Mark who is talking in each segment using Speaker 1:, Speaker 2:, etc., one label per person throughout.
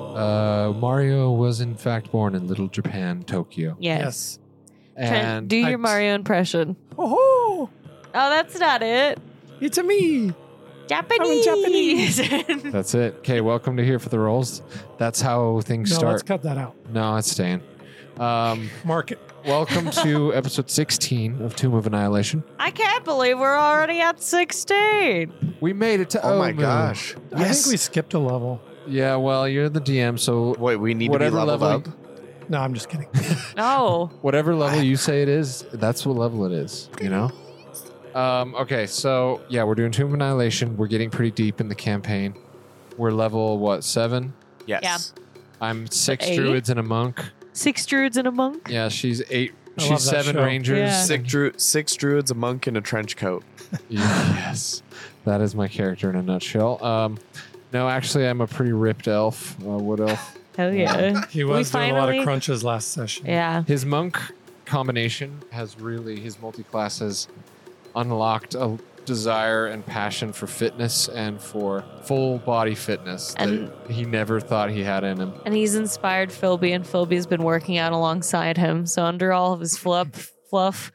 Speaker 1: Uh, Mario was in fact born in Little Japan, Tokyo.
Speaker 2: Yes. Try and
Speaker 1: And
Speaker 2: do
Speaker 1: I-
Speaker 2: your Mario impression.
Speaker 3: Oh,
Speaker 2: Oh, that's not it.
Speaker 3: it's a me.
Speaker 2: Japanese.
Speaker 1: That's it. Okay, welcome to Here for the Rolls. That's how things
Speaker 3: No, let's
Speaker 1: start.
Speaker 3: cut that out.
Speaker 1: No, it's staying. Um,
Speaker 3: Mark it.
Speaker 1: welcome to episode 16 of Tomb of Annihilation.
Speaker 2: I can't believe we're already at 16.
Speaker 1: We made it to
Speaker 4: Oh my
Speaker 1: Omu.
Speaker 4: gosh.
Speaker 3: I think we skipped a level.
Speaker 1: Yeah, well, you're the DM, so
Speaker 4: Wait, we need
Speaker 1: Whatever
Speaker 4: to be leveled
Speaker 1: level-
Speaker 4: up.
Speaker 3: No, I'm just kidding.
Speaker 2: No.
Speaker 1: whatever level you say it is, that's what level it is, you know? Um, okay, so yeah, we're doing Tomb of Annihilation. We're getting pretty deep in the campaign. We're level, what, seven?
Speaker 4: Yes.
Speaker 1: I'm six
Speaker 2: Eight?
Speaker 1: druids and a monk.
Speaker 2: Six druids and a monk.
Speaker 1: Yeah, she's eight.
Speaker 3: I
Speaker 1: She's
Speaker 3: love that
Speaker 1: seven
Speaker 3: show.
Speaker 1: rangers.
Speaker 2: Yeah.
Speaker 4: Six, dru- six druids, a monk, and a trench coat.
Speaker 1: Yes, that is my character in a nutshell. Um, no, actually, I'm a pretty ripped elf. Uh, wood elf.
Speaker 2: Hell yeah.
Speaker 3: He
Speaker 2: We
Speaker 3: was doing a lot
Speaker 2: finally-
Speaker 3: of crunches last session.
Speaker 2: yeah.
Speaker 1: His monk combination has really his multi class has unlocked a desire and passion for fitness and for full body fitness
Speaker 2: And-
Speaker 1: that he never thought he had in him.
Speaker 2: And he's inspired Philby, and Philby's been working out alongside him. So under all of his fluff, fluff,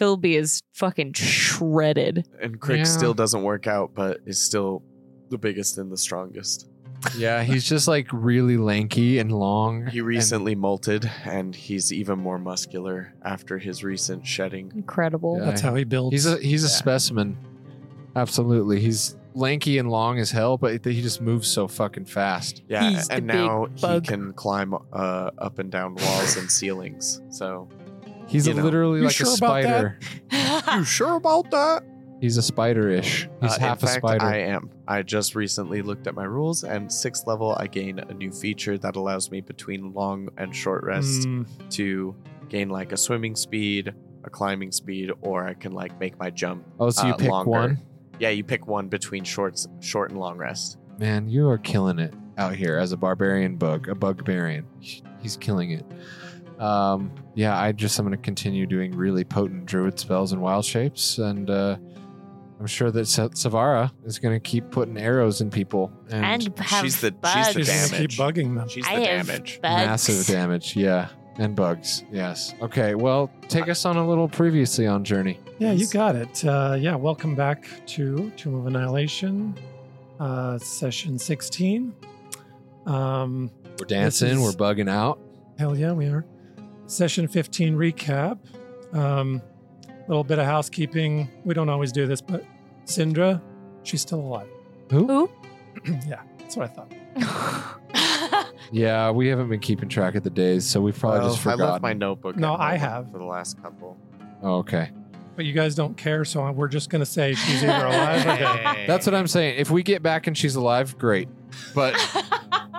Speaker 2: Philby is fucking shredded.
Speaker 4: And Crick
Speaker 1: Yeah.
Speaker 4: still doesn't work out, but is still the biggest and the strongest.
Speaker 1: Yeah, he's just like really lanky and long.
Speaker 4: He
Speaker 1: and-
Speaker 4: recently molted, and he's even more muscular after his recent shedding.
Speaker 2: Incredible.
Speaker 1: Yeah.
Speaker 3: That's how he builds.
Speaker 1: He's a he's a
Speaker 4: Yeah.
Speaker 1: specimen. Absolutely. He's lanky and long as hell, but he just moves so fucking fast.
Speaker 4: Yeah,
Speaker 2: He's the
Speaker 4: and now
Speaker 2: big bug.
Speaker 4: he can climb uh, up and down walls and ceilings. So
Speaker 1: He's
Speaker 4: You know.
Speaker 1: literally
Speaker 3: You
Speaker 1: like
Speaker 3: sure
Speaker 1: a
Speaker 3: about
Speaker 1: spider.
Speaker 4: sure about that?
Speaker 1: He's a spider-ish. He's
Speaker 4: Uh,
Speaker 1: half a
Speaker 4: in fact,
Speaker 1: spider.
Speaker 4: I am. I just recently looked at my rules, and sixth level, I gain a new feature that allows me between long and short rests
Speaker 3: Mm,
Speaker 1: Hmm.
Speaker 4: to gain like a swimming speed, a climbing speed, or I can like make my jump.
Speaker 1: oh, so you
Speaker 4: uh,
Speaker 1: pick
Speaker 4: longer.
Speaker 1: one.
Speaker 4: Yeah, you pick one between shorts, short and long rest.
Speaker 1: Man, you are killing it out here as a barbarian bug, a bugbarian. He's killing it. Um, yeah, I just I'm gonna continue doing really potent druid spells and wild shapes, and uh, I'm sure that Sa- Savara is gonna keep putting arrows in people
Speaker 2: and have
Speaker 4: she's the- she's the
Speaker 2: bugs.
Speaker 3: just
Speaker 4: damage.
Speaker 3: keep bugging them.
Speaker 4: She's the
Speaker 2: I have
Speaker 4: damage.
Speaker 2: bugs.
Speaker 1: Massive damage, yeah. And bugs, yes. Okay, well, take us on a little previously on Journey.
Speaker 3: Yeah, you got it. Uh, yeah, welcome back to Tomb of Annihilation, uh, session 16. Um,
Speaker 1: We're
Speaker 3: dancing,
Speaker 1: dancing, we're
Speaker 3: we're
Speaker 1: bugging out.
Speaker 3: Hell yeah, we are. Session 15 recap. A um, little bit of housekeeping. We don't always do this, but Sindra, she's still alive.
Speaker 1: Who?
Speaker 2: Who?
Speaker 3: yeah, that's what I thought.
Speaker 1: Yeah, we haven't been keeping track of the days, so we've probably
Speaker 4: Well,
Speaker 1: just
Speaker 4: Oh, I
Speaker 1: forgotten.
Speaker 4: left my notebook.
Speaker 3: No,
Speaker 4: at
Speaker 3: I
Speaker 4: home
Speaker 3: have.
Speaker 4: for the last couple.
Speaker 1: oh, okay.
Speaker 3: But you guys don't care, so we're just going to say she's either alive or dead.
Speaker 1: That's what I'm saying. If we get back and she's alive, great. But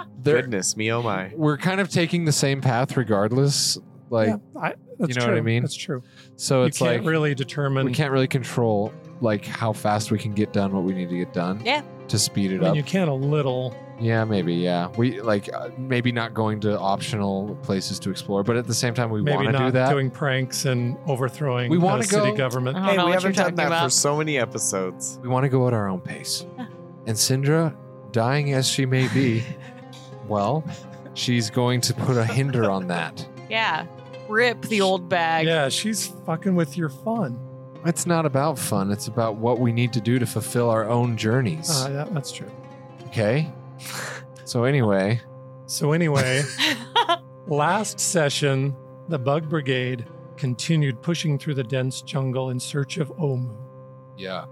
Speaker 1: there,
Speaker 4: Goodness me, oh my!
Speaker 1: we're kind of taking the same path regardless. Like,
Speaker 3: Yeah, I, that's
Speaker 1: You know
Speaker 3: true.
Speaker 1: what I mean?
Speaker 3: That's true.
Speaker 1: so
Speaker 3: you
Speaker 1: it's
Speaker 3: can't
Speaker 1: like
Speaker 3: really determine.
Speaker 1: we can't really control like how fast we can get done what we need to get done.
Speaker 2: Yeah.
Speaker 1: To speed
Speaker 3: I
Speaker 1: it
Speaker 3: mean,
Speaker 1: up.
Speaker 3: you can a little.
Speaker 1: Yeah, maybe. Yeah, we like uh, maybe not going to optional places to explore, but at the same time, we
Speaker 3: maybe
Speaker 1: want to
Speaker 3: not
Speaker 1: do that.
Speaker 3: doing pranks and overthrowing
Speaker 1: We
Speaker 3: the
Speaker 1: wanna
Speaker 3: city
Speaker 1: go-
Speaker 3: government.
Speaker 2: I don't
Speaker 4: Hey,
Speaker 2: know
Speaker 4: we
Speaker 2: what you're
Speaker 4: haven't
Speaker 2: talking
Speaker 4: done that for
Speaker 2: about.
Speaker 4: so many episodes.
Speaker 1: we want to go at our own pace. And Syndra, dying as she may be, well, she's going to put a hinder on that.
Speaker 2: yeah. Rip the old bag.
Speaker 3: Yeah, she's fucking with your fun.
Speaker 1: It's not about fun. It's about what we need to do to fulfill our own journeys.
Speaker 3: Uh, yeah, that's true.
Speaker 1: okay. So anyway,
Speaker 3: So anyway. Last session, the Bug Brigade continued pushing through the dense jungle in search of Omu.
Speaker 1: yeah,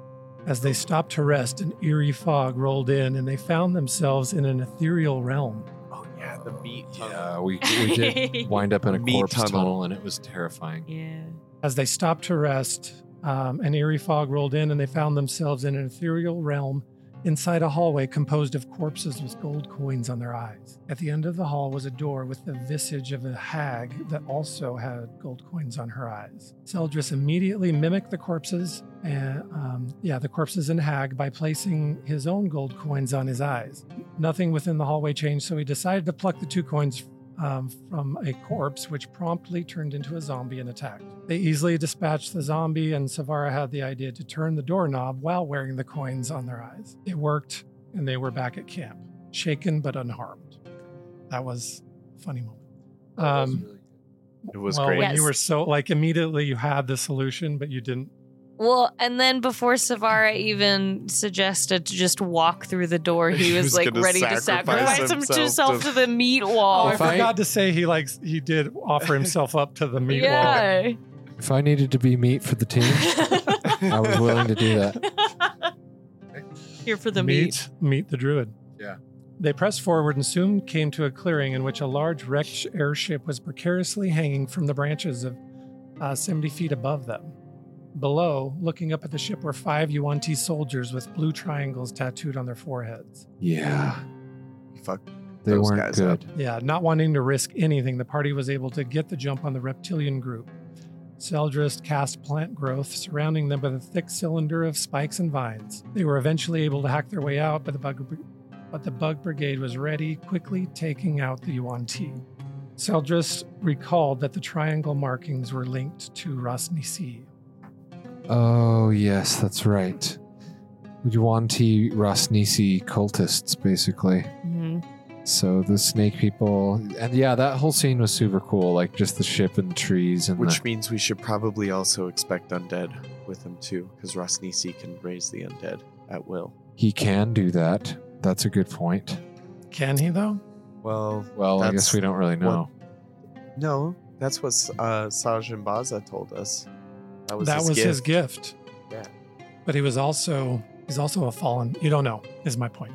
Speaker 3: As they stopped to rest, an eerie fog rolled in and they found themselves in an ethereal realm.
Speaker 4: Oh yeah, the meat.
Speaker 1: yeah, we, we did wind up in a
Speaker 4: Meat
Speaker 1: corpse
Speaker 4: tunnel.
Speaker 1: tunnel, and it was terrifying.
Speaker 2: yeah.
Speaker 3: As they stopped to rest, um, an eerie fog rolled in and they found themselves in an ethereal realm inside a hallway composed of corpses with gold coins on their eyes. At the end of the hall was a door with the visage of a hag that also had gold coins on her eyes. Seldris immediately mimicked the corpses and um, yeah, the corpses and hag by placing his own gold coins on his eyes. Nothing within the hallway changed, so he decided to pluck the two coins um, from a corpse, which promptly turned into a zombie and attacked. They easily dispatched the zombie, and Savara had the idea to turn the doorknob while wearing the coins on their eyes. It worked, and they were back at camp, shaken but unharmed. That was a funny moment. Um,
Speaker 4: It was
Speaker 3: well,
Speaker 4: great.
Speaker 3: When
Speaker 2: Yes.
Speaker 3: you were so like immediately you had the solution, but you didn't.
Speaker 2: Well, and then before Savara even suggested to just walk through the door, he
Speaker 4: He
Speaker 2: was,
Speaker 4: was
Speaker 2: like
Speaker 4: gonna
Speaker 2: ready to
Speaker 4: sacrifice
Speaker 2: sacrifice him-
Speaker 4: himself
Speaker 2: himself
Speaker 4: to-
Speaker 2: to the meat
Speaker 3: Oh,
Speaker 2: wall.
Speaker 3: I
Speaker 1: If I-
Speaker 3: forgot to say he like he did offer himself up to the meat wall.
Speaker 2: yeah.
Speaker 1: If I needed to be meat for the team, I was willing to do that.
Speaker 2: Here for the meat.
Speaker 3: meet, meet the druid.
Speaker 1: Yeah.
Speaker 3: They pressed forward and soon came to a clearing in which a large wrecked airship was precariously hanging from the branches of uh, 70 feet above them. Below, looking up at the ship, were five Yuan-Ti soldiers with blue triangles tattooed on their foreheads.
Speaker 1: Yeah,
Speaker 4: Fuck.
Speaker 1: they
Speaker 4: Those
Speaker 1: weren't
Speaker 4: guys
Speaker 1: good.
Speaker 3: Yeah, not wanting to risk anything, the party was able to get the jump on the reptilian group. Seldris cast plant growth, surrounding them with a thick cylinder of spikes and vines. They were eventually able to hack their way out, but the bug, but the bug brigade was ready, quickly taking out the Yuan Ti. Seldris recalled that the triangle markings were linked to Rosnisi.
Speaker 1: Oh yes, that's right. Yuan-Ti Rasnisi cultists, basically.
Speaker 2: Mhm.
Speaker 1: So the snake people, and yeah, that whole scene was super cool. Like just the ship and the trees and
Speaker 4: Which
Speaker 1: the,
Speaker 4: means we should probably also expect undead with him too, because Rosnisi can raise the undead at will.
Speaker 1: he can do that. That's a good point.
Speaker 3: Can he though?
Speaker 4: Well,
Speaker 1: Well, I
Speaker 4: That's
Speaker 1: guess we don't really know.
Speaker 4: no, that's what uh, Sajin Baza told us. That was,
Speaker 3: that
Speaker 4: his,
Speaker 3: was
Speaker 4: gift.
Speaker 3: his gift.
Speaker 4: Yeah.
Speaker 3: But he was also he's also a fallen. You don't know is my point.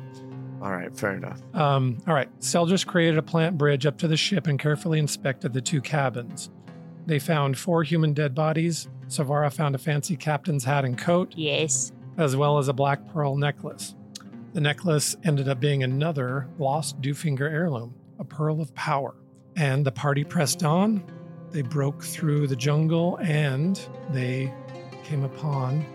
Speaker 4: All right, fair enough.
Speaker 3: Um, all right. Seldris created a plant bridge up to the ship and carefully inspected the two cabins. They found four human dead bodies. Savara found a fancy captain's hat and coat,
Speaker 2: Yes.
Speaker 3: as well as a black pearl necklace. The necklace ended up being another lost Dewfinger heirloom, a pearl of power. And the party pressed on. They broke through the jungle and they came upon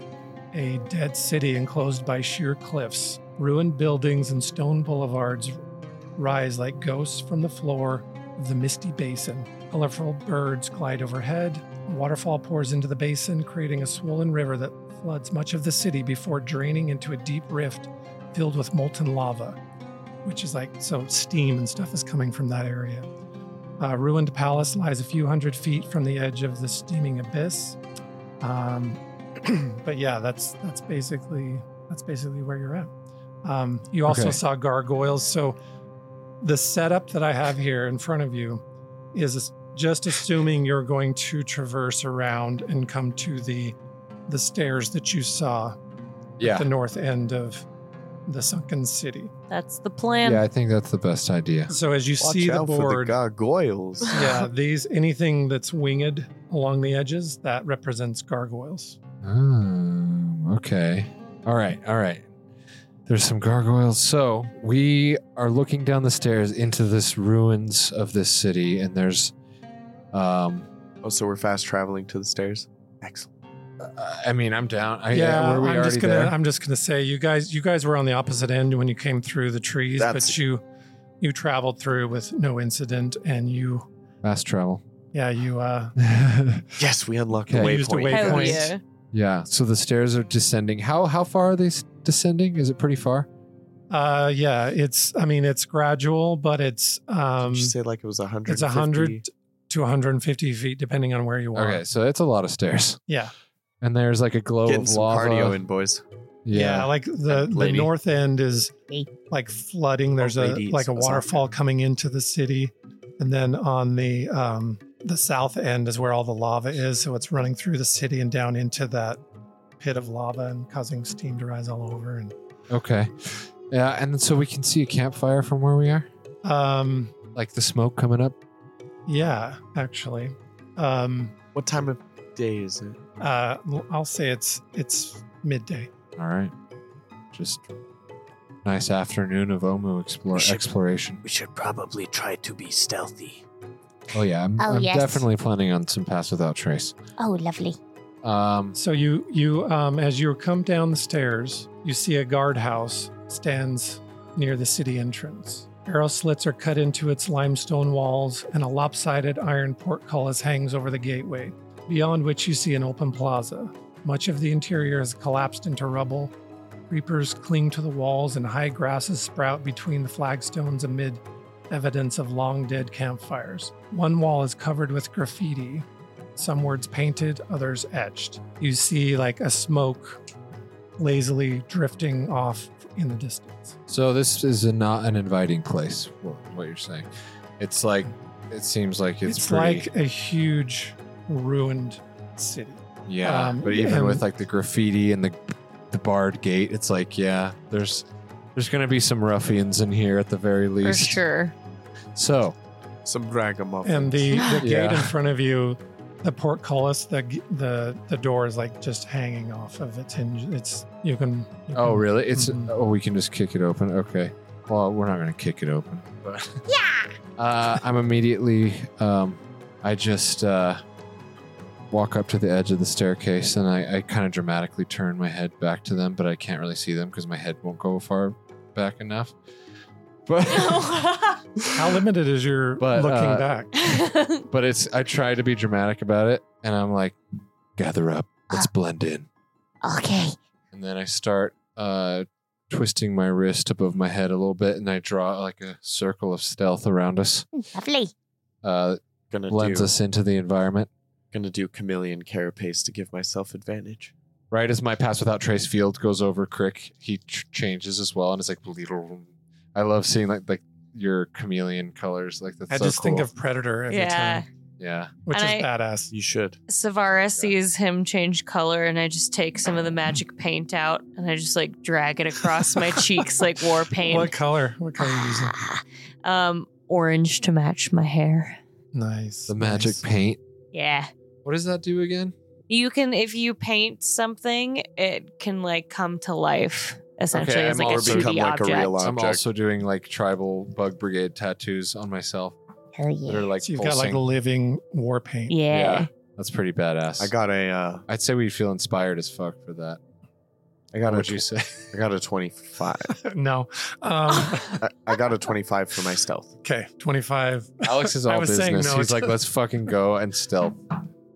Speaker 3: a dead city enclosed by sheer cliffs. Ruined buildings and stone boulevards rise like ghosts from the floor of the misty basin. Colorful birds glide overhead. A waterfall pours into the basin, creating a swollen river that floods much of the city before draining into a deep rift filled with molten lava, which is like so steam and stuff is coming from that area. A ruined palace lies a few hundred feet from the edge of the steaming abyss. Um, but yeah, that's that's basically that's basically where you're at. Um, you also
Speaker 1: Okay.
Speaker 3: saw gargoyles, so the setup that I have here in front of you is just assuming you're going to traverse around and come to the the stairs that you saw
Speaker 1: Yeah,
Speaker 3: at the north end of the sunken city.
Speaker 2: That's the plan.
Speaker 1: yeah, I think that's the best idea.
Speaker 3: So as you
Speaker 4: Watch
Speaker 3: see the
Speaker 4: out for the
Speaker 3: board,
Speaker 4: gargoyles.
Speaker 3: yeah, these anything that's winged along the edges that represents gargoyles.
Speaker 1: Um, okay. All right. All right. There's some gargoyles. So we are looking down the stairs into this ruins of this city, and there's, um,
Speaker 4: Oh, so we're fast traveling to the stairs. Excellent.
Speaker 1: I- I mean, I'm down. I,
Speaker 3: yeah,
Speaker 1: were we
Speaker 3: I'm
Speaker 1: already
Speaker 3: just gonna
Speaker 1: there?
Speaker 3: I'm just gonna say you guys you guys were on the opposite end when you came through the trees, but
Speaker 4: That's-
Speaker 3: you you traveled through with no incident and you
Speaker 1: Fast travel.
Speaker 3: yeah, you uh
Speaker 4: Yes, we unlocked
Speaker 1: Okay.
Speaker 4: the
Speaker 3: Used a
Speaker 4: waypoint.
Speaker 3: waypoint.
Speaker 2: Hell
Speaker 3: Points.
Speaker 2: yeah.
Speaker 1: yeah. So the stairs are descending. How how far are they s- descending? Is it pretty far?
Speaker 3: uh yeah, it's I mean it's gradual, but it's um
Speaker 4: Did you say like it was a hundred?
Speaker 3: it's a hundred to 150 feet depending on where you are.
Speaker 1: Okay. So it's a lot of stairs.
Speaker 3: Yeah.
Speaker 1: And there's like a glow
Speaker 4: Getting
Speaker 1: of
Speaker 4: some
Speaker 1: lava.
Speaker 4: cardio in, boys.
Speaker 3: Yeah,
Speaker 1: Yeah.
Speaker 3: like the,
Speaker 4: And
Speaker 3: the
Speaker 4: lady.
Speaker 3: north end is like flooding. There's a
Speaker 4: ladies,
Speaker 3: like a
Speaker 4: that's all.
Speaker 3: waterfall coming into the city, and then on the um, the south end is where all the lava is. So it's running through the city and down into that pit of lava and causing steam to rise all over. And
Speaker 1: Okay. Yeah. And so we can see a campfire from where we are.
Speaker 3: um,
Speaker 1: Like the smoke coming up.
Speaker 3: yeah, actually, um,
Speaker 4: What time of day is it?
Speaker 3: uh, I'll say it's it's midday.
Speaker 1: All right. Just nice afternoon of Omu explore,
Speaker 4: We should-
Speaker 1: exploration.
Speaker 4: We should probably try to be stealthy.
Speaker 1: Oh yeah, I'm,
Speaker 5: Oh,
Speaker 1: I'm
Speaker 5: yes.
Speaker 1: definitely planning on some pass without trace.
Speaker 5: Oh, lovely.
Speaker 1: Um,
Speaker 3: So you you um, as you come down the stairs, you see a guardhouse stands near the city entrance. Arrow slits are cut into its limestone walls, and a lopsided iron portcullis hangs over the gateway, beyond which you see an open plaza. Much of the interior has collapsed into rubble. Creepers cling to the walls, and high grasses sprout between the flagstones amid evidence of long dead campfires. One wall is covered with graffiti, some words painted, others etched. You see like a smoke lazily drifting off in the distance.
Speaker 1: So this is a, not an inviting place. wh- What you're saying? It's like it seems like it's,
Speaker 3: It's,
Speaker 1: pretty,
Speaker 3: like a huge ruined city.
Speaker 1: yeah.
Speaker 3: um,
Speaker 1: but even
Speaker 3: and-
Speaker 1: with like the graffiti and the the barred gate, it's like yeah, there's there's gonna be some ruffians in here at the very
Speaker 2: for
Speaker 1: least.
Speaker 2: sure.
Speaker 1: So
Speaker 4: Some ragamuffins.
Speaker 3: And the, the
Speaker 1: Yeah.
Speaker 3: gate in front of you, the portcullis, the g- the the door is like just hanging off of its hinge. It's you can. You
Speaker 1: oh
Speaker 3: can-
Speaker 1: really? It's
Speaker 3: Mhm.
Speaker 1: oh we can just kick it open. Okay. Well, we're not gonna kick it open. But yeah. Uh, I'm immediately. Um, I just uh, walk up to the edge of the staircase and I, I kind of dramatically turn my head back to them, but I can't really see them because my head won't go far back enough. But
Speaker 3: How limited is your
Speaker 1: But,
Speaker 3: looking
Speaker 1: uh,
Speaker 3: back?
Speaker 1: but it's I try to be dramatic about it, and I'm like, gather up, let's blend in.
Speaker 2: okay.
Speaker 1: and then I start uh, twisting my wrist above my head a little bit, and I draw like a circle of stealth around us.
Speaker 2: Lovely.
Speaker 1: Uh,
Speaker 4: gonna
Speaker 1: blends
Speaker 4: do,
Speaker 1: us into the environment.
Speaker 4: gonna do chameleon carapace to give myself advantage.
Speaker 1: Right as my pass without trace field goes over Crick, he ch- changes as well, and it's like, I love seeing like like your chameleon colors, like that's
Speaker 3: I
Speaker 1: so
Speaker 3: just
Speaker 1: cool.
Speaker 3: think of Predator every
Speaker 2: Yeah.
Speaker 3: time,
Speaker 1: yeah.
Speaker 3: which
Speaker 2: And
Speaker 3: is
Speaker 2: I-
Speaker 3: badass.
Speaker 4: You should.
Speaker 2: Savara sees him change color, and I just take some of the magic paint out and I just like drag it across my cheeks like war paint.
Speaker 3: What color? What color are you using?
Speaker 2: um, orange to match my hair.
Speaker 3: Nice.
Speaker 1: The magic
Speaker 3: nice.
Speaker 1: paint.
Speaker 2: Yeah.
Speaker 1: What does that do again?
Speaker 2: You can, if you paint something, it can like come to life essentially
Speaker 1: Okay,
Speaker 2: as
Speaker 1: I'm
Speaker 2: like a
Speaker 1: also
Speaker 2: 2D
Speaker 1: become,
Speaker 4: like, a
Speaker 2: object.
Speaker 4: real
Speaker 1: I'm
Speaker 4: Object.
Speaker 1: also doing like tribal bug brigade tattoos on myself.
Speaker 2: Hell
Speaker 1: That are like
Speaker 3: So you've
Speaker 1: pulsing.
Speaker 3: got like living war paint.
Speaker 2: yeah.
Speaker 1: That's pretty badass.
Speaker 4: I got a uh,
Speaker 1: I'd say we'd feel inspired as fuck for that.
Speaker 4: I got a
Speaker 1: What'd
Speaker 4: tw-
Speaker 1: you say?
Speaker 4: I got a twenty five.
Speaker 3: no. Um,
Speaker 4: I, I got a twenty five for my stealth.
Speaker 3: okay. Twenty five.
Speaker 1: Alex is
Speaker 3: I
Speaker 1: all
Speaker 3: was saying
Speaker 1: business.
Speaker 3: no,
Speaker 1: He's
Speaker 3: it's-
Speaker 1: like, let's fucking go and stealth.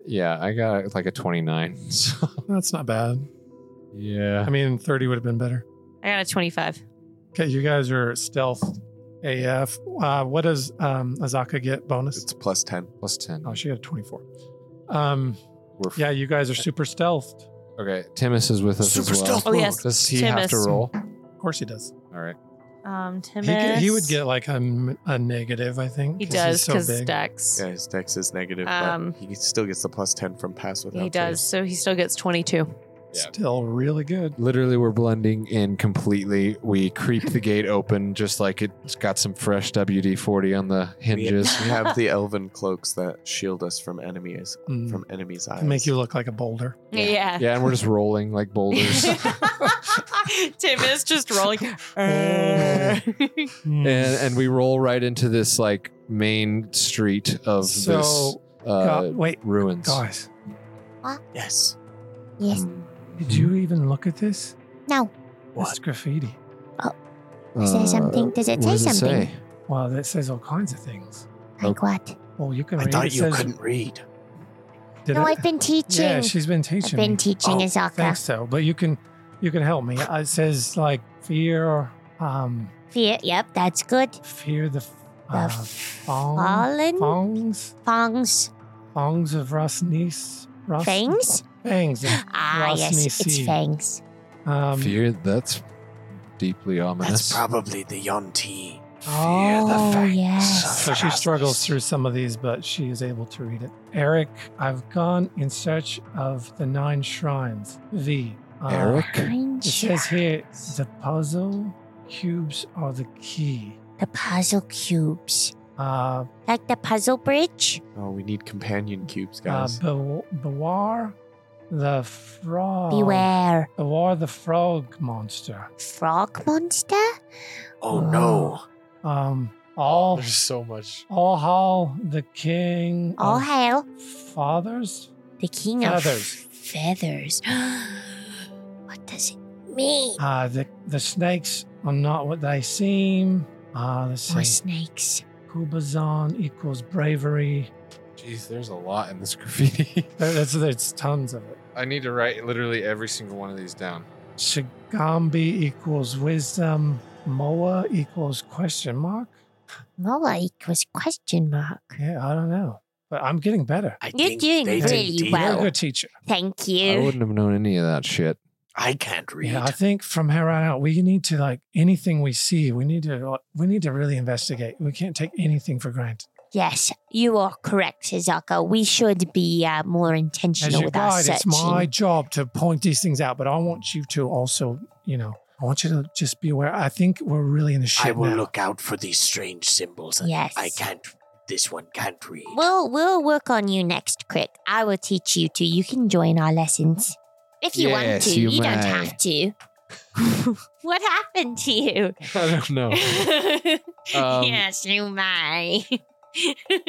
Speaker 1: Yeah, I got like a 29. So.
Speaker 3: That's not bad.
Speaker 1: Yeah.
Speaker 3: I mean, thirty would have been better.
Speaker 2: I got a 25.
Speaker 3: Okay, you guys are stealth AF. Uh, what does um, Azaka get bonus?
Speaker 4: It's plus ten.
Speaker 1: Plus 10.
Speaker 3: Oh, she got a 24. Um,
Speaker 1: We're f-
Speaker 3: yeah, you guys are super stealthed.
Speaker 1: Okay, Timus is with us
Speaker 4: Super
Speaker 1: as well.
Speaker 4: stealth
Speaker 2: Oh, roll. yes,
Speaker 1: Does he have to
Speaker 2: Timus.
Speaker 1: roll?
Speaker 3: Of course he does.
Speaker 1: All right.
Speaker 2: Um,
Speaker 3: He,
Speaker 2: Timus.
Speaker 3: get, he would get like a, m- a negative, I think.
Speaker 2: He
Speaker 3: 'cause he's
Speaker 2: does because
Speaker 3: big.
Speaker 2: Dex.
Speaker 4: Yeah, his dex is negative,
Speaker 2: Um,
Speaker 4: but he still gets the plus ten from pass without.
Speaker 2: He does, so he still gets 22.
Speaker 1: Yeah.
Speaker 3: Still really good.
Speaker 1: Literally, we're blending in completely. We creep the gate open just like it's got some fresh WD 40 on the hinges.
Speaker 4: We have the elven cloaks that shield us from enemies
Speaker 3: Mm.
Speaker 4: from enemies' eyes.
Speaker 3: Can make you look like a boulder.
Speaker 2: Yeah.
Speaker 1: Yeah, and we're just rolling like boulders.
Speaker 2: Timus just rolling.
Speaker 3: Oh.
Speaker 1: and, and we roll right into this like main street of this
Speaker 3: so,
Speaker 1: uh,
Speaker 3: go- wait,
Speaker 1: ruins. Hmm.
Speaker 3: guys,
Speaker 4: yes.
Speaker 5: Yes.
Speaker 3: did you even look at this?
Speaker 5: No.
Speaker 3: It's graffiti.
Speaker 5: Is there something? Does it
Speaker 1: Uh, what does
Speaker 5: say
Speaker 1: it
Speaker 5: something?
Speaker 1: say?
Speaker 3: Well, that says all kinds of things.
Speaker 5: Like what?
Speaker 3: Well, you can
Speaker 4: I
Speaker 3: read
Speaker 4: thought
Speaker 3: it
Speaker 4: you
Speaker 3: says,
Speaker 4: couldn't read.
Speaker 3: did
Speaker 5: no,
Speaker 3: it-
Speaker 5: I've been teaching.
Speaker 3: Yeah, she's been
Speaker 5: I've
Speaker 3: teaching. me.
Speaker 5: been teaching
Speaker 4: Oh,
Speaker 5: Azaka.
Speaker 3: think so, but you can you can help me. Uh, It says like fear, um,
Speaker 5: Fear. Yep, that's good. The
Speaker 3: fear the uh,
Speaker 5: f-
Speaker 3: fong,
Speaker 5: fallen
Speaker 3: fongs,
Speaker 5: fangs,
Speaker 3: fongs of Rosnis, Ros,
Speaker 5: fangs.
Speaker 3: fangs. of-
Speaker 5: Ah, yes,
Speaker 3: Rosnici.
Speaker 5: it's fangs.
Speaker 3: Um,
Speaker 1: Fear. That's deeply ominous.
Speaker 4: That's probably the Yonti.
Speaker 5: Oh,
Speaker 4: Fear the fangs
Speaker 5: yes.
Speaker 3: So
Speaker 4: of
Speaker 3: she struggles
Speaker 4: Rasmus.
Speaker 3: through some of these, but she is able to read it. Eric, I've gone in search of the nine shrines. The uh,
Speaker 1: Eric.
Speaker 5: Kind
Speaker 3: It says here the puzzle cubes are the key.
Speaker 5: The puzzle cubes.
Speaker 3: Uh,
Speaker 5: Like the puzzle bridge?
Speaker 4: Oh, we need companion cubes,
Speaker 3: Uh,
Speaker 4: guys.
Speaker 3: be- beware the frog.
Speaker 5: Beware.
Speaker 3: Beware the frog monster.
Speaker 5: Frog monster?
Speaker 4: oh no.
Speaker 3: Um, all,
Speaker 1: There's so much.
Speaker 3: all hall the king.
Speaker 5: All
Speaker 3: of
Speaker 5: hail
Speaker 3: Fathers?
Speaker 5: the king of
Speaker 3: Oh. Feathers.
Speaker 5: feathers. what does it mean?
Speaker 3: Uh, the, the snakes are not what they seem. Uh, let's
Speaker 5: Or
Speaker 3: see.
Speaker 5: snakes.
Speaker 3: Kubazan equals bravery.
Speaker 1: Jeez, there's a lot in this graffiti.
Speaker 3: There- There's, there's tons of it.
Speaker 1: I need to write literally every single one of these down.
Speaker 3: Shigambi equals wisdom. Moa equals question mark.
Speaker 5: Moloch was question mark.
Speaker 3: Yeah, I don't know. But I'm getting better.
Speaker 6: I
Speaker 5: You're
Speaker 6: think
Speaker 5: doing
Speaker 6: they did
Speaker 5: really
Speaker 6: deep.
Speaker 3: You're a
Speaker 5: well.
Speaker 3: good teacher.
Speaker 5: Thank
Speaker 1: I
Speaker 5: you.
Speaker 1: wouldn't have known any of that shit.
Speaker 6: I can't read.
Speaker 3: Yeah, I think from here on out, we need to like anything we see, we need to like, we need to really investigate. We can't take anything for granted.
Speaker 5: Yes, you are correct, Sazaka. We should be uh, more
Speaker 3: As
Speaker 5: intentional
Speaker 3: your
Speaker 5: with our
Speaker 3: guide, it's
Speaker 5: searching.
Speaker 3: my job to point these things out, but I want you to also, you know, I want you to just be aware. I think we're really in the shit
Speaker 6: I will
Speaker 3: now.
Speaker 6: look out for these strange symbols. that
Speaker 5: Yes.
Speaker 6: I can't. This one can't read.
Speaker 5: We'll we'll work on you next, Crick. I will teach you to. You can join our lessons if you want
Speaker 1: Yes,
Speaker 5: to.
Speaker 1: you
Speaker 5: You, don't
Speaker 1: may.
Speaker 5: have to. what happened to you?
Speaker 1: I don't know. Um,
Speaker 5: yes, you may.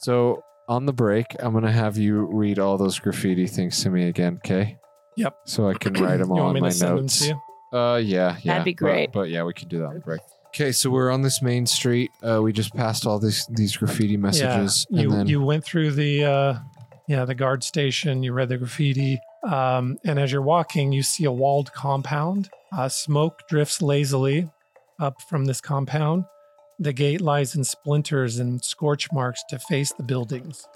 Speaker 1: So on the break, I'm gonna have you read all those graffiti things to me again, okay?
Speaker 3: Yep.
Speaker 1: So I can write them
Speaker 3: you
Speaker 1: all
Speaker 3: want
Speaker 1: on
Speaker 3: me
Speaker 1: my
Speaker 3: to send
Speaker 1: notes.
Speaker 3: them to you?
Speaker 1: Uh, yeah, yeah.
Speaker 2: be
Speaker 1: but-
Speaker 2: great.
Speaker 1: But, yeah, we can do that on the break. Okay, so we're on this main street. Uh, we just passed all these these graffiti messages,
Speaker 3: Yeah, you
Speaker 1: and then
Speaker 3: you went through the uh, yeah the guard station. You read the graffiti, um, and as you're walking, you see a walled compound. Uh, smoke drifts lazily up from this compound. The gate lies in splinters and scorch marks to face the buildings.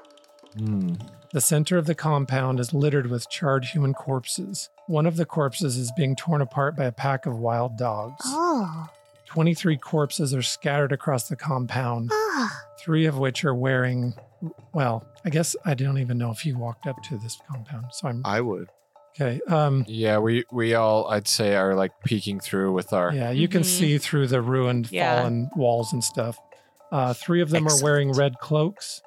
Speaker 1: Hmm.
Speaker 3: The center of the compound is littered with charred human corpses. One of the corpses is being torn apart by a pack of wild dogs.
Speaker 5: oh,
Speaker 3: 23 corpses are scattered across the compound
Speaker 5: oh,
Speaker 3: three of which are wearing well i guess i don't even know if you walked up to this compound so i'm
Speaker 4: I would.
Speaker 3: okay um
Speaker 1: yeah, we we all I'd say are like peeking through with our
Speaker 3: yeah you can
Speaker 2: Mhm.
Speaker 3: see through the ruined
Speaker 2: Yeah.
Speaker 3: fallen walls and stuff uh, three of them are wearing red cloaks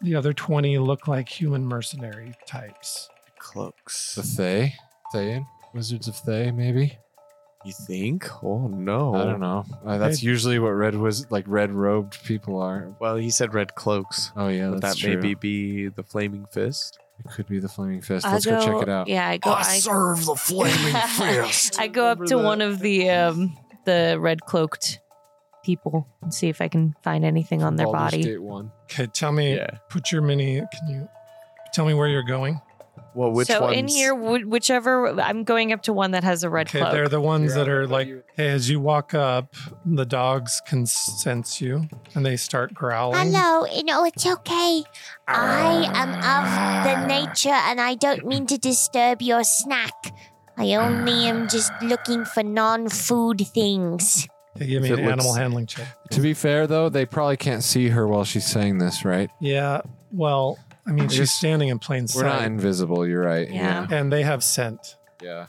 Speaker 3: the other 20 look like human mercenary types
Speaker 4: Cloaks.
Speaker 1: the Thay, Thayan, Wizards of Thay, maybe.
Speaker 4: You think? Oh no.
Speaker 1: I don't know. Uh, that's usually what red was like. Red robed people are.
Speaker 4: Well, he said red cloaks.
Speaker 1: Oh yeah,
Speaker 4: But
Speaker 1: that's
Speaker 4: that
Speaker 1: true.
Speaker 4: maybe be the flaming fist.
Speaker 1: it could be the flaming fist.
Speaker 2: I
Speaker 1: Let's go, check it out.
Speaker 2: Yeah, I go.
Speaker 6: I
Speaker 2: I,
Speaker 6: Ah, serve the flaming fist.
Speaker 2: I go up to one of the um, the red cloaked people and see if I can find anything on their
Speaker 1: Baldur's
Speaker 2: body.
Speaker 1: Gate one.
Speaker 3: okay tell me
Speaker 4: Yeah.
Speaker 3: put your mini can you tell me where you're going
Speaker 4: Well, which
Speaker 2: so
Speaker 4: ones?
Speaker 2: in here, wh- whichever I'm going up to one that has a red
Speaker 3: okay
Speaker 2: cloak.
Speaker 3: they're the ones
Speaker 1: You're
Speaker 3: that
Speaker 1: out.
Speaker 3: are
Speaker 1: What
Speaker 3: like
Speaker 1: you-
Speaker 3: hey as you walk up the dogs can sense you and they start growling
Speaker 5: hello. You know it's okay. I am of the nature, and I don't mean to disturb your snack. I only am just looking for non-food things.
Speaker 3: They give me an
Speaker 4: If it looks-
Speaker 3: animal handling check.
Speaker 1: To be fair, though, they probably can't see her while she's saying this, right?
Speaker 3: Yeah. Well, I mean, she's
Speaker 1: Just-
Speaker 3: standing in plain
Speaker 1: We're not
Speaker 3: sight,
Speaker 1: invisible. You're right.
Speaker 2: Yeah.
Speaker 3: and they have scent.
Speaker 1: Yeah.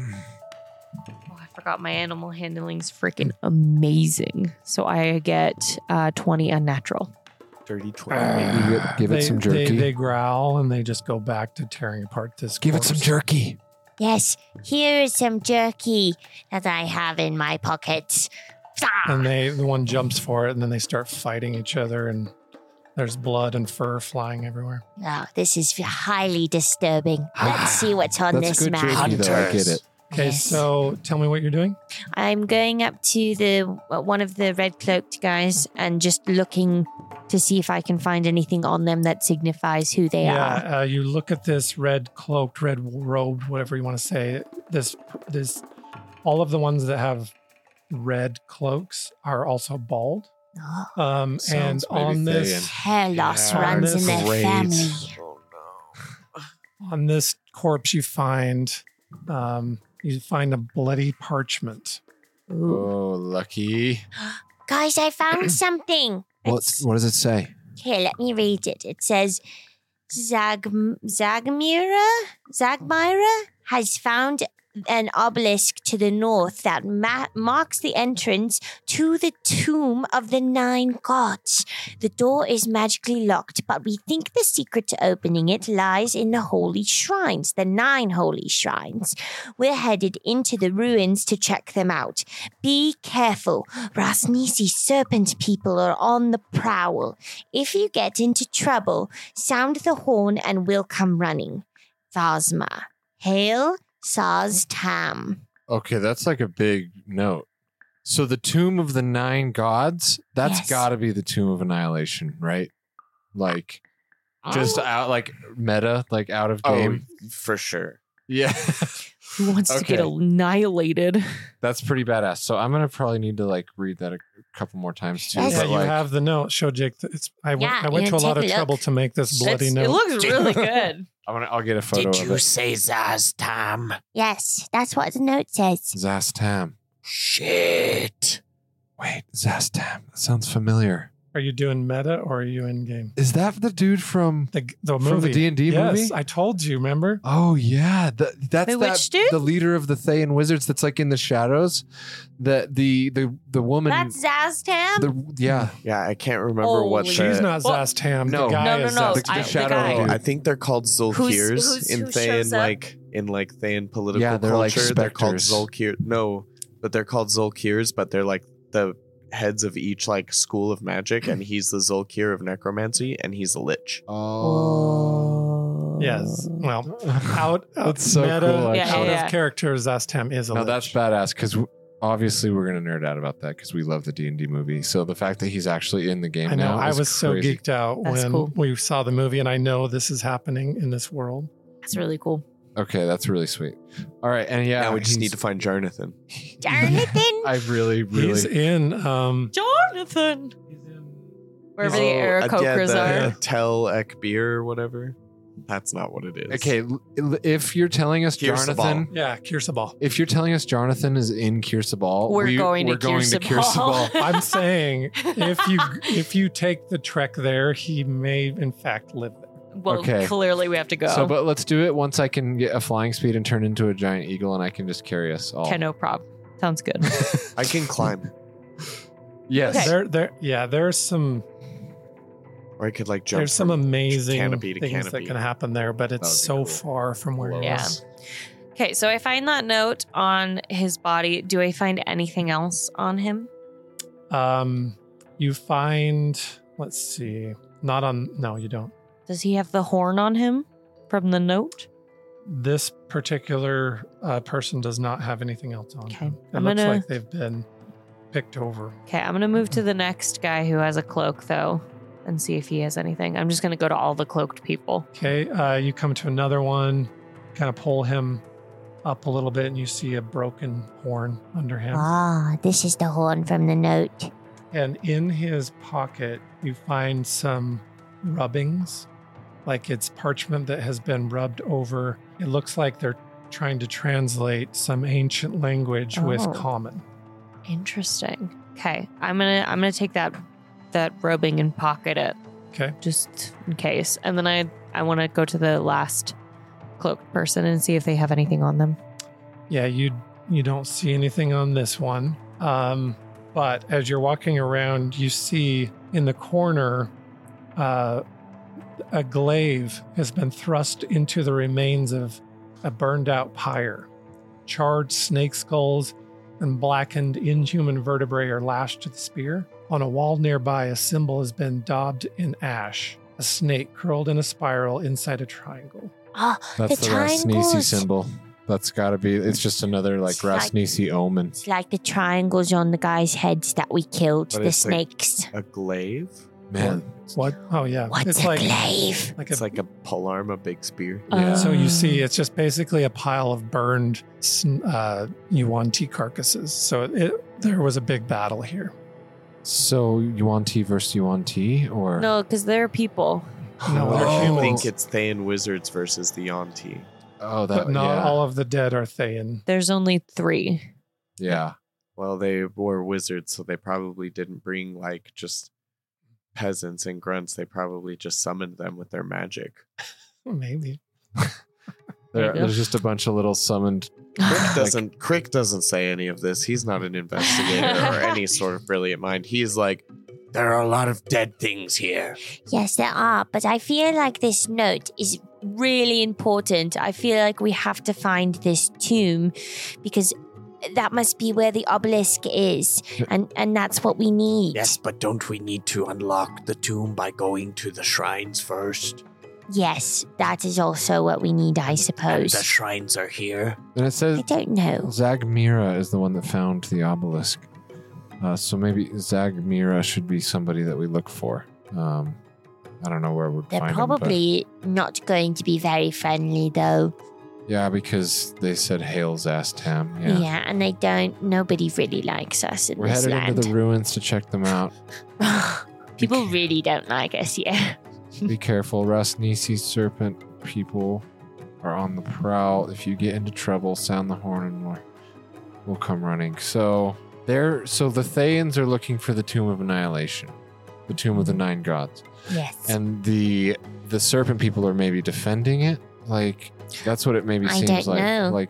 Speaker 2: Oh, I forgot my animal handling's freaking amazing. So I get uh, 20 unnatural.
Speaker 4: dirty
Speaker 1: Maybe
Speaker 6: Ah.
Speaker 1: you get- give it
Speaker 3: They-
Speaker 1: some
Speaker 3: they-
Speaker 1: jerky.
Speaker 3: They, growl and they just go back to tearing apart this.
Speaker 1: give it some
Speaker 3: corpse.
Speaker 1: jerky.
Speaker 5: Yes, here is some jerky that I have in my pocket.
Speaker 1: Um,
Speaker 3: And they, the one jumps for it, and then they start fighting each other, and there's blood and fur flying everywhere.
Speaker 5: Oh, this is highly disturbing. Let's see what's on
Speaker 1: Ah, That's
Speaker 5: this
Speaker 1: good
Speaker 5: map.
Speaker 1: jerky, though. I get it.
Speaker 3: Okay,
Speaker 5: Yes.
Speaker 3: so tell me what you're doing.
Speaker 5: I'm going up to the one of the red cloaked guys and just looking to see if I can find anything on them that signifies who they are.
Speaker 3: uh, you look at this red cloaked, red robed, whatever you want to say. This, this, all of the ones that have red cloaks are also bald.
Speaker 5: Oh,
Speaker 3: Um, and
Speaker 1: Sounds maybe
Speaker 3: on this,
Speaker 1: Thayan.
Speaker 5: hair loss
Speaker 4: Yeah.
Speaker 5: runs in their
Speaker 1: Great.
Speaker 5: family.
Speaker 6: Oh no.
Speaker 3: on this corpse you find um, you find a bloody parchment
Speaker 2: Ooh.
Speaker 1: Oh, lucky.
Speaker 5: Guys, I found something.
Speaker 1: What's, what does it say?
Speaker 5: Here, let me read it. It says Zag Zagmira Zagmira has found an obelisk to the north that ma- marks the entrance to the tomb of the nine gods. The door is magically locked, but we think the secret to opening it lies in the holy shrines, the nine holy shrines. We're headed into the ruins to check them out. Be careful. Rasnisi's serpent people are on the prowl. If you get into trouble, sound the horn and we'll come running. Vazma. Hail Saz Tam.
Speaker 1: Okay, that's like a big note. So the tomb of the nine gods, That's
Speaker 5: Yes.
Speaker 1: got to be the tomb of annihilation, right? Like
Speaker 2: Oh.
Speaker 1: just out like meta, like out of
Speaker 4: Oh,
Speaker 1: game.
Speaker 4: for sure.
Speaker 1: Yeah.
Speaker 2: Who wants to get
Speaker 4: Okay.
Speaker 2: annihilated?
Speaker 1: That's pretty badass. So I'm gonna probably need to like read that a couple more times too.
Speaker 5: Yes.
Speaker 3: Yeah,
Speaker 1: but,
Speaker 3: you
Speaker 1: like,
Speaker 3: have the note. Show Jake. that It's I went,
Speaker 5: Yeah,
Speaker 3: I went
Speaker 5: yeah,
Speaker 3: to a lot
Speaker 5: take
Speaker 3: of
Speaker 5: a
Speaker 3: trouble
Speaker 5: look.
Speaker 3: to make this bloody
Speaker 2: It's-
Speaker 3: note.
Speaker 2: It looks really good.
Speaker 1: I'm gonna. I'll get a photo
Speaker 6: Did
Speaker 1: of
Speaker 6: you
Speaker 1: it.
Speaker 6: say Zaz Tam?
Speaker 5: Yes, that's what the note says.
Speaker 1: Zastam.
Speaker 6: Shit.
Speaker 1: Wait, Zastam. That sounds familiar.
Speaker 3: are you doing meta or are you in game?
Speaker 1: Is that the dude from?
Speaker 3: The the
Speaker 1: From the
Speaker 3: movie
Speaker 1: D&D
Speaker 3: yes,
Speaker 1: movie?
Speaker 3: I told you. Remember?
Speaker 1: Oh yeah, the, that's
Speaker 2: Wait,
Speaker 1: that-
Speaker 2: which dude?
Speaker 1: the leader of the Thayan wizards. That's like in the shadows. The the the the woman.
Speaker 5: That's Zastam.
Speaker 1: the yeah.
Speaker 4: Yeah, I can't remember what
Speaker 2: Holy-
Speaker 4: the,
Speaker 3: She's not
Speaker 2: Well,
Speaker 3: Zastam.
Speaker 1: no.
Speaker 3: the guy
Speaker 2: No, no,
Speaker 3: is
Speaker 2: no,
Speaker 1: the,
Speaker 3: Zastam.
Speaker 1: the
Speaker 2: Oh, I- the
Speaker 1: shadow.
Speaker 2: guy.
Speaker 1: dude.
Speaker 4: I think they're called Zulkirs
Speaker 2: who's-
Speaker 4: in
Speaker 2: who
Speaker 4: Thayan,
Speaker 2: shows up?
Speaker 4: like in like Thayan political
Speaker 1: Yeah, they're like
Speaker 4: culture. they're called
Speaker 1: specters.
Speaker 4: Zulkir. No, but they're called Zulkirs, but they're like the heads of each like school of magic, and he's the Zulkir of necromancy, and he's a lich.
Speaker 1: oh.
Speaker 3: Yes. Well, out of
Speaker 1: That's so
Speaker 3: meta,
Speaker 1: cool,
Speaker 2: Yeah,
Speaker 3: out
Speaker 2: actually. yeah.
Speaker 3: of character, Zastam is a
Speaker 1: No,
Speaker 3: lich.
Speaker 1: that's badass because obviously we're gonna nerd out about that because we love the D and D movie. So the fact that he's actually in the game
Speaker 3: I know.
Speaker 1: now,
Speaker 3: I
Speaker 1: is
Speaker 3: was so
Speaker 1: crazy.
Speaker 3: geeked out
Speaker 2: That's
Speaker 3: when
Speaker 2: cool.
Speaker 3: we saw the movie, and I know this is happening in this world.
Speaker 2: That's really cool.
Speaker 1: Okay, that's really sweet. All right, and yeah,
Speaker 4: now we just
Speaker 1: he's-
Speaker 4: need to find Jarnathan.
Speaker 5: Jonathan.
Speaker 1: I really,
Speaker 3: He's
Speaker 1: really.
Speaker 3: in. Um,
Speaker 2: Jonathan. Wherever the
Speaker 4: Oh, uh, yeah,
Speaker 2: Aarakocras
Speaker 4: the
Speaker 2: are.
Speaker 4: Tel Ekbir or whatever. That's not what it is.
Speaker 1: Okay, l- l- if you're telling us
Speaker 4: Here's the
Speaker 1: Jonathan,
Speaker 3: yeah, Kirsabal.
Speaker 1: if you're telling us Jonathan is in Kirsabal,
Speaker 2: We're going to
Speaker 1: we're going to
Speaker 2: Kirsebal.
Speaker 1: Kirsebal.
Speaker 3: I'm saying if you if you take the trek there, he may in fact live there.
Speaker 2: Well,
Speaker 1: Okay.
Speaker 2: clearly we have to go.
Speaker 1: So, but let's do it once I can get a flying speed and turn into a giant eagle, and I can just carry us all.
Speaker 2: Okay, no problem. Sounds good.
Speaker 4: I can climb,
Speaker 1: Yes.
Speaker 2: Okay.
Speaker 3: There, there, yeah. There's some
Speaker 4: or I could like jump.
Speaker 3: there's some
Speaker 4: from-
Speaker 3: amazing
Speaker 4: canopy to
Speaker 3: things that
Speaker 4: canopy.
Speaker 3: can happen there, but
Speaker 1: That would
Speaker 3: it's
Speaker 1: be
Speaker 3: so
Speaker 1: cool.
Speaker 3: far from where it
Speaker 1: Yeah.
Speaker 3: is.
Speaker 2: okay, so I find that note on his body. Do I find anything else on him?
Speaker 3: Um, you find. Let's see. Not on. No, you don't.
Speaker 2: Does he have the horn on him from the note?
Speaker 3: This particular uh, person does not have anything else on.
Speaker 2: Okay.
Speaker 3: them. It
Speaker 2: I'm
Speaker 3: looks
Speaker 2: gonna-
Speaker 3: like they've been picked over.
Speaker 2: Okay, I'm gonna move to the next guy who has a cloak though, and see if he has anything. I'm just gonna go to all the cloaked people.
Speaker 3: Okay, uh, you come to another one, kind of pull him up a little bit, and you see a broken horn under him.
Speaker 5: Ah, this is the horn from the note.
Speaker 3: And in his pocket, you find some rubbings, like it's parchment that has been rubbed over. It looks like they're trying to translate some ancient language
Speaker 2: Oh.
Speaker 3: with common.
Speaker 2: Interesting. Okay, I'm gonna I'm gonna take that that robing and pocket it
Speaker 3: Okay,
Speaker 2: just in case, and then I I want to go to the last cloaked person and see if they have anything on them.
Speaker 3: yeah, you you don't see anything on this one, um, but as you're walking around, you see in the corner. Uh, a glaive has been thrust into the remains of a burned out pyre. Charred snake skulls and blackened inhuman vertebrae are lashed to the spear. On a wall nearby, a symbol has been daubed in ash, a snake curled in a spiral inside a triangle.
Speaker 5: Ah,
Speaker 1: That's
Speaker 5: The
Speaker 1: the, Rasnisi
Speaker 5: triangles.
Speaker 1: symbol. That's got to be. It's just another like
Speaker 5: It's like-
Speaker 1: Rasnisi omen.
Speaker 5: it's like the triangles on the guys' heads that we killed,
Speaker 4: But
Speaker 5: the
Speaker 4: it's like-
Speaker 5: snakes.
Speaker 4: a glaive.
Speaker 1: Man,
Speaker 3: What? Oh, yeah.
Speaker 5: What's
Speaker 3: it's
Speaker 5: a
Speaker 3: like,
Speaker 5: glaive?
Speaker 3: like a.
Speaker 4: It's like a palarma big spear.
Speaker 1: Yeah.
Speaker 3: so
Speaker 2: Um, Uh.
Speaker 3: you see, it's just basically a pile of burned sn- uh, Yuan-Ti carcasses. So it, it, there was a big battle here.
Speaker 1: so Yuan T versus Yuan T, or
Speaker 2: No, because they're people.
Speaker 3: No, they're
Speaker 1: Oh.
Speaker 4: I
Speaker 3: humans.
Speaker 4: think it's Thayan wizards versus the Yonti.
Speaker 1: Oh, that
Speaker 3: But not
Speaker 1: yeah,
Speaker 3: all of the dead are Thayan.
Speaker 2: There's only three.
Speaker 1: yeah.
Speaker 4: Well, they were wizards, so they probably didn't bring like just peasants and grunts. They probably just summoned them with their magic.
Speaker 3: Maybe.
Speaker 1: There,
Speaker 2: There you go.
Speaker 1: there's just a bunch of little summoned.
Speaker 4: Crick doesn't Crick doesn't say any of this. He's not an investigator or any sort of brilliant mind. He's like,
Speaker 6: There are a lot of dead things here.
Speaker 5: Yes, there are, but I feel like this note is really important. I feel like we have to find this tomb because that must be where the obelisk is, and and that's what we need.
Speaker 6: Yes, but don't we need to unlock the tomb by going to the shrines first?
Speaker 5: Yes, that is also what we need, I
Speaker 6: And
Speaker 5: suppose.
Speaker 6: the shrines are here.
Speaker 1: And it says
Speaker 5: I don't know.
Speaker 1: Zagmira is the one that found the obelisk. Uh, so maybe Zagmira should be somebody that we look for. Um, I don't know where we'd
Speaker 5: They're
Speaker 1: find him, but-
Speaker 5: probably not going to be very friendly, though.
Speaker 1: Yeah, because they said hail Zastam.
Speaker 5: Yeah.
Speaker 1: Yeah.
Speaker 5: and they don't. Nobody really likes us in
Speaker 1: We're
Speaker 5: this
Speaker 1: headed
Speaker 5: land.
Speaker 1: into the ruins to check them out.
Speaker 5: People
Speaker 1: Be,
Speaker 5: really don't like us. Yeah.
Speaker 1: ca- be careful. Rasnisi's serpent people are on the prowl. If you get into trouble, sound the horn and we'll, we'll come running. So they're so the Thayans are looking for the Tomb of Annihilation, the Tomb
Speaker 5: Mm-hmm.
Speaker 1: of the Nine Gods,
Speaker 5: Yes.
Speaker 1: and the the serpent people are maybe defending it. Like that's what it maybe
Speaker 5: I
Speaker 1: seems
Speaker 5: don't
Speaker 1: like.
Speaker 5: know.
Speaker 1: Like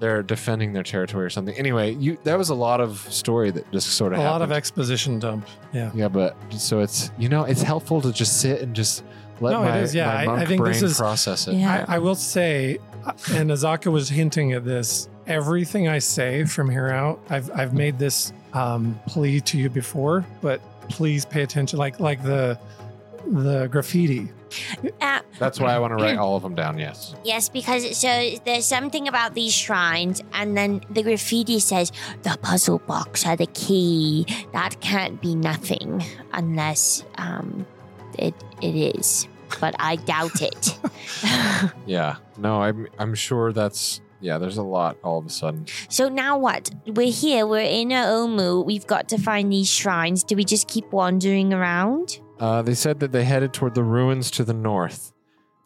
Speaker 1: they're defending their territory or something. Anyway, you that was a lot of story that just sort
Speaker 3: A
Speaker 1: of
Speaker 3: lot
Speaker 1: happened.
Speaker 3: of exposition dump. Yeah.
Speaker 1: Yeah, but so it's you know it's helpful to just sit and just let
Speaker 3: No, it
Speaker 1: my,
Speaker 3: is, yeah.
Speaker 1: my
Speaker 3: I-
Speaker 1: monk
Speaker 3: I think
Speaker 1: brain
Speaker 3: this is-
Speaker 1: process it.
Speaker 2: Yeah.
Speaker 3: I, I will say, uh, and Azaka was hinting at this. Everything I say from here out, I've I've made this um, plea to you before, but please pay attention. Like like the the graffiti.
Speaker 5: Uh,
Speaker 1: That's why I want to write all of them down. Yes,
Speaker 5: yes, because it- so there's something about these shrines, and then the graffiti says the puzzle box had a key. That can't be nothing unless um, it it is. But I doubt it.
Speaker 1: yeah. No, I'm I'm sure that's yeah. There's a lot all of a sudden.
Speaker 5: so now what? We're here. We're in Oomu. We've got to find these shrines. Do we just keep wandering around?
Speaker 1: Uh, they said that they headed toward the ruins to the north,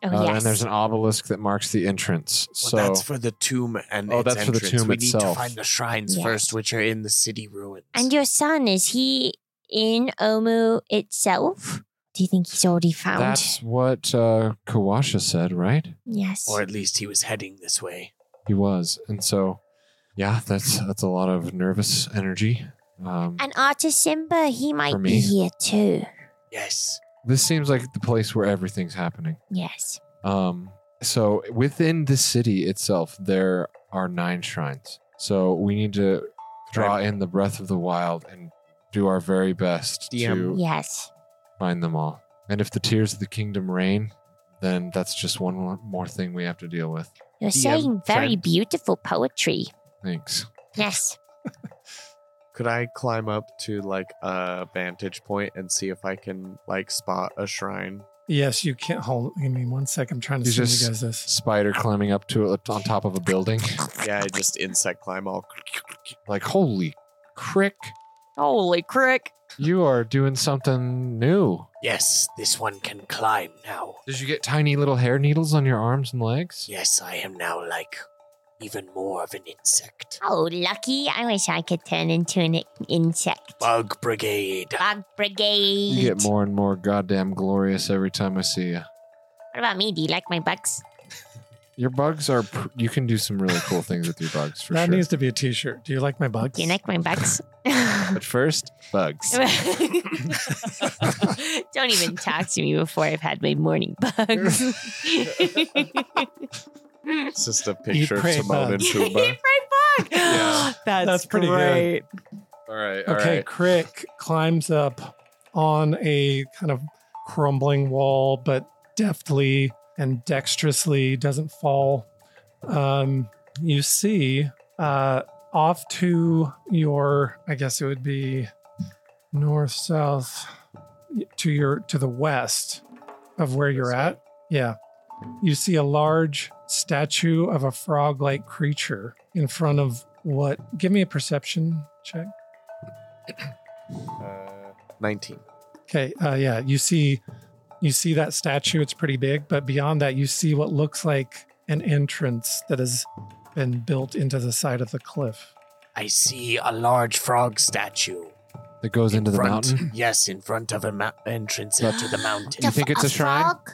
Speaker 5: Oh
Speaker 1: uh,
Speaker 5: yes.
Speaker 1: and there's an obelisk that marks the entrance.
Speaker 6: Well,
Speaker 1: So
Speaker 6: that's for the tomb and
Speaker 1: Oh,
Speaker 6: its
Speaker 1: that's for the
Speaker 6: entrance.
Speaker 1: tomb
Speaker 6: we need to
Speaker 1: itself.
Speaker 6: find the shrines
Speaker 5: Yes.
Speaker 6: first, which are in the city ruins.
Speaker 5: And your son, is he in Omu itself? Do you think he's already found?
Speaker 1: that's what uh, Kawasha said, right?
Speaker 5: yes.
Speaker 6: or at least he was heading this way.
Speaker 1: He was, and so yeah, that's that's a lot of nervous energy. Um,
Speaker 5: and Artist Simba, he might be
Speaker 1: me.
Speaker 5: here too.
Speaker 6: Yes.
Speaker 1: this seems like the place where everything's happening.
Speaker 5: Yes.
Speaker 1: Um, so within the city itself, there are nine shrines. So we need to draw in the breath of the wild and do our very best to
Speaker 4: DM.
Speaker 5: Yes.
Speaker 1: find them all. And if the tears of the kingdom rain, then that's just one more- more thing we have to deal with.
Speaker 5: You're
Speaker 4: DM
Speaker 5: saying very
Speaker 4: friend.
Speaker 5: beautiful poetry.
Speaker 1: Thanks.
Speaker 5: Yes.
Speaker 4: Could I climb up to like a vantage point and see if I can like spot a shrine?
Speaker 3: Yes, you can't hold. Give me one sec. I'm trying to
Speaker 1: He's
Speaker 3: send you
Speaker 1: just-
Speaker 3: guys this.
Speaker 1: Spider climbing up to on top of a building,
Speaker 4: Yeah, I just insect climb all.
Speaker 1: like holy crick!
Speaker 2: Holy crick.
Speaker 1: You are doing something new.
Speaker 6: Yes, this one can climb now.
Speaker 1: Did you get tiny little hair needles on your arms and legs?
Speaker 6: Yes, I am now like even more of an insect.
Speaker 5: Oh, lucky. I wish I could turn into an insect.
Speaker 6: Bug Brigade.
Speaker 5: Bug brigade.
Speaker 1: You get more and more goddamn glorious every time I see you.
Speaker 5: What about me? Do you like my bugs?
Speaker 1: Your bugs are. Pr- you can do some really cool things with your bugs for
Speaker 3: that
Speaker 1: sure.
Speaker 3: needs to be a T-shirt. Do you like my bugs?
Speaker 5: Do you like my bugs?
Speaker 1: but first, bugs.
Speaker 5: Don't even talk to me before I've had my morning bugs.
Speaker 4: It's just a picture of
Speaker 3: prey
Speaker 4: Timon and
Speaker 3: bugs.
Speaker 4: Pumbaa. Yeah.
Speaker 2: That's,
Speaker 3: That's pretty good.
Speaker 2: great.
Speaker 1: All right. all right.
Speaker 3: Okay, Crick climbs up on a kind of crumbling wall, but deftly and dexterously doesn't fall. Um, you see uh, off to your, I guess it would be north, south, to your to the west of where you're at. Yeah, you see a large statue of a frog-like creature in front of what? Give me a perception check.
Speaker 4: Uh, Nineteen.
Speaker 3: Okay, uh, yeah, you see, you see that statue. It's pretty big, but beyond that, you see what looks like an entrance that has been built into the side of the cliff.
Speaker 6: I see a large frog statue.
Speaker 1: That goes into the
Speaker 6: front,
Speaker 1: mountain.
Speaker 6: Yes, in front of a ma- entrance into the mountain.
Speaker 1: The- think it's a shrine?
Speaker 5: Frog?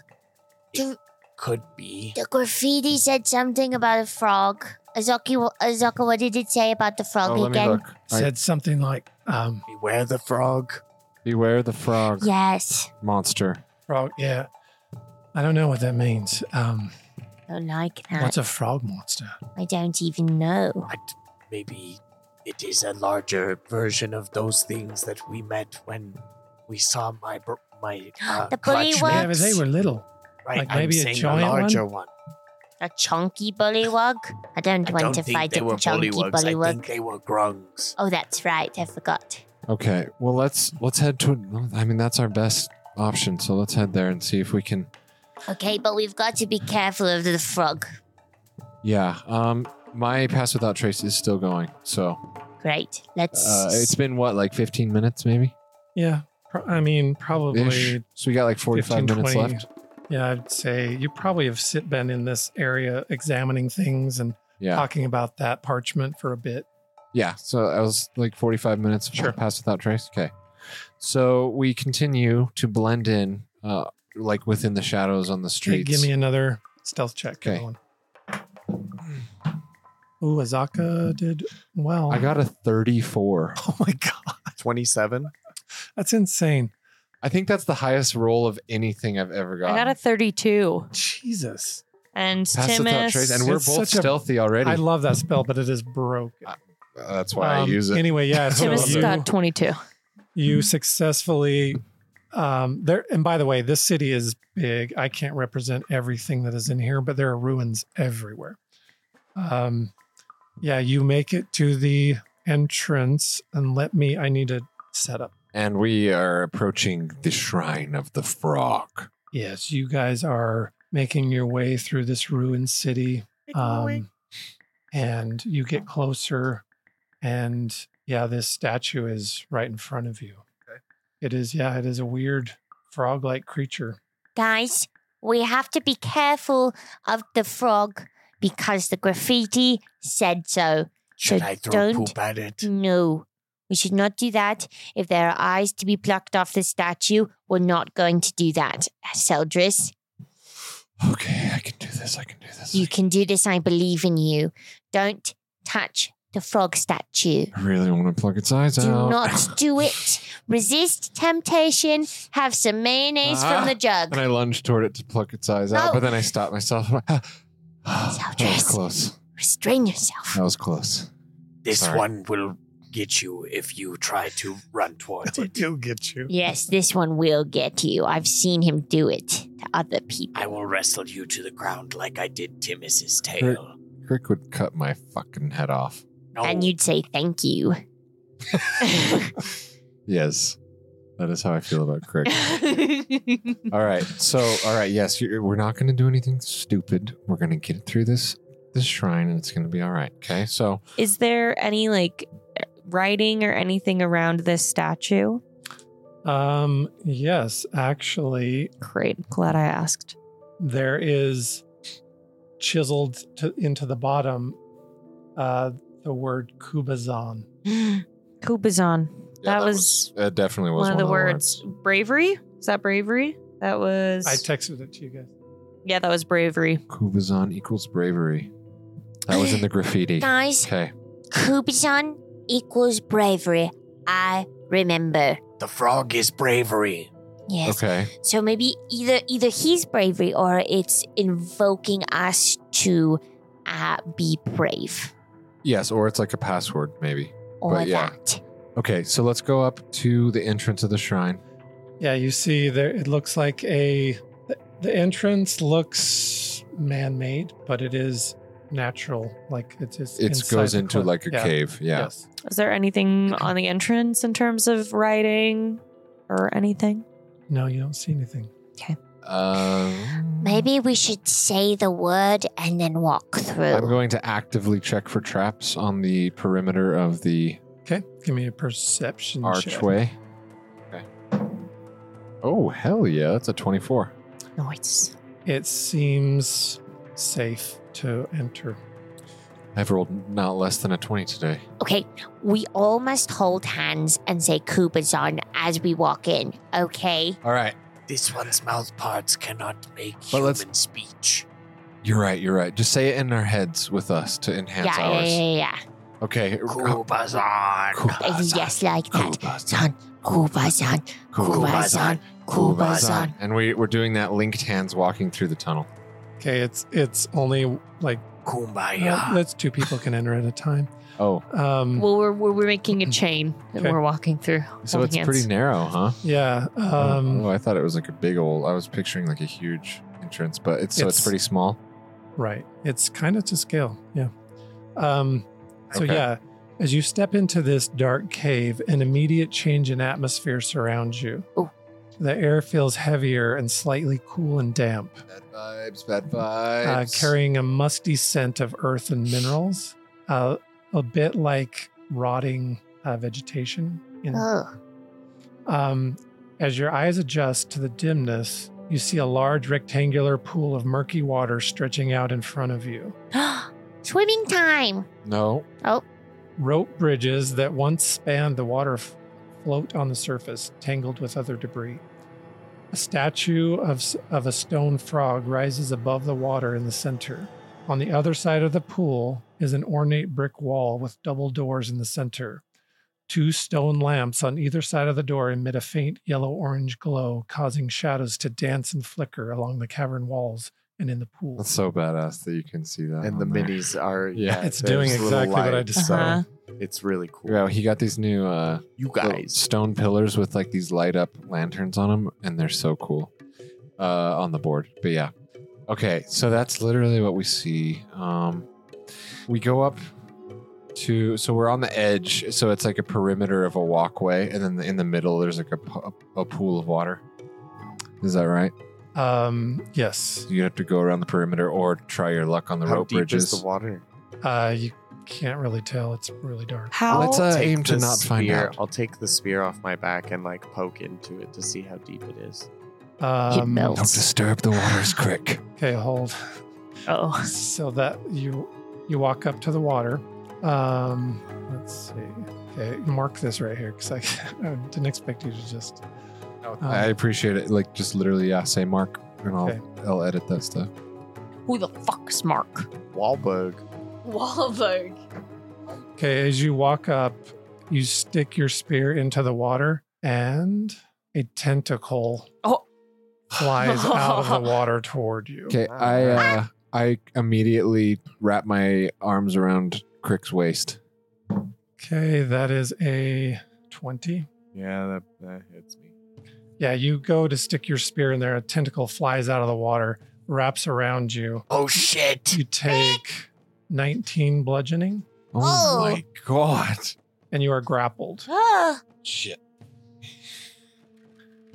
Speaker 5: The,
Speaker 6: Could be.
Speaker 5: the graffiti said something about a frog. Azoki, Azoka, what did it say about the frog
Speaker 1: Oh, let me
Speaker 5: again?
Speaker 1: look. I-
Speaker 3: Said something like, um,
Speaker 6: Beware the frog.
Speaker 1: beware the frog
Speaker 5: Yes.
Speaker 1: monster.
Speaker 3: "Frog." Yeah, I don't know what that means. Um,
Speaker 5: Don't like that.
Speaker 3: what's a frog monster?
Speaker 5: I I don't even know.
Speaker 6: But maybe it is a larger version of those things that we met when we saw my br- my uh,
Speaker 5: The bully
Speaker 6: clutch
Speaker 5: one?
Speaker 3: Yeah,
Speaker 6: mitts.
Speaker 3: but they were little.
Speaker 6: right,
Speaker 3: like
Speaker 6: I'm
Speaker 3: maybe a
Speaker 6: saying
Speaker 3: giant one?
Speaker 6: larger one.
Speaker 5: A chunky bullywug? I don't
Speaker 6: I
Speaker 5: want
Speaker 6: don't
Speaker 5: to
Speaker 6: think
Speaker 5: fight
Speaker 6: they
Speaker 5: a
Speaker 6: were
Speaker 5: chunky
Speaker 6: bullywugs. I
Speaker 5: bullywug.
Speaker 6: think they were grungs.
Speaker 5: Oh, that's right. I forgot.
Speaker 1: Okay. Well, let's let's head to. I mean, that's our best option. So let's head there and see if we can.
Speaker 5: Okay, but we've got to be careful of the frog.
Speaker 1: Yeah. Um, my pass without trace is still going. So
Speaker 5: Great. Let's.
Speaker 1: uh, it's been what, like 15 minutes, maybe?
Speaker 3: Yeah. Pro- I mean, probably.
Speaker 1: Ish. So we got like 45
Speaker 3: 15,
Speaker 1: minutes
Speaker 3: 20.
Speaker 1: left.
Speaker 3: Yeah, I'd say you probably have sit been in this area examining things and
Speaker 1: Yeah.
Speaker 3: talking about that parchment for a bit.
Speaker 1: Yeah. So I was like 45 minutes
Speaker 3: Sure.
Speaker 1: past without trace. Okay. So we continue to blend in, uh, like within the shadows on the
Speaker 3: Okay,
Speaker 1: streets.
Speaker 3: give me another stealth check.
Speaker 1: Okay.
Speaker 3: everyone. Ooh, Azaka did well.
Speaker 1: I got a 34.
Speaker 3: Oh my god,
Speaker 4: 27.
Speaker 3: that's insane!
Speaker 1: I think that's the highest roll of anything I've ever
Speaker 2: I
Speaker 1: gotten.
Speaker 2: got a 32.
Speaker 3: Jesus,
Speaker 2: And
Speaker 1: Pass without trace,
Speaker 2: Timus.
Speaker 1: and we're
Speaker 3: It's
Speaker 1: both
Speaker 3: such a-
Speaker 1: stealthy already.
Speaker 3: I love that spell, but it is broke.
Speaker 1: Uh, that's why I
Speaker 3: Um,
Speaker 1: use it.
Speaker 3: Anyway, yeah. So
Speaker 2: Timus has
Speaker 3: you-
Speaker 2: got 22.
Speaker 3: you successfully um there and by the way this city is big i can't represent everything that is in here but there are ruins everywhere um yeah you make it to the entrance and let me i need to set up
Speaker 1: and we are approaching the shrine of the frog.
Speaker 3: yes you guys are making your way through this ruined city um, and you get closer and yeah this statue is right in front of you it is yeah it is a weird frog-like creature
Speaker 5: Guys, we have to be careful of the frog because the graffiti said so.
Speaker 6: Should
Speaker 5: So
Speaker 6: I throw
Speaker 5: don't-
Speaker 6: poop at it?
Speaker 1: Mm.
Speaker 5: No, we should not do that. If there are eyes to be plucked off the statue, we're not going to do that. Seldris,
Speaker 1: Okay, I can do this. I can do this.
Speaker 5: you can do this. I believe in you. Don't touch the frog statue.
Speaker 1: I really want to pluck its eyes
Speaker 5: Do
Speaker 1: out.
Speaker 5: not do it. Resist temptation. Have some mayonnaise from
Speaker 1: Ah.
Speaker 5: the jug.
Speaker 1: and I lunged toward it to pluck its eyes out,
Speaker 5: No.
Speaker 1: but then I stopped myself. that was
Speaker 5: dress.
Speaker 1: close.
Speaker 5: Restrain yourself.
Speaker 1: That was close.
Speaker 6: This
Speaker 1: Sorry.
Speaker 6: one will get you if you try to run towards it.
Speaker 4: He'll get you.
Speaker 5: Yes, this one will get you. I've seen him do it to other people.
Speaker 6: I will wrestle you to the ground like I did Timus's tail.
Speaker 1: Crick would cut my fucking head off.
Speaker 6: No,
Speaker 5: And you'd say thank you.
Speaker 1: Yes, that is how I feel about Crick. all right, so all right, yes, you're, we're not going to do anything stupid. We're going to get through this this shrine, and it's going to be all right. Okay, so
Speaker 2: Is there any like writing or anything around this statue?
Speaker 3: Um, yes, actually,
Speaker 2: Great. Glad I asked.
Speaker 3: there is chiseled to, into the bottom uh, the word Kubazan.
Speaker 2: Kubazan. that, was,
Speaker 1: it definitely was
Speaker 2: one of the words. Bravery? Is that bravery? That was.
Speaker 3: I texted it to you guys.
Speaker 2: yeah, that was bravery.
Speaker 1: Kubazan equals bravery. That was in the graffiti.
Speaker 5: Guys,
Speaker 1: Okay.
Speaker 5: Kubizan equals bravery. I remember.
Speaker 6: the frog is bravery.
Speaker 5: Yes.
Speaker 1: Okay.
Speaker 5: So maybe either either he's bravery or it's invoking us to uh, be brave
Speaker 1: Yes, or it's like a password, maybe.
Speaker 5: or
Speaker 1: But yeah.
Speaker 5: that.
Speaker 1: Okay, so let's go up to the entrance of the shrine.
Speaker 3: Yeah, you see there. It looks like a. the- The entrance looks man-made, but it is natural. Like it is.
Speaker 1: It
Speaker 3: inside
Speaker 1: goes
Speaker 3: the
Speaker 1: into
Speaker 3: cliff.
Speaker 1: like a
Speaker 3: Yeah,
Speaker 1: cave. Yeah.
Speaker 3: Yes.
Speaker 2: Is there anything on the entrance in terms of writing or anything?
Speaker 3: No, you don't see anything.
Speaker 1: Um,
Speaker 5: Maybe we should say the word and then walk
Speaker 1: I'm
Speaker 5: through.
Speaker 1: going to actively check for traps on the perimeter of the
Speaker 3: Okay, give me a perception check.
Speaker 1: archway. Okay. Oh, hell yeah. That's a 24.
Speaker 2: Nice.
Speaker 3: It seems safe to enter.
Speaker 1: I've rolled not less than a 20 today.
Speaker 5: Okay, we all must hold hands and say Kubizan as we walk in. Okay.
Speaker 1: All right.
Speaker 6: This one's mouth parts cannot make
Speaker 1: But
Speaker 6: human
Speaker 1: let's-
Speaker 6: speech.
Speaker 1: You're right. You're right. Just say it in our heads with us to enhance
Speaker 5: yeah,
Speaker 1: ours.
Speaker 5: yeah, yeah, yeah.
Speaker 1: Okay.
Speaker 6: Kubazan.
Speaker 5: Uh,
Speaker 1: Kubazan.
Speaker 5: Yes, like that.
Speaker 1: Kubazan.
Speaker 5: Zan, Kubazan, Kubazan, Kubazan.
Speaker 1: And we, we're doing that linked hands walking through the tunnel.
Speaker 3: Okay, it's it's only like
Speaker 6: Kumbaya.
Speaker 3: Yeah. That's two people can enter at a time.
Speaker 1: Oh,
Speaker 3: Um,
Speaker 2: Well, we're, we're, we're making a chain that
Speaker 3: Okay.
Speaker 2: we're walking through.
Speaker 1: so
Speaker 2: Holding
Speaker 1: it's
Speaker 2: hands.
Speaker 1: pretty narrow, huh?
Speaker 3: yeah. Um,
Speaker 1: oh, I thought it was like a big old. I was picturing like a huge entrance, but it's so it's,
Speaker 3: It's-
Speaker 1: pretty small.
Speaker 3: Right. It's kind of to scale. Yeah. Um, so,
Speaker 1: Okay.
Speaker 3: yeah, as you step into this dark cave, an immediate change in atmosphere surrounds you.
Speaker 5: Ooh.
Speaker 3: The air feels heavier and slightly cool and damp,
Speaker 1: Bad vibes, bad
Speaker 3: uh,
Speaker 1: vibes.
Speaker 3: carrying a musty scent of earth and minerals, uh, a bit like rotting uh, vegetation. In,
Speaker 5: Oh,
Speaker 3: um, as your eyes adjust to the dimness, you see a large rectangular pool of murky water stretching out in front of you.
Speaker 5: swimming time.
Speaker 1: no.
Speaker 3: Rope bridges that once spanned the water f- float on the surface, tangled with other debris. A statue of, s- of a stone frog rises above the water in the center. On the other side of the pool is an ornate brick wall with double doors in the center. Two stone lamps on either side of the door emit a faint yellow orange glow, causing shadows to dance and flicker along the cavern walls and in the pool.
Speaker 1: That's so badass that you can see that.
Speaker 4: and the
Speaker 1: on there.
Speaker 4: minis are
Speaker 1: Oh, Yeah.
Speaker 3: It's
Speaker 4: there's
Speaker 3: doing
Speaker 4: little
Speaker 3: exactly what I
Speaker 4: lights,
Speaker 2: Uh-huh.
Speaker 4: So it's really cool.
Speaker 1: Yeah, he got these new uh,
Speaker 4: You
Speaker 1: little
Speaker 4: guys,
Speaker 1: stone pillars with like these light up lanterns on them, and they're so cool uh, on the board. But yeah, okay, so that's literally what we see. Um, we go up to, so we're on the edge, so it's like a perimeter of a walkway, and then in the middle there's like a, po- a pool of water. Is that right?
Speaker 3: Um, yes.
Speaker 1: You have to go around the perimeter or try your luck on the
Speaker 4: how
Speaker 1: rope
Speaker 4: deep
Speaker 1: bridges.
Speaker 4: is the water?
Speaker 3: Uh, you can't really tell. It's really dark.
Speaker 2: How?
Speaker 1: Let's uh,
Speaker 4: Take
Speaker 1: aim to
Speaker 4: the
Speaker 1: not find
Speaker 4: spear-
Speaker 1: out.
Speaker 4: I'll take the spear off my back and like poke into it to see how deep it is.
Speaker 3: Um,
Speaker 2: melts.
Speaker 1: Don't disturb the waters, quick.
Speaker 3: Okay, hold.
Speaker 2: Oh,
Speaker 3: So that you you walk up to the water. Um, let's see. Okay, mark this right here because I, I didn't expect you to just.
Speaker 1: I appreciate it. Like, just literally, yeah, say Mark, and I'll
Speaker 3: Okay.
Speaker 1: I'll edit that stuff.
Speaker 2: who the fuck's Mark?
Speaker 4: Wahlberg.
Speaker 2: Wahlberg.
Speaker 3: Okay, as you walk up, you stick your spear into the water, and a tentacle
Speaker 2: Oh.
Speaker 3: flies out of the water toward you.
Speaker 1: Okay, I uh, I immediately wrap my arms around Crick's waist.
Speaker 3: Okay, that is a twenty.
Speaker 4: Yeah, that, that hits me.
Speaker 3: Yeah, you go to stick your spear in there. A tentacle flies out of the water, wraps around you.
Speaker 6: Oh shit!
Speaker 3: You take 19 bludgeoning
Speaker 5: Oh.
Speaker 1: my god!
Speaker 3: and you are grappled.
Speaker 2: Ah.
Speaker 5: Oh,
Speaker 1: Shit.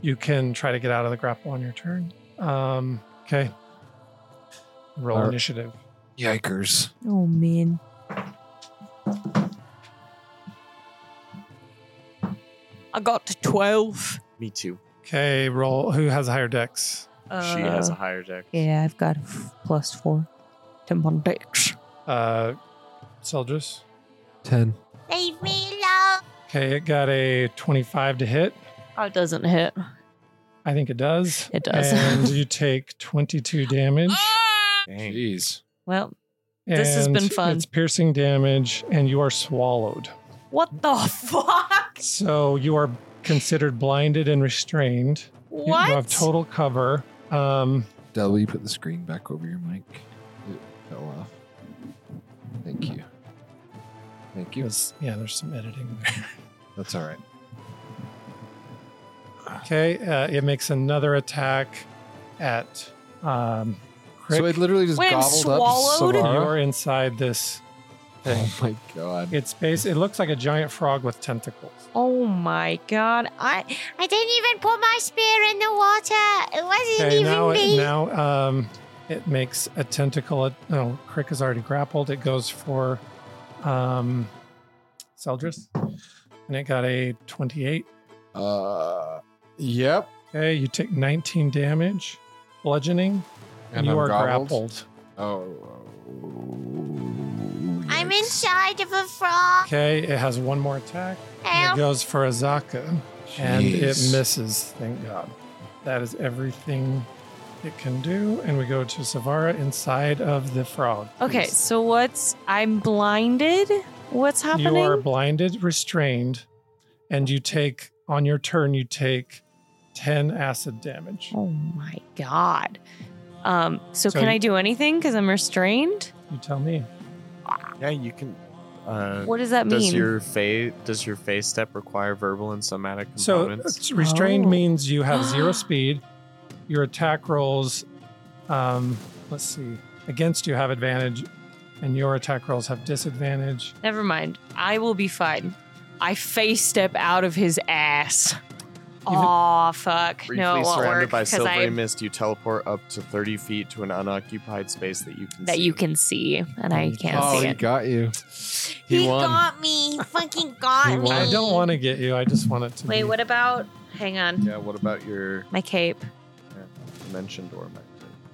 Speaker 3: You can try to get out of the grapple on your turn. Um, okay. Roll
Speaker 1: Alright.
Speaker 3: initiative.
Speaker 1: Yikers!
Speaker 2: Oh man. I got to twelve.
Speaker 4: Me too.
Speaker 3: Okay, roll. Who has a higher dex?
Speaker 4: she
Speaker 2: Uh,
Speaker 4: has a higher deck.
Speaker 2: Yeah, I've got a f- plus four. Ten on dex.
Speaker 3: Uh, Seldris.
Speaker 1: Ten.
Speaker 5: leave me alone.
Speaker 3: Okay, it got a 25 to hit.
Speaker 2: Oh, it doesn't hit.
Speaker 3: I think it does.
Speaker 2: It does.
Speaker 3: And you take 22 damage.
Speaker 4: Dang.
Speaker 1: Jeez.
Speaker 2: well, This has
Speaker 3: and
Speaker 2: been fun.
Speaker 3: It's piercing damage, and you are swallowed.
Speaker 2: what the fuck?
Speaker 3: So you are considered blinded and restrained. You- You have
Speaker 2: What?
Speaker 3: total cover. Um,
Speaker 1: Del, will you put the screen back over your mic? It fell off. Thank you. Thank you.
Speaker 3: because, yeah, there's some editing there.
Speaker 1: That's all right.
Speaker 3: Okay, uh, it makes another attack at um, Crick.
Speaker 1: So it literally just
Speaker 2: Wait, I'm
Speaker 1: gobbled
Speaker 2: swallowed?
Speaker 1: up. Savara.
Speaker 3: You're inside this thing.
Speaker 1: Oh my god!
Speaker 3: It's base. It looks like a giant frog with tentacles.
Speaker 2: oh my god! I
Speaker 5: I didn't even put my spear in the water. It wasn't
Speaker 3: Okay,
Speaker 5: even
Speaker 3: now
Speaker 5: me.
Speaker 3: it, now um, it makes a tentacle. At, no, Crick is already grappled. It goes for um, Seldris, and it got a twenty-eight.
Speaker 1: Uh, yep.
Speaker 3: Okay, you take 19 damage, bludgeoning, and, you
Speaker 1: I'm
Speaker 3: are
Speaker 1: gobbled?
Speaker 3: grappled.
Speaker 1: Oh.
Speaker 5: I'm
Speaker 1: yikes.
Speaker 5: inside of a frog.
Speaker 3: Okay, it has one more attack. And
Speaker 5: Help.
Speaker 3: it goes for Azaka, and it
Speaker 1: Jeez.
Speaker 3: misses, thank God. That is everything it can do. And we go to Savara inside of the frog.
Speaker 2: okay.
Speaker 3: please.
Speaker 2: So what's? I'm blinded. What's happening?
Speaker 3: You are blinded, restrained, and you take, on your turn, you take 10 acid damage.
Speaker 2: Oh my god. Um, so,
Speaker 3: So
Speaker 2: can
Speaker 3: you-
Speaker 2: I do anything because I'm restrained?
Speaker 3: You tell me.
Speaker 4: Yeah, you can. Uh,
Speaker 2: What does that
Speaker 4: does
Speaker 2: mean?
Speaker 4: your fa- does your face step require verbal and somatic
Speaker 3: So uh,
Speaker 4: components?
Speaker 3: it's restrained
Speaker 2: Oh.
Speaker 3: means you have zero speed. Your attack rolls, um, let's see, against you have advantage, and your attack rolls have disadvantage.
Speaker 2: Never mind. I will be fine. I face step out of his ass. Aw, fuck.
Speaker 4: Briefly
Speaker 2: No, it won't
Speaker 4: surrounded
Speaker 2: work
Speaker 4: by
Speaker 2: because
Speaker 4: silvery
Speaker 2: I
Speaker 4: mist, you teleport up to 30 feet to an unoccupied space that you can
Speaker 2: that
Speaker 4: see.
Speaker 2: you can see, and
Speaker 4: Mm-hmm.
Speaker 2: I can't
Speaker 1: oh,
Speaker 2: see
Speaker 1: he
Speaker 2: it.
Speaker 1: got you.
Speaker 5: He,
Speaker 1: He won.
Speaker 5: got me. He fucking got
Speaker 1: He
Speaker 5: me.
Speaker 1: won.
Speaker 3: I don't want to get you. I just want it to
Speaker 2: Wait,
Speaker 3: be.
Speaker 2: what about? Hang on,
Speaker 4: Yeah, what about your
Speaker 2: my cape.
Speaker 4: dimension door, Mike?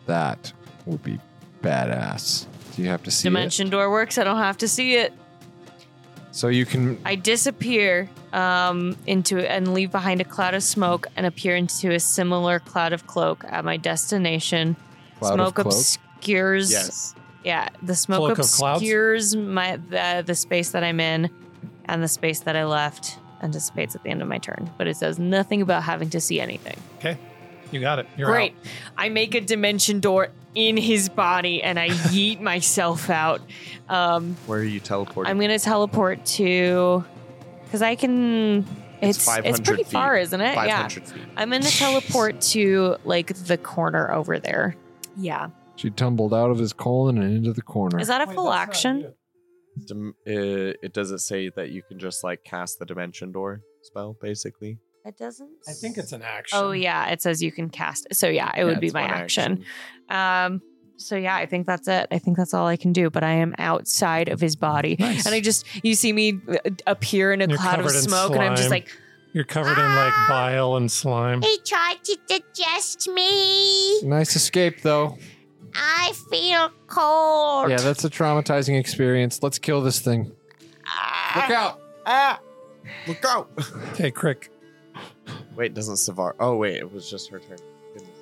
Speaker 1: That would be badass. Do you have to see
Speaker 2: Dimension door works. I don't have to see
Speaker 1: it?
Speaker 2: it.
Speaker 1: So you can.
Speaker 2: I disappear um, into and leave behind a cloud of smoke and appear into a similar cloud of cloak at my destination.
Speaker 1: Cloud of
Speaker 2: smoke
Speaker 1: cloak?
Speaker 2: obscures.
Speaker 4: Yes.
Speaker 2: Yeah, the smoke
Speaker 3: Cloak of clouds?
Speaker 2: obscures my the, the space that I'm in and the space that I left and dissipates at the end of my turn. But it says nothing about having to see anything.
Speaker 3: You got it. You're
Speaker 2: Great. I make a dimension door in his body and I yeet myself out. Um,
Speaker 4: Where are you teleporting?
Speaker 2: I'm gonna teleport to because I can. It's
Speaker 4: It's
Speaker 2: it's,
Speaker 4: 500
Speaker 2: pretty
Speaker 4: feet.
Speaker 2: far, isn't it? Yeah.
Speaker 4: 500 feet.
Speaker 2: I'm gonna teleport to like the corner over there. Yeah.
Speaker 1: She tumbled out of his colon and into the corner.
Speaker 2: Is that a
Speaker 3: Wait,
Speaker 2: full
Speaker 3: that's not
Speaker 2: action?
Speaker 3: you.
Speaker 4: Dim- uh, it does it say that you can just like cast the dimension door spell, basically.
Speaker 5: It doesn't.
Speaker 3: I think it's an action.
Speaker 2: Oh yeah, it says you can cast. So yeah, it would be my action. Um. So yeah, I think that's it. I think that's all I can do. But I am outside of his body,
Speaker 1: Nice.
Speaker 2: and I just you see me uh, appear in a
Speaker 3: You're
Speaker 2: cloud of
Speaker 3: covered in
Speaker 2: smoke, and I'm just
Speaker 3: slime.
Speaker 2: like,
Speaker 3: You're covered in like
Speaker 5: Ah!
Speaker 3: bile and slime.
Speaker 5: He tried to digest me.
Speaker 1: nice escape though.
Speaker 5: I feel cold.
Speaker 1: Yeah, that's a traumatizing experience. Let's kill this thing. Ah! Look out!
Speaker 4: Look out!
Speaker 3: Okay, Crick.
Speaker 4: wait, doesn't Savar? Oh wait, it was just her turn. Goodness.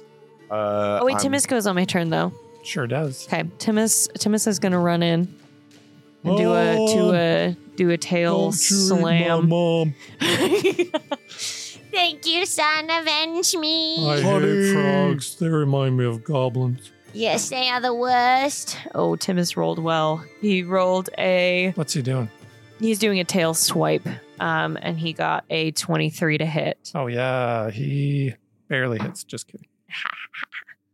Speaker 4: Uh,
Speaker 2: oh wait,
Speaker 4: I'm-
Speaker 2: Timus goes on my turn though.
Speaker 3: Sure does.
Speaker 2: Okay, Timus Timus is gonna run in and do a
Speaker 3: Mom,
Speaker 2: to a do a tail
Speaker 3: don't Oh, you eat my
Speaker 2: slam.
Speaker 3: mom.
Speaker 5: Thank you, son. Avenge me.
Speaker 3: I
Speaker 4: Honey.
Speaker 3: hate frogs. They remind me of goblins.
Speaker 5: Yes, they are the worst.
Speaker 2: oh, Timus rolled well. He rolled a
Speaker 3: What's he doing?
Speaker 2: he's doing a tail swipe, um, and he got a twenty three to hit.
Speaker 3: Oh yeah, he barely hits. Just kidding.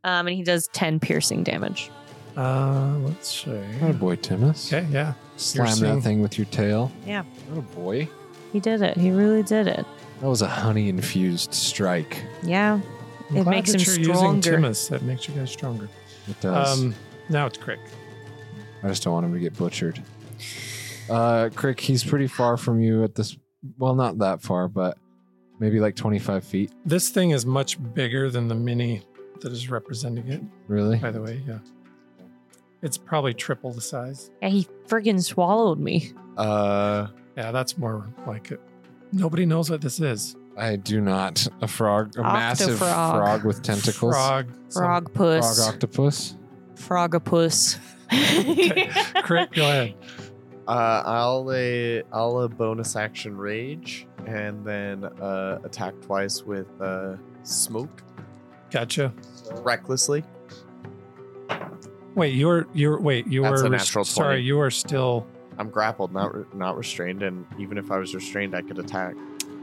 Speaker 2: Um, and he does ten piercing damage.
Speaker 3: Uh, let's see.
Speaker 1: Oh boy, Timus.
Speaker 3: Okay, yeah.
Speaker 1: Slam
Speaker 3: seeing-
Speaker 1: that thing with your tail.
Speaker 2: Yeah.
Speaker 1: Oh boy.
Speaker 2: He did it. He really did it.
Speaker 1: That was a honey infused strike.
Speaker 2: Yeah.
Speaker 3: I'm
Speaker 2: It
Speaker 3: glad
Speaker 2: makes
Speaker 3: that
Speaker 2: him
Speaker 3: you're
Speaker 2: stronger.
Speaker 3: using Timus. That makes you guys stronger.
Speaker 1: It does.
Speaker 3: Um, now it's Crick.
Speaker 1: I just don't want him to get butchered. Uh, Crick, he's pretty far from you at this. Well, not that far, but maybe like 25 feet.
Speaker 3: This thing is much bigger than the mini that is representing it.
Speaker 1: Really?
Speaker 3: By the way, yeah. It's probably triple the size.
Speaker 2: Yeah, he friggin' swallowed me.
Speaker 4: Uh,
Speaker 3: Yeah, that's more like it. Nobody knows what this is.
Speaker 1: I do not. A frog, a massive
Speaker 2: Octofrog.
Speaker 1: frog with tentacles.
Speaker 3: Frog. some-
Speaker 2: Frog
Speaker 1: Frog
Speaker 2: puss.
Speaker 1: octopus.
Speaker 2: Frogopus.
Speaker 3: Crick, go ahead.
Speaker 4: uh, I'll a I'll a bonus action rage and then uh, attack twice with uh, smoke
Speaker 3: Gotcha.
Speaker 4: recklessly.
Speaker 3: Wait, you're you're wait you
Speaker 4: That's
Speaker 3: were
Speaker 4: a
Speaker 3: rest-
Speaker 4: natural 20.
Speaker 3: sorry you are still.
Speaker 4: I'm grappled, not re- not restrained, and even if I was restrained, I could attack.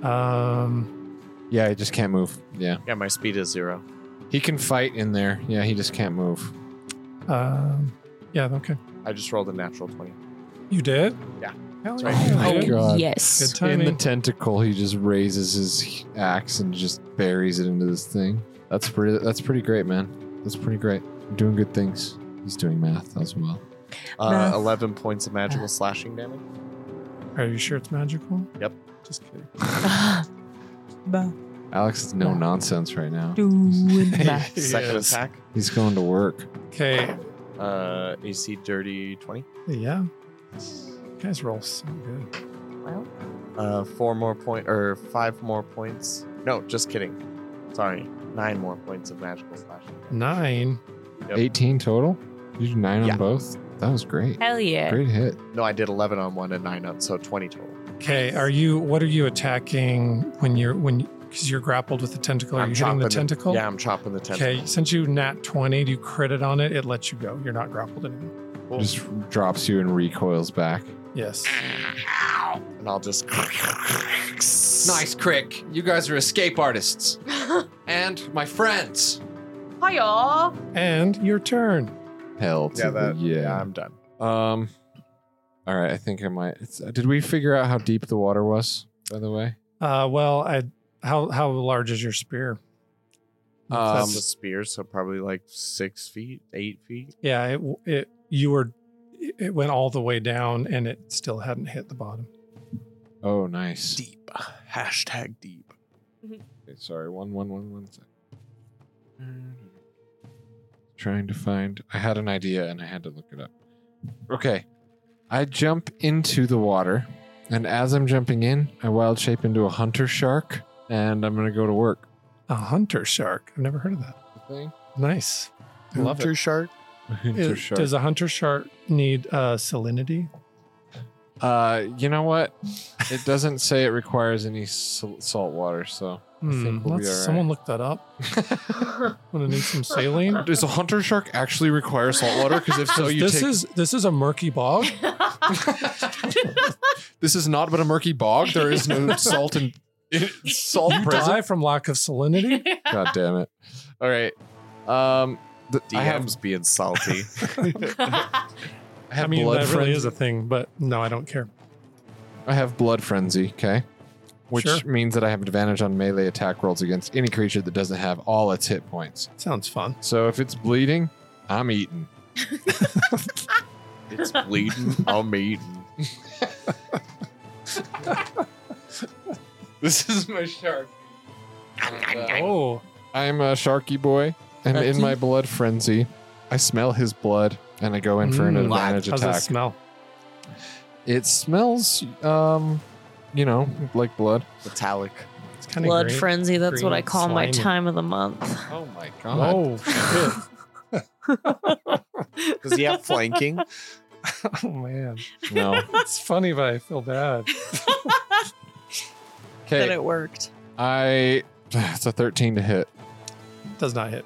Speaker 3: Um,
Speaker 1: Yeah, he just can't move. Yeah.
Speaker 4: Yeah, my speed is zero.
Speaker 1: He can fight in there. Yeah, he just can't move.
Speaker 3: um, yeah. Okay.
Speaker 4: I just rolled a natural twenty.
Speaker 3: You did.
Speaker 4: Yeah.
Speaker 3: Hell yeah,
Speaker 4: right.
Speaker 1: Oh
Speaker 3: you
Speaker 1: my
Speaker 3: did.
Speaker 1: God.
Speaker 2: Yes.
Speaker 3: Good
Speaker 1: In
Speaker 3: timing.
Speaker 1: the tentacle, he just raises his axe and just buries it into this thing. That's pretty. That's pretty great, man. That's pretty great. You're doing good things. He's doing math as well.
Speaker 4: Uh,
Speaker 2: Math.
Speaker 4: Eleven points of magical slashing damage.
Speaker 3: Are you sure it's magical?
Speaker 4: Yep.
Speaker 3: Just kidding.
Speaker 1: Alex is no nonsense right now.
Speaker 4: Second
Speaker 3: Yes.
Speaker 4: attack.
Speaker 1: He's going to work.
Speaker 3: Okay.
Speaker 4: Uh, AC dirty twenty.
Speaker 3: Yeah. You guys roll so good.
Speaker 4: Uh, four more point or five more points. No, just kidding. Sorry, nine more points of magical slashing.
Speaker 3: Nine.
Speaker 4: Yep.
Speaker 1: 18 total. You did nine
Speaker 4: Yeah.
Speaker 1: on both. That was great.
Speaker 2: Hell yeah.
Speaker 1: Great hit.
Speaker 4: No, I did eleven on one and nine on, so twenty total.
Speaker 3: Okay. Are you? What are you attacking when you're when? Because you're grappled with the tentacle. Are you hitting the tentacle?
Speaker 4: Yeah, I'm chopping the tentacle.
Speaker 3: Okay. Since you nat twenty, do you crit it on it? It lets you go. You're not grappled anymore.
Speaker 4: Cool.
Speaker 1: Just drops you and recoils back.
Speaker 3: Yes.
Speaker 4: and I'll just.
Speaker 1: Crick. You guys are escape artists. and my friends.
Speaker 2: Hiya.
Speaker 3: And your turn.
Speaker 1: Hell to
Speaker 4: Yeah, that.
Speaker 1: the
Speaker 4: Yeah,
Speaker 1: yeah.
Speaker 4: I'm done.
Speaker 1: Um. All right. I think I might. It's, did we figure out how deep the water was? By the way,
Speaker 3: Uh, well, I How how large is your spear?
Speaker 1: Um,
Speaker 4: That's a spear, so probably like six feet, eight feet.
Speaker 3: Yeah, it it you were it went all the way down and it still hadn't hit the bottom.
Speaker 1: Oh, nice.
Speaker 4: Deep. Hashtag deep.
Speaker 1: Okay, sorry, one, one, one, one sec. Trying to find. I had an idea and I had to look it up. Okay. I jump into the water, and as I'm jumping in, I wild shape into a hunter shark, and I'm going to go to work.
Speaker 3: A hunter shark. I've never heard of that.
Speaker 1: Thing?
Speaker 3: Nice. I love
Speaker 4: Hunter
Speaker 3: it.
Speaker 4: shark.
Speaker 1: A hunter
Speaker 3: Is-
Speaker 1: shark.
Speaker 3: Does a hunter shark need uh, salinity?
Speaker 1: Uh, you know what? It doesn't say it requires any sal- salt water, so.
Speaker 3: Hmm,
Speaker 1: think we'll be
Speaker 3: let's-
Speaker 1: all right.
Speaker 3: Someone look that up. Want to need some saline?
Speaker 1: Does a hunter shark actually require salt water? Because if so, you
Speaker 3: this
Speaker 1: take
Speaker 3: is this is a murky bog.
Speaker 1: This is not but a murky bog. There is no salt and salt
Speaker 3: You die from lack of salinity.
Speaker 1: God damn it! All right. Um, th- I have
Speaker 4: DM's being salty.
Speaker 1: I
Speaker 3: I
Speaker 1: have
Speaker 3: mean,
Speaker 1: blood
Speaker 3: that really is
Speaker 1: frenzy.
Speaker 3: a thing, but no, I don't care.
Speaker 1: I have blood frenzy. Okay, which
Speaker 3: Sure.
Speaker 1: means that I have advantage on melee attack rolls against any creature that doesn't have all its hit points.
Speaker 3: Sounds fun.
Speaker 1: So if it's bleeding, I'm eating.
Speaker 4: it's bleeding. I'm eating.
Speaker 1: This is my shark. Uh,
Speaker 3: Oh,
Speaker 1: I'm a sharky boy, and in
Speaker 3: Sharky.
Speaker 1: my blood frenzy, I smell his blood, and I go in for an
Speaker 3: Mm.
Speaker 1: advantage
Speaker 3: how's
Speaker 1: attack.
Speaker 3: that smell?
Speaker 1: It smells, um, you know, like blood.
Speaker 4: Metallic.
Speaker 3: It's kind of
Speaker 2: Blood frenzy. That's what I
Speaker 3: green,
Speaker 2: call my
Speaker 3: slimy.
Speaker 2: time of the month.
Speaker 1: Oh my
Speaker 3: Oh shit!
Speaker 4: Does he have flanking?
Speaker 3: oh man,
Speaker 1: No.
Speaker 3: it's funny, but I feel bad.
Speaker 2: That
Speaker 1: Okay,
Speaker 2: it worked.
Speaker 1: I. It's a 13 to hit.
Speaker 3: Does not hit.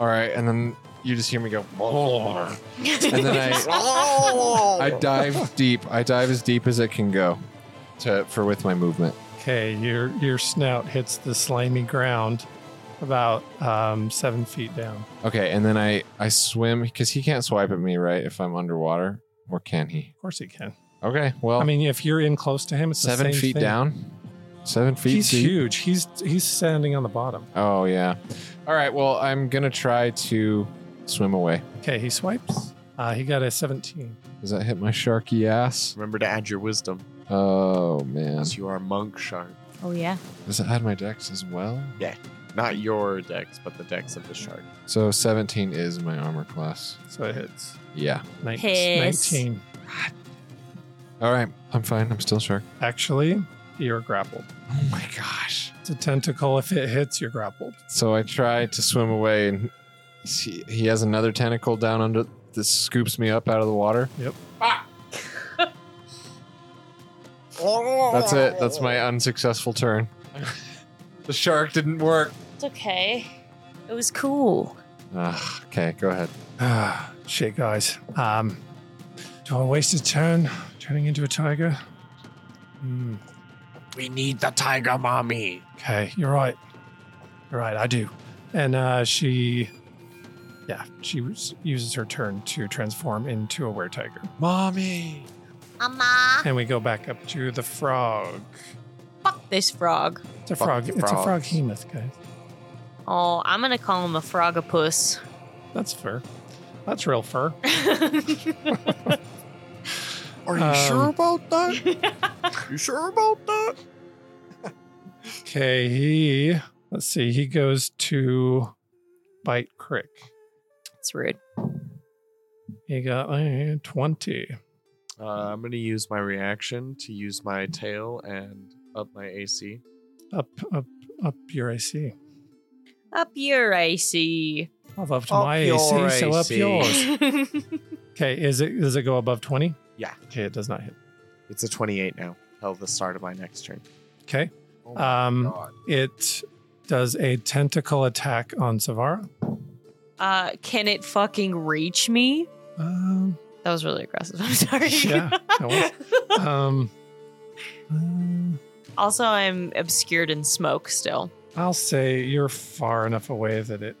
Speaker 1: All right, and then you just hear me go. "Oh." And then I,
Speaker 4: oh!
Speaker 1: I dive deep. I dive as deep as it can go, to for with my movement.
Speaker 3: Okay, your your snout hits the slimy ground about um, seven feet down.
Speaker 1: Okay, and then I I swim because he can't swipe at me, right? If I'm underwater, or can he?
Speaker 3: Of course, he can.
Speaker 1: Okay, well,
Speaker 3: I mean, if you're in close to him, it's the
Speaker 1: Oh. seven
Speaker 3: same
Speaker 1: feet
Speaker 3: thing.
Speaker 1: down. Seven feet.
Speaker 3: He's
Speaker 1: deep?
Speaker 3: huge. He's he's standing on the bottom.
Speaker 1: Oh yeah. All right. Well, I'm gonna try to swim away.
Speaker 3: Okay, he swipes. Uh, he got a 17.
Speaker 1: Does that hit my sharky ass?
Speaker 4: Remember to add your wisdom.
Speaker 1: Oh man.
Speaker 4: Because you are monk shark.
Speaker 2: Oh yeah.
Speaker 1: Does it add my dex as well?
Speaker 4: Not your dex, but the dex of the shark.
Speaker 1: So 17 is my armor class.
Speaker 3: So it hits.
Speaker 1: Yeah.
Speaker 3: Nin-
Speaker 2: Piss.
Speaker 3: 19.
Speaker 1: All right. I'm fine. I'm still shark.
Speaker 3: Actually, you're grappled.
Speaker 1: Oh my gosh.
Speaker 3: It's a tentacle. If it hits, you're grappled.
Speaker 1: So I try to swim away, and he, he has another tentacle down under. This scoops me up out of the water.
Speaker 3: Yep.
Speaker 1: That's it. That's my unsuccessful turn. the shark didn't work.
Speaker 2: It's okay. It was cool.
Speaker 1: Ah, okay, go ahead.
Speaker 3: Ah, shit, guys. Um, do I waste a turn turning into a tiger? Hmm.
Speaker 6: We need the tiger mommy.
Speaker 3: Okay, you're right. You're right, I do. And uh, she, yeah, she us- uses her turn to transform into a were tiger.
Speaker 1: Mommy.
Speaker 5: Amma.
Speaker 3: And we go back up to the frog.
Speaker 2: Fuck this frog.
Speaker 3: It's a
Speaker 4: Fuck
Speaker 3: frog.
Speaker 4: the
Speaker 3: It's a frog
Speaker 4: frogs.
Speaker 3: hemoth, guys.
Speaker 2: Oh, I'm gonna call him a frogopus.
Speaker 3: That's fur. That's real fur.
Speaker 4: Are
Speaker 3: you sure Um,
Speaker 4: about that? you sure about that?
Speaker 3: Okay, he, let's see, he goes to Bite Crick.
Speaker 2: It's rude.
Speaker 3: He got uh, 20.
Speaker 4: Uh, I'm gonna use my reaction to use my tail and up my AC.
Speaker 3: Up, up, up your AC.
Speaker 2: Up your AC.
Speaker 3: I've upped
Speaker 4: Up
Speaker 3: my AC,
Speaker 4: your
Speaker 3: so up
Speaker 4: AC.
Speaker 3: yours. Okay, is it does it go above 20?
Speaker 4: Yeah.
Speaker 3: Okay, it does not hit.
Speaker 4: It's a 28 now. Till the start of my next turn.
Speaker 3: Okay.
Speaker 4: Oh my
Speaker 3: Um
Speaker 4: God.
Speaker 3: it does a tentacle attack on Savara.
Speaker 2: uh, can it fucking reach me?
Speaker 3: Um
Speaker 2: That was really aggressive. I'm sorry.
Speaker 3: yeah. that was- um uh,
Speaker 2: Also, I'm obscured in smoke still.
Speaker 3: I'll say you're far enough away that it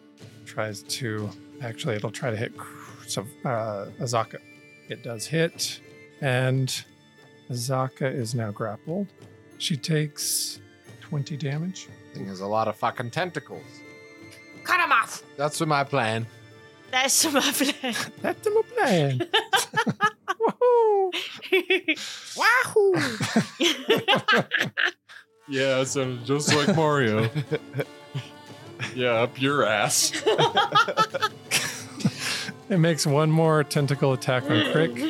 Speaker 3: tries to actually it'll try to hit Kr- Sav- uh, Azaka. It does hit and Azaka is now grappled. She takes 20 damage.
Speaker 1: thing has a lot of fucking tentacles.
Speaker 5: Cut him off.
Speaker 1: That's my plan.
Speaker 5: That's my plan.
Speaker 3: That's my plan. Woohoo!
Speaker 5: Wahoo!
Speaker 7: Yeah, it sounded just like Mario. yeah, up your ass.
Speaker 3: It makes one more tentacle attack on Crick.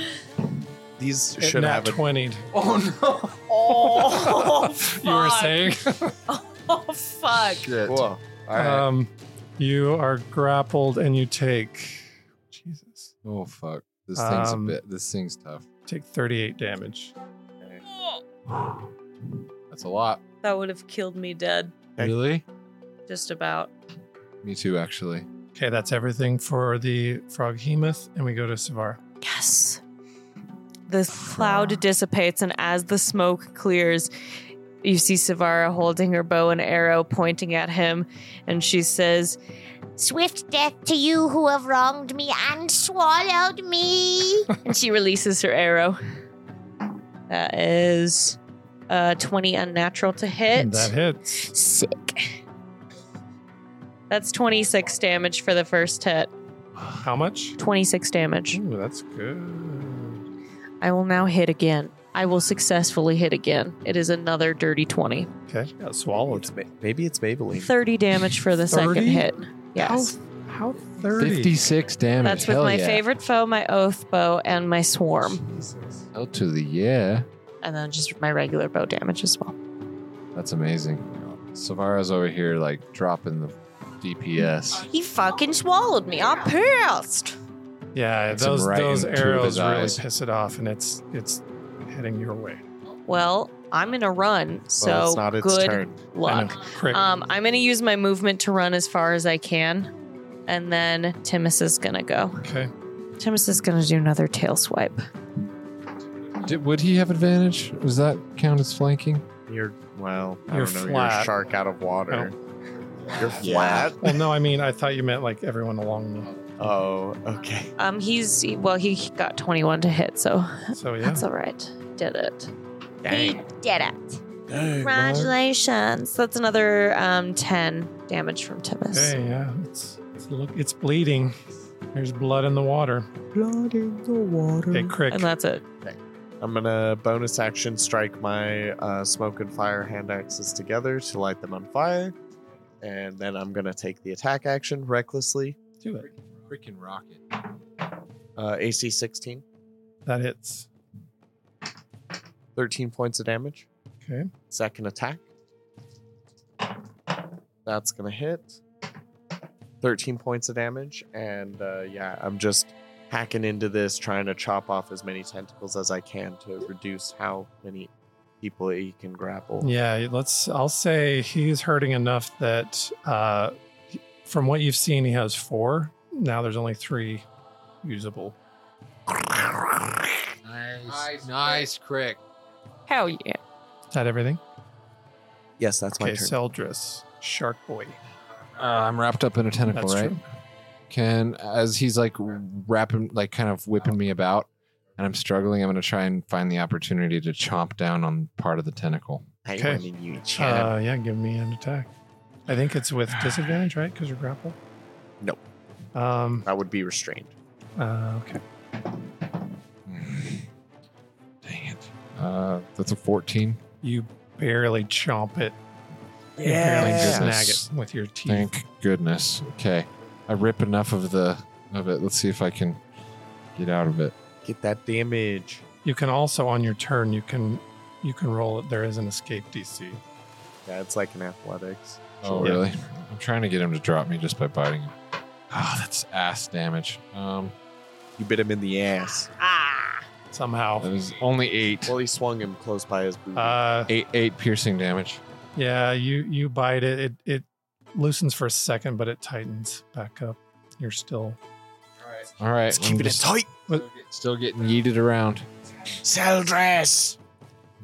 Speaker 4: These
Speaker 3: It
Speaker 4: should
Speaker 3: nat
Speaker 4: have a
Speaker 3: 20'd.
Speaker 1: Oh
Speaker 2: Oh,
Speaker 3: You were
Speaker 2: fuck.
Speaker 3: saying?
Speaker 2: Oh, fuck.
Speaker 1: Shit.
Speaker 4: Whoa. All
Speaker 7: Uh,
Speaker 4: right.
Speaker 3: Um, you are grappled and you take. Jesus.
Speaker 1: oh fuck. This thing's
Speaker 3: Um,
Speaker 1: a bit. This thing's tough.
Speaker 3: Take 38 damage.
Speaker 1: That's a lot.
Speaker 2: That would have killed me dead,
Speaker 4: Okay.
Speaker 1: Really?
Speaker 2: just about.
Speaker 1: Me too, actually.
Speaker 3: Okay, that's everything for the frog hemoth, and we go to Savar.
Speaker 2: Yes. The cloud dissipates, and as the smoke clears, you see Savara holding her bow and arrow pointing at him, and she says,
Speaker 5: Swift death to you who have wronged me and swallowed me.
Speaker 2: and she releases her arrow. That is uh, 20 unnatural to hit.
Speaker 3: And that hits.
Speaker 2: Sick. That's 26 damage for the first hit.
Speaker 3: How much?
Speaker 2: 26 damage.
Speaker 3: Ooh, that's good.
Speaker 2: I will now hit again. I will successfully hit again. It is another dirty 20.
Speaker 3: Okay, she got swallowed.
Speaker 4: It's Ma- maybe it's Maybelline.
Speaker 2: 30 damage for the second
Speaker 3: 30?
Speaker 2: hit. Yes.
Speaker 3: How, how 30?
Speaker 1: 56 damage.
Speaker 2: That's with
Speaker 1: Hell
Speaker 2: my
Speaker 1: yeah.
Speaker 2: favorite foe, my oath bow, and my swarm.
Speaker 1: Hell to the yeah.
Speaker 2: And then just my regular bow damage as well.
Speaker 1: That's amazing. Savara's over here like dropping the DPS.
Speaker 5: He fucking swallowed me. I'm pissed.
Speaker 3: Yeah,
Speaker 1: Hits him
Speaker 3: those,
Speaker 1: right
Speaker 3: those
Speaker 1: in two of
Speaker 3: arrows
Speaker 1: his
Speaker 3: really
Speaker 1: eyes.
Speaker 3: piss it off, and it's it's heading your way.
Speaker 2: Well, I'm in a run, so
Speaker 4: well, it's not its
Speaker 2: good
Speaker 4: turn.
Speaker 3: I
Speaker 2: luck.
Speaker 3: know. Crick.
Speaker 2: Um, I'm going to use my movement to run as far as I can. And then Timus is going to go.
Speaker 3: okay.
Speaker 2: Timus is going to do another tail swipe.
Speaker 1: Did, would he have advantage? Does that count as flanking?
Speaker 4: You're well. I
Speaker 3: You're
Speaker 4: don't know. You're a
Speaker 3: flat. Oh.
Speaker 4: shark out of water. You're
Speaker 1: Yeah.
Speaker 4: flat.
Speaker 3: Well, no, I mean, I thought you meant like everyone along
Speaker 4: Oh, okay.
Speaker 2: Um, he's, he- well, he got 21 to hit, so
Speaker 3: the. So, yeah.
Speaker 2: that's all right. Did it.
Speaker 5: He
Speaker 4: Dang.
Speaker 5: did it.
Speaker 4: Dang, man.
Speaker 2: Congratulations. That's another um, 10 damage from Timus.
Speaker 3: Okay, yeah. It's, it's, look, it's bleeding. There's blood in the water.
Speaker 4: Blood in the water.
Speaker 3: Okay, Crick.
Speaker 2: And that's it.
Speaker 4: I'm gonna bonus action strike my uh, smoke and fire hand axes together to light them on fire, and then I'm gonna take the attack action recklessly.
Speaker 3: Do it.
Speaker 1: Freaking rocket.
Speaker 4: Uh, AC 16,
Speaker 3: That hits.
Speaker 4: 13 points of damage.
Speaker 3: Okay.
Speaker 4: Second attack. That's gonna hit. 13 points of damage, and uh, yeah, I'm just hacking into this, trying to chop off as many tentacles as I can to reduce how many people he can grapple.
Speaker 3: Yeah, let's. I'll say he's hurting enough that, uh, from what you've seen, he has four. Now there's only three usable.
Speaker 1: Nice. Nice, Crick.
Speaker 2: Hell yeah.
Speaker 3: Is that everything?
Speaker 4: Yes, that's my
Speaker 3: Okay,
Speaker 4: turn.
Speaker 3: Seldris, Shark Boy.
Speaker 1: Uh, I'm wrapped up in a tentacle,
Speaker 3: That's
Speaker 1: right?
Speaker 3: true.
Speaker 1: Can as he's like wrapping, like kind of whipping me about, and I'm struggling. I'm gonna try and find the opportunity to chomp down on part of the tentacle.
Speaker 4: I
Speaker 3: Okay.
Speaker 4: wanted you, champ.
Speaker 3: Uh, yeah, give me an attack. I think it's with disadvantage, right? Because you're grappled.
Speaker 4: No.
Speaker 3: Um.
Speaker 4: that would be restrained.
Speaker 3: Uh, okay.
Speaker 1: Dang it. Uh, that's a 14.
Speaker 3: You barely chomp it. You
Speaker 1: Yeah.
Speaker 3: barely snag it with your teeth.
Speaker 1: Thank goodness. Okay, I rip enough of the of it. Let's see if I can get out of it.
Speaker 4: Get that damage.
Speaker 3: You can also, on your turn, you can you can roll it. There is an escape DC.
Speaker 4: Yeah, it's like an athletics.
Speaker 1: Oh,
Speaker 3: Yeah.
Speaker 1: really? I'm trying to get him to drop me just by biting him. Oh, that's ass damage. Um,
Speaker 4: You bit him in the ass.
Speaker 5: Ah.
Speaker 1: that
Speaker 3: Somehow.
Speaker 1: is only eight.
Speaker 4: Well, he swung him close by his boot.
Speaker 3: Uh,
Speaker 1: Eight, eight piercing damage.
Speaker 3: yeah. You you bite it. It it loosens for a second, but it tightens back up. You're still
Speaker 1: All right,
Speaker 6: Let's
Speaker 1: I'm
Speaker 6: keep it
Speaker 1: just
Speaker 6: tight.
Speaker 1: Still getting yeeted around.
Speaker 6: Sell dress.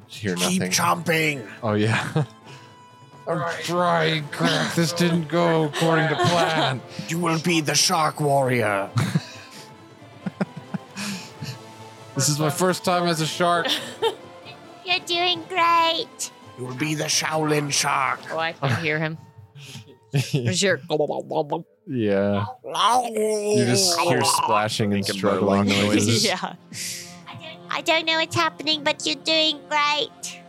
Speaker 1: Hear
Speaker 6: Keep
Speaker 1: nothing.
Speaker 6: chomping.
Speaker 1: Oh yeah. I'm trying, crap. This didn't go according to plan.
Speaker 6: You will be the shark warrior.
Speaker 1: This is my first time as a shark.
Speaker 5: You're doing great.
Speaker 6: You'll be the Shaolin shark.
Speaker 2: Oh, I can hear him. Sure.
Speaker 1: yeah. You just hear splashing and
Speaker 4: Making
Speaker 1: struggling
Speaker 4: burlap
Speaker 1: noises.
Speaker 2: yeah.
Speaker 5: I don't know what's happening, but you're doing great.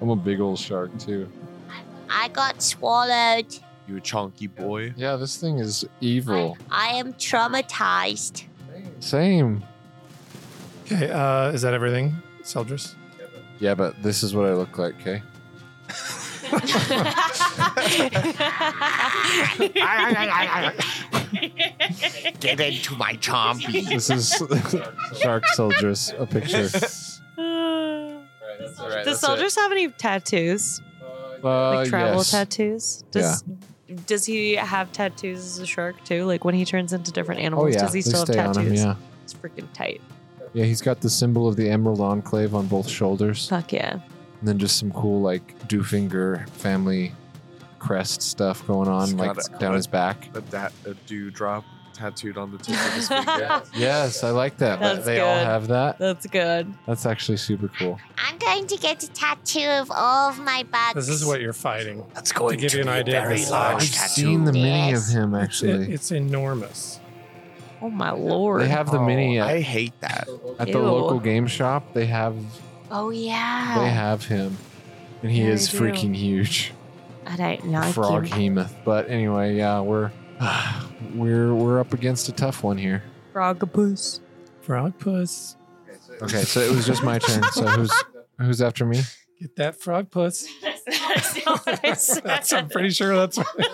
Speaker 1: I'm a big old shark too.
Speaker 5: I got swallowed.
Speaker 4: You chunky boy.
Speaker 1: Yeah, this thing is evil.
Speaker 5: I am traumatized.
Speaker 1: Same.
Speaker 3: Okay, uh, is that everything, Seldris?
Speaker 1: Yeah, but this is what I look like, okay?
Speaker 6: Get into my chompy.
Speaker 1: This is Shark Soldiers, a picture.
Speaker 2: Does soldiers have any tattoos?
Speaker 1: Uh,
Speaker 2: Like travel
Speaker 1: yes.
Speaker 2: tattoos? Does does he have tattoos as a shark too? Like when he turns into different
Speaker 1: Oh,
Speaker 2: animals,
Speaker 1: yeah.
Speaker 2: does he
Speaker 1: they
Speaker 2: still have
Speaker 1: stay
Speaker 2: tattoos?
Speaker 1: on him, yeah.
Speaker 2: It's freaking tight.
Speaker 1: Yeah, he's got the symbol of the Emerald Enclave on both shoulders.
Speaker 2: Fuck yeah.
Speaker 1: And then just some cool, like, Doofinger family crest stuff going on,
Speaker 4: He's
Speaker 1: like,
Speaker 4: got a-
Speaker 1: down his back.
Speaker 4: A, da- a dewdrop tattooed on the tip of his finger.
Speaker 1: Yes, I like that.
Speaker 2: That's
Speaker 1: they all
Speaker 2: good.
Speaker 1: have that.
Speaker 2: That's good.
Speaker 1: That's actually super cool.
Speaker 5: I'm going to get a tattoo of all of my bugs.
Speaker 3: This is what you're fighting.
Speaker 6: That's going
Speaker 3: give
Speaker 6: to,
Speaker 3: you an
Speaker 6: be
Speaker 3: idea
Speaker 6: a
Speaker 3: of
Speaker 6: very
Speaker 3: the
Speaker 6: large
Speaker 1: I've
Speaker 3: size.
Speaker 1: seen the
Speaker 6: tattoo.
Speaker 1: mini of
Speaker 5: yes.
Speaker 1: him,
Speaker 3: It's, it-
Speaker 1: actually.
Speaker 3: it's enormous.
Speaker 2: Oh my lord.
Speaker 1: They have the
Speaker 4: Oh,
Speaker 1: mini
Speaker 4: I
Speaker 1: at,
Speaker 4: hate that.
Speaker 1: at the
Speaker 2: Ew.
Speaker 1: local game shop. They have
Speaker 5: Oh
Speaker 1: they
Speaker 5: yeah.
Speaker 1: have him, and he
Speaker 2: Yeah,
Speaker 1: is
Speaker 2: they do.
Speaker 1: freaking huge,
Speaker 5: I don't like
Speaker 1: frog
Speaker 5: him.
Speaker 1: hemoth. But anyway, yeah, we're we're we're up against a tough one here.
Speaker 2: Frogapus.
Speaker 3: Frog puss.
Speaker 1: Okay, so it was just my turn. So who's who's after me?
Speaker 3: Get that frog puss.
Speaker 2: That's not what I said.
Speaker 3: That's- I'm pretty sure that's what.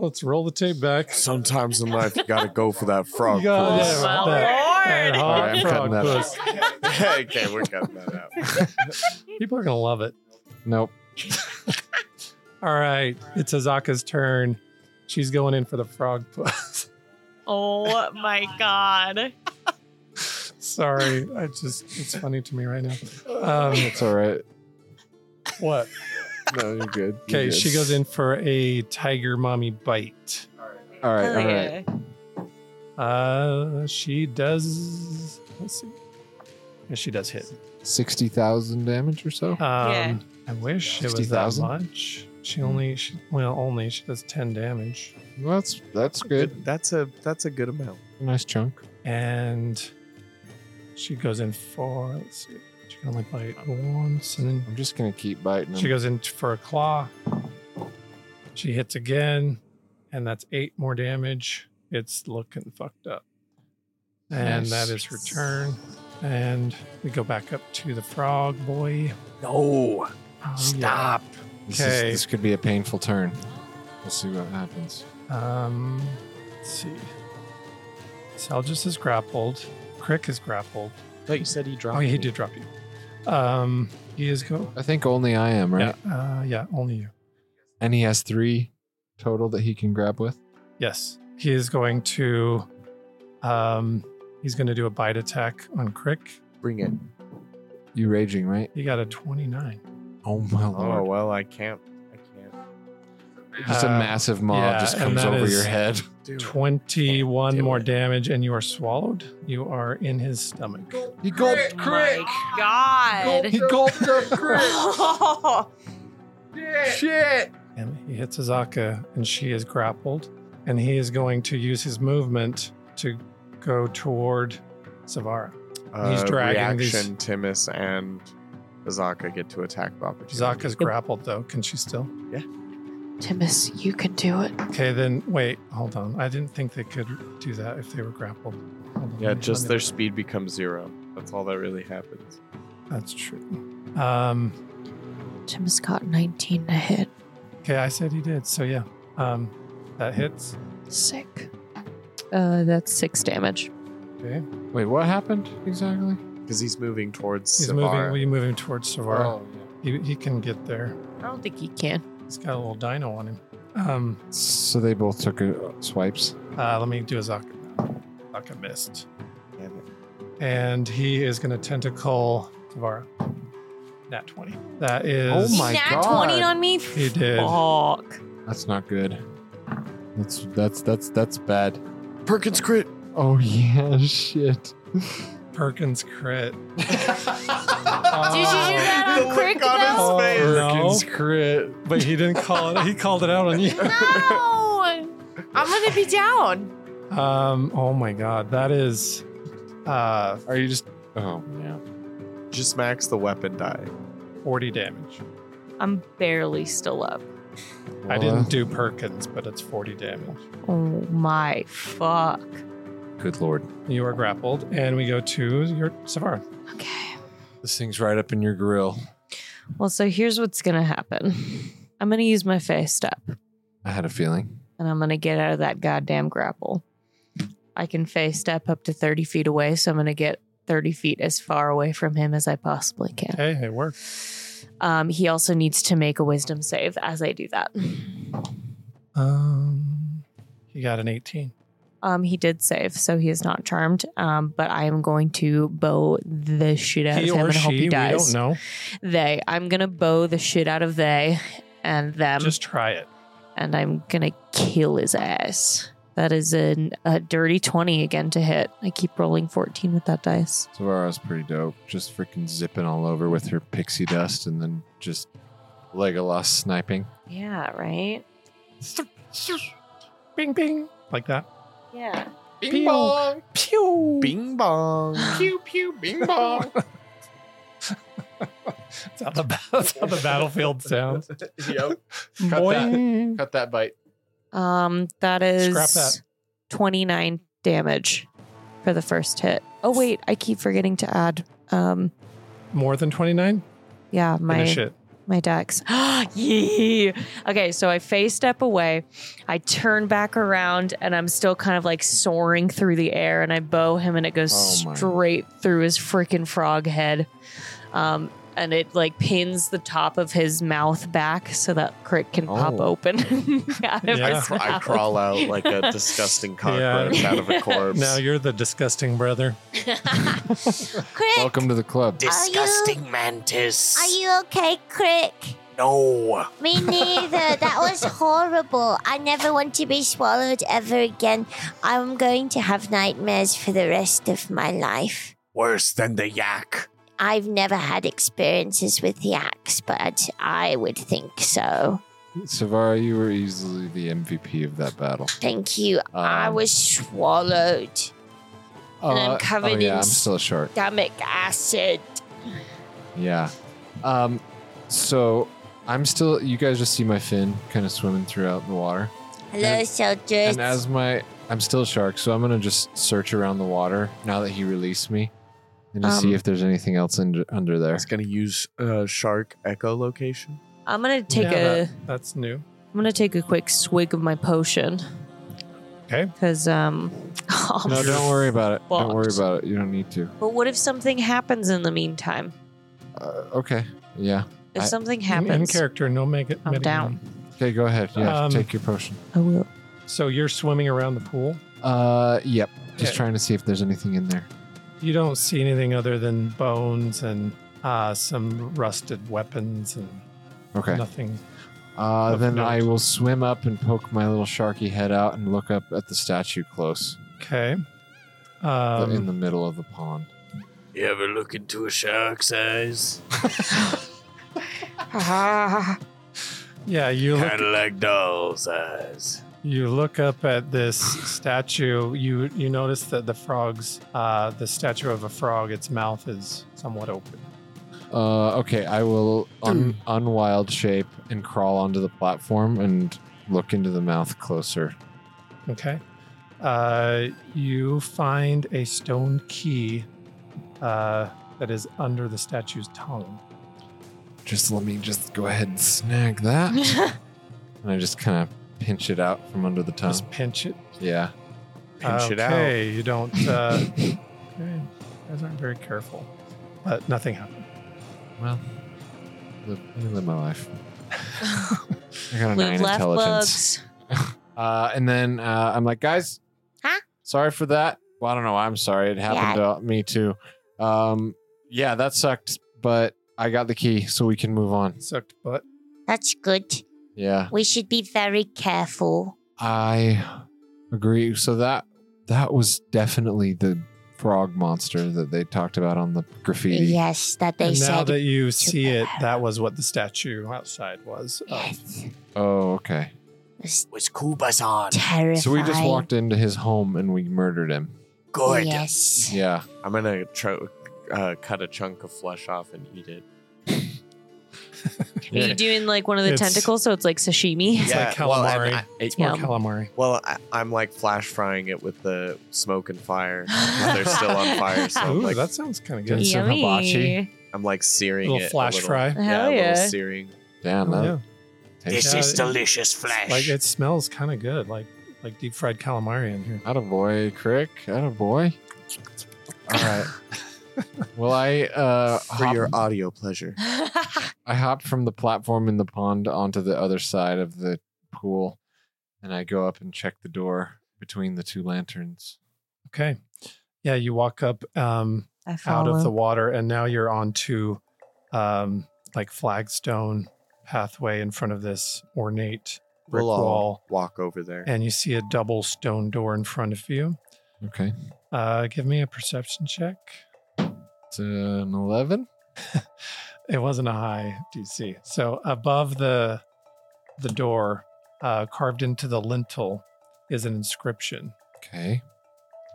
Speaker 3: Let's roll the tape back.
Speaker 4: Sometimes in life, you gotta go for that frog.
Speaker 3: You got
Speaker 4: puss.
Speaker 3: that,
Speaker 2: Oh, My
Speaker 3: that-
Speaker 2: lord.
Speaker 3: that hot
Speaker 1: All right, I'm
Speaker 3: frog
Speaker 1: cutting that out.
Speaker 3: puss.
Speaker 4: okay, we're cutting that out.
Speaker 3: People are gonna love it.
Speaker 1: Nope.
Speaker 3: All right, it's Azaka's turn. She's going in for the frog puss.
Speaker 2: Oh my god.
Speaker 3: Sorry, I just it's funny to me right now. Um,
Speaker 1: It's all right.
Speaker 3: what?
Speaker 1: No, you're good. You're
Speaker 3: Okay,
Speaker 1: good.
Speaker 3: she goes in for a tiger mommy bite.
Speaker 1: All right, all
Speaker 2: Hell
Speaker 1: right.
Speaker 2: yeah.
Speaker 3: Uh, she does. Let's see. Yeah, she does hit.
Speaker 1: Sixty thousand damage or so.
Speaker 3: Um,
Speaker 2: Yeah.
Speaker 3: I wish it was that
Speaker 1: 60,000?
Speaker 3: much. She only, she, well, only she does ten damage,
Speaker 1: Well, that's that's good.
Speaker 4: That's a that's a good amount.
Speaker 1: Nice chunk.
Speaker 3: and she goes in for. Let's see. She can only bite once, and then
Speaker 1: I'm just gonna keep biting.
Speaker 3: She
Speaker 1: him.
Speaker 3: goes in for a claw. She hits again, and that's eight more damage. It's looking fucked up. And
Speaker 1: Nice.
Speaker 3: that is her turn. And we go back up to the frog boy.
Speaker 6: No,
Speaker 3: Oh, yeah.
Speaker 6: stop.
Speaker 1: This, is-
Speaker 3: Okay.
Speaker 1: this could be a painful turn. We'll see what happens.
Speaker 3: Um, let's see. Selgis is grappled. Crick is grappled.
Speaker 4: But you said he dropped.
Speaker 3: Oh, yeah, he
Speaker 4: me.
Speaker 3: did drop you. Um, he is go.
Speaker 1: I think only I am, right?
Speaker 3: Yeah, uh, yeah, only you.
Speaker 1: And he has three total that he can grab with.
Speaker 3: Yes. He is going to um he's gonna do a bite attack on Crick.
Speaker 4: Bring it.
Speaker 1: You raging, right?
Speaker 3: He got a twenty-nine.
Speaker 1: Oh my
Speaker 4: Oh
Speaker 1: lord.
Speaker 4: well, I can't. I can't
Speaker 1: Just a
Speaker 3: Uh,
Speaker 1: massive mob
Speaker 3: yeah,
Speaker 1: just
Speaker 3: and
Speaker 1: comes
Speaker 3: that
Speaker 1: over
Speaker 3: is-
Speaker 1: your head.
Speaker 4: do it.
Speaker 3: Twenty-one
Speaker 4: Do
Speaker 3: more
Speaker 4: it.
Speaker 3: damage, and you are swallowed. You are in his stomach.
Speaker 1: He gulped
Speaker 2: Crick. God.
Speaker 1: He gulped up crit. Shit.
Speaker 3: And he hits Azaka, and she is grappled. And he is going to use his movement to go toward Savara. He's dragging these-
Speaker 4: Uh, reaction, Timus and Azaka get to attack of opportunity.
Speaker 3: Azaka's grappled though. Can she still?
Speaker 2: Timus, you can do it.
Speaker 3: Okay, then wait, hold on. I didn't think they could do that if they were grappled. Hold on,
Speaker 4: Yeah,
Speaker 3: let me-
Speaker 4: just
Speaker 3: let me-
Speaker 4: their speed becomes zero. That's all that really happens.
Speaker 3: That's true. Um,
Speaker 2: Timus got 19 to hit.
Speaker 3: Okay, I said he did. So yeah, um, that hits.
Speaker 2: Sick. Uh, that's six damage.
Speaker 3: Okay,
Speaker 1: Wait, what happened exactly?
Speaker 4: Because he's moving towards
Speaker 3: he's moving.
Speaker 4: Savara.
Speaker 3: We move him towards
Speaker 4: Oh.
Speaker 3: Savara. He, he can get there.
Speaker 2: I don't think he can.
Speaker 3: He's got a little dino on him. Um,
Speaker 1: So they both took uh, swipes.
Speaker 3: uh, let me do a Zaka. Zaka missed,
Speaker 4: Damn it.
Speaker 3: and he is going to tentacle Savara. Nat twenty. That is.
Speaker 1: Oh my
Speaker 5: Nat
Speaker 1: God.
Speaker 5: 20 on me.
Speaker 3: He did.
Speaker 2: Fuck.
Speaker 1: That's not good. That's that's that's that's bad.
Speaker 4: Perkins crit.
Speaker 1: Oh yeah, shit.
Speaker 3: Perkins crit.
Speaker 5: Did you do that
Speaker 4: The
Speaker 5: on
Speaker 4: lick
Speaker 5: Crick
Speaker 4: on his
Speaker 5: though?
Speaker 4: face.
Speaker 3: Oh, no.
Speaker 1: Perkins crit.
Speaker 3: But he didn't call it. He called it out on you.
Speaker 2: No! I'm gonna be down.
Speaker 3: Um. Oh my God. That is. Uh,
Speaker 1: Are you just? Oh yeah.
Speaker 4: Just max the weapon die.
Speaker 3: 40 damage.
Speaker 2: I'm barely still up.
Speaker 3: I
Speaker 1: Well,
Speaker 3: didn't do Perkins, but it's 40 damage.
Speaker 2: Oh my fuck.
Speaker 1: uh, Good lord.
Speaker 3: You are grappled, and we go to your Savara.
Speaker 2: Okay.
Speaker 1: This thing's right up in your grill.
Speaker 2: Well, so here's what's gonna happen. I'm gonna use my face step
Speaker 1: I had a feeling.
Speaker 2: and I'm gonna get out of that goddamn grapple. I can face step up to 30 feet away, so I'm gonna get 30 feet as far away from him as I possibly can.
Speaker 3: Hey, it worked.
Speaker 2: Um, he also needs to make a wisdom save as I do that.
Speaker 3: Um, you got an 18.
Speaker 2: Um, he did save, so he is not charmed. Um, but I am going to bow the shit out
Speaker 3: he
Speaker 2: of him
Speaker 3: or
Speaker 2: and hope
Speaker 3: she,
Speaker 2: he
Speaker 3: we don't
Speaker 2: dies.
Speaker 3: know.
Speaker 2: They, I'm gonna bow the shit out of they and them,
Speaker 3: Just try it.
Speaker 2: and I'm gonna kill his ass. That is an, a dirty twenty again to hit. I keep rolling fourteen with that dice.
Speaker 1: Savara's pretty dope. Just freaking zipping all over with her pixie dust, and then just Legolas sniping.
Speaker 2: Yeah, right.
Speaker 3: Bing, bing. Like that.
Speaker 2: Yeah.
Speaker 3: Pew.
Speaker 7: bong.
Speaker 3: Pew.
Speaker 4: Bing bong.
Speaker 7: Pew pew bing bong.
Speaker 3: That's how the, ba- that's how the battlefield sounds.
Speaker 7: yep. that.
Speaker 5: Mm.
Speaker 3: Boing.
Speaker 7: Cut that bite.
Speaker 2: Um, that is
Speaker 3: Scrap that.
Speaker 2: twenty nine damage for the first hit. Oh wait, I keep forgetting to add. Um,
Speaker 3: More than 29?
Speaker 2: yeah, my
Speaker 3: Finish it.
Speaker 2: my dex. yeah. Okay, so I face step away. I turn back around and I'm still kind of like soaring through the air and I bow him and it goes
Speaker 1: Oh my.
Speaker 2: straight through his freaking frog head. Um, and it like pins the top of his mouth back so that crick can pop
Speaker 1: Oh.
Speaker 2: open out of
Speaker 3: Yeah.
Speaker 2: his
Speaker 4: I
Speaker 2: mouth.
Speaker 4: crawl out like a disgusting cockroach out of a corpse.
Speaker 3: Now you're the disgusting brother.
Speaker 5: Crick,
Speaker 1: Welcome to the club.
Speaker 6: Disgusting mantis.
Speaker 5: are you okay, Crick?
Speaker 6: no.
Speaker 5: Me neither. that was horrible. I never want to be swallowed ever again. I'm going to have nightmares for the rest of my life.
Speaker 6: Worse than the yak.
Speaker 5: I've never had experiences with yaks, but I would think so.
Speaker 1: Savara, you were easily the MVP of that battle.
Speaker 5: Thank you. I
Speaker 1: Um,
Speaker 5: was swallowed. and I'm
Speaker 1: uh,
Speaker 5: covered
Speaker 1: oh, yeah,
Speaker 5: in
Speaker 1: I'm still short.
Speaker 5: Stomach acid.
Speaker 1: Yeah. Um, so I'm still. You guys just see my fin kind of swimming throughout the water,
Speaker 5: Hello,
Speaker 1: And-
Speaker 5: soldiers.
Speaker 1: and as my I'm still shark, so I'm gonna just search around the water now that he released me, and to see
Speaker 2: Um,
Speaker 1: if there's anything else in, under there.
Speaker 4: It's gonna use uh, shark echolocation.
Speaker 2: I'm gonna take
Speaker 3: Yeah,
Speaker 2: a
Speaker 3: that- that's new.
Speaker 2: I'm gonna take a quick swig of my potion.
Speaker 3: Okay.
Speaker 2: Cause um
Speaker 1: No, don't worry about it. Don't worry
Speaker 2: fucked.
Speaker 1: about it. You don't need to.
Speaker 2: But what if something happens in the meantime?
Speaker 1: Uh, okay. Yeah.
Speaker 2: If
Speaker 1: I-
Speaker 2: something
Speaker 3: In- In
Speaker 2: happens,
Speaker 3: character, no make it.
Speaker 2: I'm
Speaker 3: mitigating.
Speaker 2: down.
Speaker 1: Okay. Go ahead. Yeah.
Speaker 3: Um,
Speaker 1: take your potion.
Speaker 2: I will.
Speaker 3: So you're swimming around the pool.
Speaker 1: Uh. Yep. Just
Speaker 3: Okay.
Speaker 1: trying to see if there's anything in there.
Speaker 3: You don't see anything other than bones and uh, some rusted weapons and
Speaker 1: Okay.
Speaker 3: nothing.
Speaker 1: Uh,
Speaker 3: Of
Speaker 1: then
Speaker 3: note.
Speaker 1: I will swim up and poke my little sharky head out and look up at the statue close
Speaker 3: Okay.
Speaker 1: the- in
Speaker 3: Um,
Speaker 1: the middle of the pond.
Speaker 6: You ever look into a shark's eyes?
Speaker 3: yeah, you look
Speaker 6: Kind of like doll's eyes.
Speaker 3: You look up at this statue. You you notice that the frog's uh, the statue of a frog. Its mouth is somewhat open.
Speaker 1: Uh, okay, I will un-
Speaker 3: Hmm.
Speaker 1: unwild shape and crawl onto the platform and look into the mouth closer.
Speaker 3: Okay. Uh, you find a stone key uh, that is under the statue's tongue.
Speaker 1: Just let me just go ahead and snag that. and I just kind of pinch it out from under the tongue.
Speaker 3: Just pinch it.
Speaker 1: Yeah.
Speaker 4: Pinch
Speaker 3: okay,
Speaker 4: it out.
Speaker 3: You don't. Uh, okay, you guys aren't very careful, but nothing happened.
Speaker 1: Well, live, let me live my life. I got a
Speaker 2: Luke
Speaker 1: nine
Speaker 2: left
Speaker 1: intelligence.
Speaker 2: bugs.
Speaker 1: Uh, and then uh, I'm like, guys,
Speaker 5: Huh?
Speaker 1: Sorry for that. Well, I don't know. why I'm sorry. It happened to me too. Um, yeah, that sucked, but I got the key, so we can move on.
Speaker 3: Sucked butt.
Speaker 5: That's good.
Speaker 1: Yeah,
Speaker 5: We should be very careful.
Speaker 1: I agree. So that that was definitely the frog monster that they talked about on the graffiti.
Speaker 5: Yes, that they
Speaker 3: and now
Speaker 5: said.
Speaker 3: that you see
Speaker 5: the
Speaker 3: it,
Speaker 5: arrow.
Speaker 3: that was what the statue outside was. of.
Speaker 5: yes. It
Speaker 1: Oh, okay.
Speaker 5: was
Speaker 6: Was Kuba's on?
Speaker 5: terrifying.
Speaker 1: So we just walked into his home and we murdered him.
Speaker 6: Good.
Speaker 5: Yes.
Speaker 1: Yeah.
Speaker 4: I'm gonna try uh, cut a chunk of flesh off and eat it.
Speaker 2: Are you doing like one of the
Speaker 3: It's-
Speaker 2: tentacles so it's like sashimi?
Speaker 3: It's like
Speaker 4: well, I'm-
Speaker 3: calamari.
Speaker 4: I- it-
Speaker 3: More
Speaker 2: Yeah.
Speaker 3: calamari.
Speaker 4: Well, I, I'm like flash frying it with the smoke and fire. while They're still on fire, so I'm
Speaker 3: Ooh,
Speaker 4: like
Speaker 3: that sounds kind of
Speaker 1: Yeah,
Speaker 3: good.
Speaker 1: some hibachi.
Speaker 4: I'm like searing
Speaker 3: little
Speaker 4: it.
Speaker 3: flash
Speaker 4: a little,
Speaker 3: fry.
Speaker 4: Yeah,
Speaker 2: Hell
Speaker 4: a
Speaker 2: yeah.
Speaker 4: little searing.
Speaker 1: Damn,
Speaker 3: Oh,
Speaker 1: that
Speaker 3: yeah.
Speaker 1: tastes
Speaker 6: This
Speaker 3: Yeah,
Speaker 6: is
Speaker 3: it-
Speaker 6: delicious flesh.
Speaker 3: Like it smells kind of good, like like deep fried calamari in here.
Speaker 1: out of boy, Crick. Out of boy. All right. well, I uh,
Speaker 4: For
Speaker 1: hop-
Speaker 4: your audio pleasure.
Speaker 1: I hopped from the platform in the pond onto the other side of the pool, and I go up and check the door between the two lanterns.
Speaker 3: Okay. Yeah, you walk up um,
Speaker 2: I
Speaker 3: out
Speaker 2: follow.
Speaker 3: of the water, and now you're onto um, like flagstone pathway in front of this ornate brick
Speaker 4: We'll all
Speaker 3: wall,
Speaker 4: walk over there.
Speaker 3: and you see a double stone door in front of you.
Speaker 1: Okay,
Speaker 3: Uh, give me a perception check.
Speaker 1: it's an eleven.
Speaker 3: It wasn't a high DC. So above the the door, uh, carved into the lintel, is an inscription.
Speaker 1: Okay,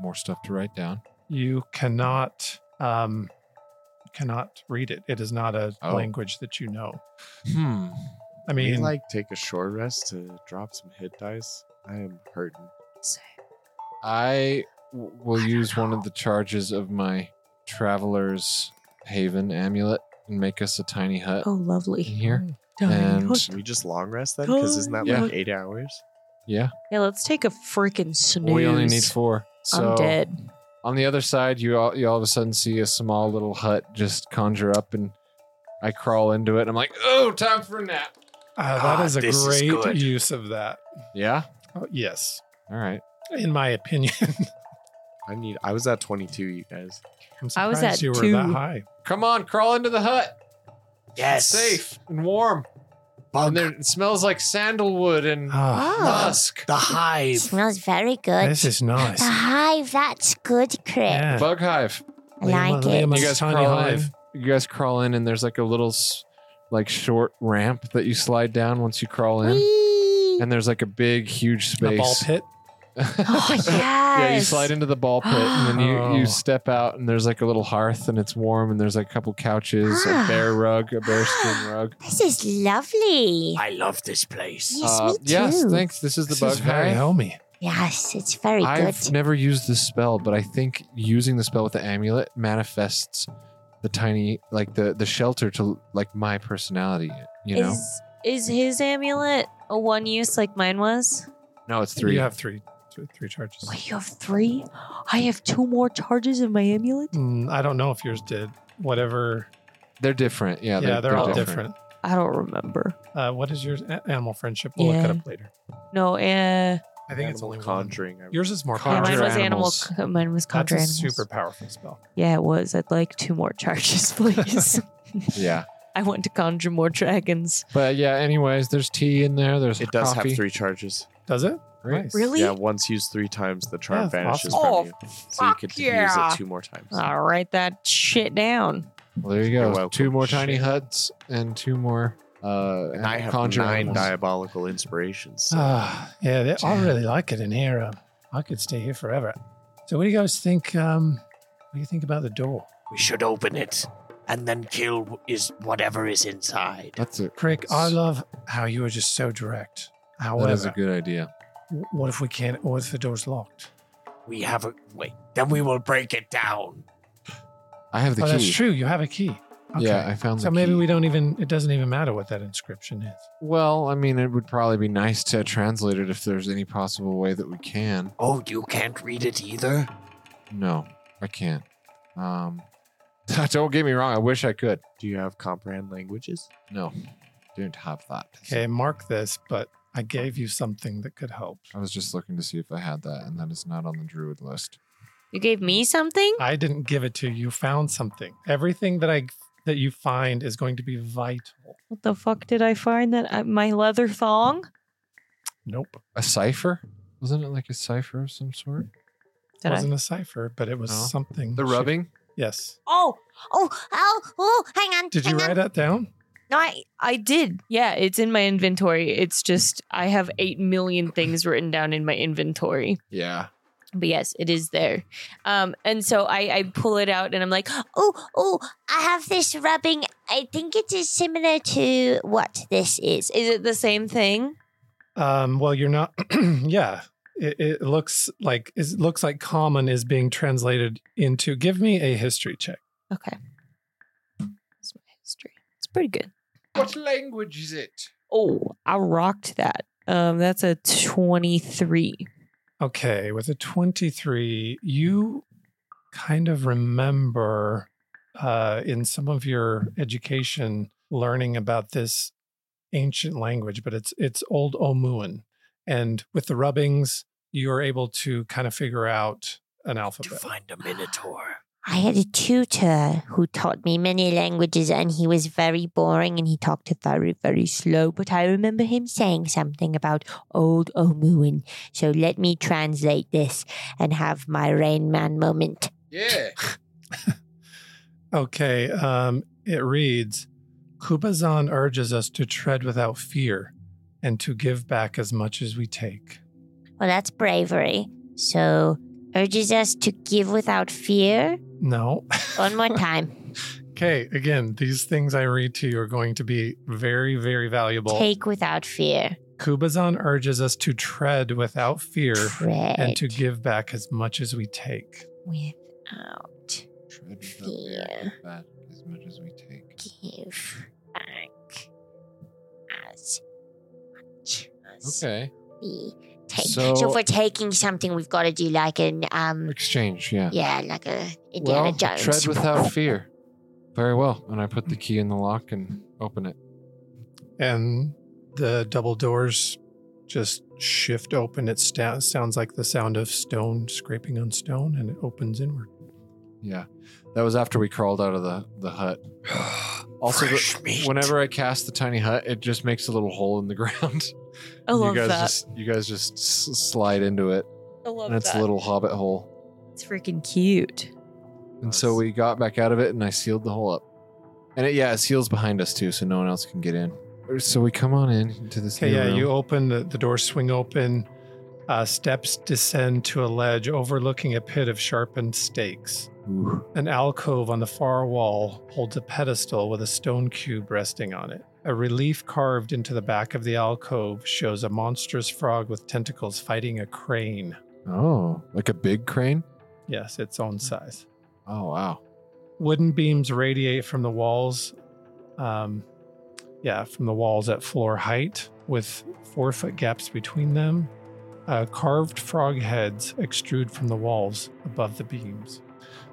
Speaker 1: more stuff to write down.
Speaker 3: you cannot um cannot read it it is not a
Speaker 1: Oh.
Speaker 3: language that you know
Speaker 1: Hmm.
Speaker 3: i
Speaker 4: Can we,
Speaker 3: mean
Speaker 4: like take a short rest to drop some hit dice? I am hurting.
Speaker 1: I w- will use one of the charges of my traveler's haven amulet and make us a tiny hut
Speaker 2: oh,
Speaker 1: in
Speaker 2: lovely.
Speaker 1: here.
Speaker 2: Darn.
Speaker 1: And-
Speaker 4: Should we just long rest then? Because isn't that like eight hours?
Speaker 1: Yeah,
Speaker 2: yeah, let's take a freaking snooze.
Speaker 1: we only need four. So
Speaker 2: I'm dead.
Speaker 1: on the other side, you all, you all of a sudden see a small little hut just conjure up, and I crawl into it. And I'm like, oh, time for a nap.
Speaker 3: uh,
Speaker 6: Ah,
Speaker 3: that is a
Speaker 6: this is
Speaker 3: great
Speaker 6: good.
Speaker 3: use of that
Speaker 1: Yeah.
Speaker 3: Oh, yes
Speaker 1: All right.
Speaker 3: in my opinion
Speaker 4: I need. I was at 22, you guys.
Speaker 3: i'm surprised
Speaker 2: I was at
Speaker 3: you were that
Speaker 2: two.
Speaker 3: high
Speaker 1: Come on, crawl into the hut.
Speaker 6: yes.
Speaker 1: Safe and warm.
Speaker 6: Bug
Speaker 1: And there, it smells like sandalwood and
Speaker 3: Ah,
Speaker 5: Oh,
Speaker 1: musk.
Speaker 6: the
Speaker 5: it
Speaker 6: hive.
Speaker 5: smells very good.
Speaker 3: this is
Speaker 5: the
Speaker 3: nice
Speaker 5: hive, that's good, Crick.
Speaker 3: yeah.
Speaker 1: Bug hive.
Speaker 5: I like it.
Speaker 1: You guys
Speaker 3: tiny
Speaker 1: crawl
Speaker 3: hive
Speaker 1: in. You guys crawl in, and there's like a little, s- like short ramp that you slide down once you crawl in.
Speaker 5: Whee!
Speaker 1: And there's like a big, huge
Speaker 3: a
Speaker 1: space.
Speaker 3: ball pit
Speaker 5: Oh, yes.
Speaker 1: Yeah, you slide into the ball pit, and then you,
Speaker 3: Oh.
Speaker 1: you step out, and there's like a little hearth, and it's warm, and there's like a couple couches,
Speaker 5: Ah.
Speaker 1: a bear rug, a bearskin rug.
Speaker 5: This is lovely.
Speaker 6: I love this place.
Speaker 5: Yes,
Speaker 1: Uh,
Speaker 5: me too.
Speaker 1: yes, thanks. This is the
Speaker 3: this
Speaker 1: bug
Speaker 3: is very
Speaker 1: hive.
Speaker 3: homey
Speaker 5: Yes, it's very
Speaker 1: I've
Speaker 5: good.
Speaker 1: never used this spell, but I think using the spell with the amulet manifests the tiny, like the the shelter to like my personality. You know,
Speaker 2: Is is his amulet a one use like mine was?
Speaker 1: no, it's three.
Speaker 3: you have three three, three charges
Speaker 2: Wait, you have three? I have two more charges in my amulet.
Speaker 3: Mm, i don't know if yours did whatever
Speaker 1: They're different. Yeah,
Speaker 3: yeah, they're, all different,
Speaker 2: I don't remember.
Speaker 3: Uh, what is yours A- animal friendship we'll look
Speaker 2: Yeah.
Speaker 3: it up later
Speaker 2: No, uh,
Speaker 3: i think it's
Speaker 4: Animal
Speaker 3: only one.
Speaker 4: conjuring. I-
Speaker 3: Yours is more
Speaker 2: yeah,
Speaker 1: Conjure
Speaker 2: mine
Speaker 3: powerful.
Speaker 2: was
Speaker 1: animals.
Speaker 2: animal. Mine was
Speaker 3: That's
Speaker 2: conjure
Speaker 3: a
Speaker 2: animals.
Speaker 3: super powerful spell.
Speaker 2: Yeah, it was. I'd like two more charges, please.
Speaker 1: Yeah,
Speaker 2: I want to conjure more dragons.
Speaker 1: but yeah. Anyways, there's tea in there. There's
Speaker 4: It does
Speaker 1: coffee.
Speaker 4: have three charges.
Speaker 3: Does it?
Speaker 1: Great.
Speaker 3: Nice.
Speaker 2: Really?
Speaker 4: Yeah, once used three times, the charm
Speaker 3: Yeah,
Speaker 4: vanishes
Speaker 3: awesome.
Speaker 4: from
Speaker 2: Oh,
Speaker 4: you. So you
Speaker 2: fuck
Speaker 4: could
Speaker 2: yeah.
Speaker 4: use it two more times.
Speaker 2: I'll write that shit down.
Speaker 1: Well, there you
Speaker 4: You're
Speaker 1: go.
Speaker 4: welcome.
Speaker 1: Two more tiny
Speaker 4: Shit.
Speaker 1: huts and two more. Uh,
Speaker 4: And I have
Speaker 1: conjure
Speaker 4: nine
Speaker 1: animals.
Speaker 4: diabolical inspirations. so-
Speaker 3: Ah, yeah, they, I really like it in here. Um, I could stay here forever. So, what do you guys think? Um, what do you think about the door?
Speaker 6: We should open it and then kill is whatever is inside.
Speaker 1: That's a
Speaker 3: Crick, I love how you are just so direct.
Speaker 1: that is a
Speaker 3: However,
Speaker 1: good idea.
Speaker 3: w- what if we can't? What if the door's locked?
Speaker 6: We have a wait. Then we will break it down.
Speaker 1: I have the
Speaker 3: oh,
Speaker 1: key.
Speaker 3: that's true. You have a key. Okay.
Speaker 1: Yeah, I found the
Speaker 3: so maybe
Speaker 1: key.
Speaker 3: we don't even. It doesn't even matter what that inscription is.
Speaker 1: Well, I mean, it would probably be nice to translate it if there's any possible way that we can.
Speaker 6: Oh, you can't read it either.
Speaker 1: No, I can't. Um, don't get me wrong. I wish I could.
Speaker 4: Do you have comprehend languages?
Speaker 1: No, don't have that.
Speaker 3: Okay, mark this. But I gave you something that could help.
Speaker 1: I was just looking to see if I had that, and that is not on the druid list.
Speaker 2: You gave me something?
Speaker 3: I didn't give it to you. You found something. Everything that I that you find is going to be vital.
Speaker 2: What the fuck did I find that? I, my leather thong?
Speaker 3: Nope.
Speaker 1: A cipher? Wasn't it like a cipher of some sort?
Speaker 2: Did I?
Speaker 3: wasn't a cipher, but it was
Speaker 1: No.
Speaker 3: something.
Speaker 1: The
Speaker 3: she-
Speaker 1: rubbing?
Speaker 3: yes.
Speaker 5: Oh, oh, oh, oh, hang on.
Speaker 3: Did you
Speaker 5: hang on.
Speaker 3: write that down?
Speaker 5: No, I,
Speaker 2: I did. Yeah, it's in my inventory. It's just I have 8 million things written down in my inventory.
Speaker 1: Yeah.
Speaker 2: But yes, it is there. Um and so I I pull it out and I'm like,
Speaker 5: oh, oh, I have this rubbing. I think it is similar to what this is.
Speaker 2: is it the same thing?
Speaker 3: Um, well, you're not. yeah, it, it looks like it looks like common is being translated into. Give me a history check.
Speaker 2: Okay. That's my history. It's pretty good.
Speaker 1: What language is it?
Speaker 2: Oh, I rocked that. Um that's a 23.
Speaker 3: Okay, with a 23, you kind of remember uh, in some of your education learning about this ancient language, but it's it's old Omuan, and with the rubbings, you're able to kind of figure out an
Speaker 6: to
Speaker 3: alphabet.
Speaker 6: find a minotaur.
Speaker 5: I had a tutor who taught me many languages, and he was very boring and he talked very, very slow. But I remember him saying something about old Omuin. So let me translate this and have my Rain Man moment.
Speaker 1: Yeah.
Speaker 3: Okay, um, it reads Kubazan urges us to tread without fear and to give back as much as we take.
Speaker 5: Well, that's bravery. So urges us to give without fear.
Speaker 3: No.
Speaker 5: One more time.
Speaker 3: Okay, again, these things I read to you are going to be very, very valuable.
Speaker 5: Take without fear.
Speaker 3: Kubazan urges us to tread without fear
Speaker 5: Tread
Speaker 3: and to give back as much as we take.
Speaker 5: without
Speaker 1: Tread without fear,
Speaker 5: Yeah.
Speaker 1: give back as much as we take.
Speaker 5: give back as much as
Speaker 1: Okay.
Speaker 5: we take. So,
Speaker 1: So-
Speaker 5: if we're taking something, we've got to do like an um,
Speaker 1: Exchange, yeah.
Speaker 5: yeah, like a Indiana
Speaker 1: well,
Speaker 5: Jones.
Speaker 1: tread without fear. Very well. And I put the key in the lock and open it.
Speaker 3: And the double doors just shift open. It sta- sounds like the sound of stone scraping on stone and it opens inward.
Speaker 1: Yeah. That was after we crawled out of the, the hut. Also, the,
Speaker 6: Fresh meat.
Speaker 1: whenever I cast the tiny hut, it just makes a little hole in the ground.
Speaker 2: I love
Speaker 1: you guys
Speaker 2: that.
Speaker 1: Just, you guys just s- slide into it,
Speaker 2: I love
Speaker 1: and it's
Speaker 2: that.
Speaker 1: a little hobbit hole.
Speaker 2: it's freaking cute.
Speaker 1: And so we got back out of it, and I sealed the hole up. And it, yeah, it seals behind us too, so no one else can get in. So we come on in to this.
Speaker 3: Okay,
Speaker 1: new
Speaker 3: yeah,
Speaker 1: room.
Speaker 3: you open the, the doors swing open. Uh, steps descend to a ledge overlooking a pit of sharpened stakes.
Speaker 1: Ooh.
Speaker 3: An alcove on the far wall holds a pedestal with a stone cube resting on it. A relief carved into the back of the alcove shows a monstrous frog with tentacles fighting a crane.
Speaker 1: Oh, like a big crane.
Speaker 3: Yes, its own size.
Speaker 1: Oh wow.
Speaker 3: Wooden beams radiate from the walls. Um, yeah, from the walls at floor height with four foot gaps between them. Uh, carved frog heads extrude from the walls above the beams.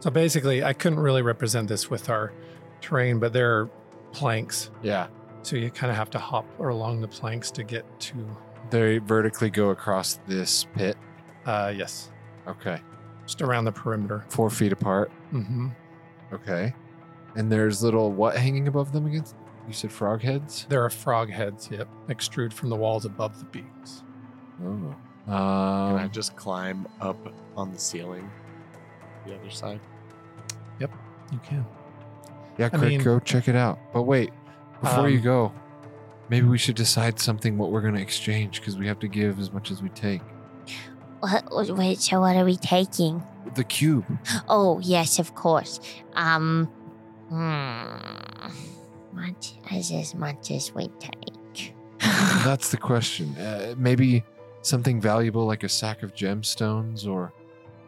Speaker 3: So basically, I couldn't really represent this with our terrain, but there are planks.
Speaker 1: Yeah,
Speaker 3: So you kind of have to hop along the planks to get to.
Speaker 1: they vertically go across this pit.
Speaker 3: Uh, yes,
Speaker 1: Okay,
Speaker 3: just around the perimeter.
Speaker 1: four feet apart.
Speaker 3: hmm
Speaker 1: Okay, and there's little what hanging above them against. You said frog heads.
Speaker 3: There are frog heads, yep, extrude from the walls above the beams.
Speaker 1: Oh.
Speaker 4: Can
Speaker 1: Um,
Speaker 4: I just climb up on the ceiling, the other side?
Speaker 3: You can.
Speaker 1: Yeah,
Speaker 3: I
Speaker 1: Craig,
Speaker 3: mean-
Speaker 1: go check it out. But wait, before you
Speaker 3: Um, hmm.
Speaker 1: go, maybe we should decide something what we're going to exchange because we have to give as much as we take.
Speaker 5: What- what- Wait, so what are we taking?
Speaker 1: The cube.
Speaker 5: Oh yes, of course. Um, hmm, much as as much as we take.
Speaker 1: That's the question. Uh, maybe something valuable like a sack of gemstones or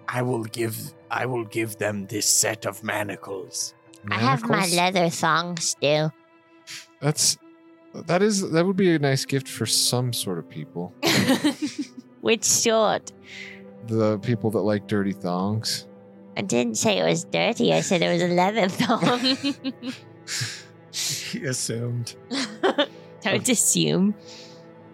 Speaker 6: I will give I will give them this set of manacles.
Speaker 5: I have my
Speaker 1: manacles?
Speaker 5: leather thong still.
Speaker 1: That's that is that would be a nice gift for some sort of people.
Speaker 5: Which sort?
Speaker 1: The people that like dirty thongs.
Speaker 5: I didn't say it was dirty. I said it was a leather thong.
Speaker 3: He assumed.
Speaker 5: Don't assume.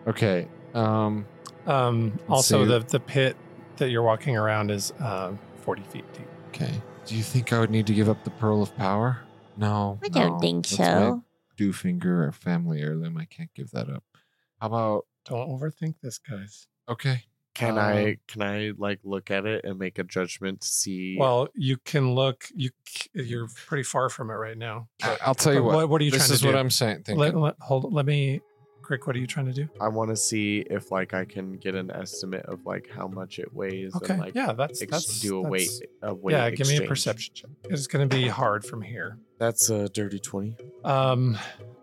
Speaker 1: Okay. Um
Speaker 3: Um,
Speaker 1: Let's
Speaker 3: also,
Speaker 1: see.
Speaker 3: the, the pit that you're walking around is um, 40 feet deep.
Speaker 1: okay. Do you think I would need to give up the pearl of power? No.
Speaker 5: I don't
Speaker 1: no.
Speaker 5: think
Speaker 1: Oh, That's my
Speaker 5: so.
Speaker 1: do finger or family heirloom. I can't give that up. How about
Speaker 3: Don't overthink this, guys.
Speaker 1: okay?
Speaker 4: Can
Speaker 1: Uh,
Speaker 3: Oh.
Speaker 4: I can I like look at it and make a judgment to see?
Speaker 3: Well, you can look. You c- you're pretty far from it right now.
Speaker 1: I- I'll tell you
Speaker 3: But
Speaker 1: what.
Speaker 3: what, what are you
Speaker 1: this
Speaker 3: trying
Speaker 1: is
Speaker 3: to
Speaker 1: what
Speaker 3: do?
Speaker 1: I'm saying. Thinking.
Speaker 3: Let, let- hold. Let me. Crick, what are you trying to do?
Speaker 4: I want to see if like I can get an estimate of like how much it weighs
Speaker 3: Okay.
Speaker 4: and like
Speaker 3: yeah, that's
Speaker 4: ex-
Speaker 3: that's
Speaker 4: do a
Speaker 3: that's,
Speaker 4: weight a weight.
Speaker 3: yeah, give me a
Speaker 4: exchange.
Speaker 3: perception It's going to be hard from here.
Speaker 4: That's a dirty twenty.
Speaker 3: Um,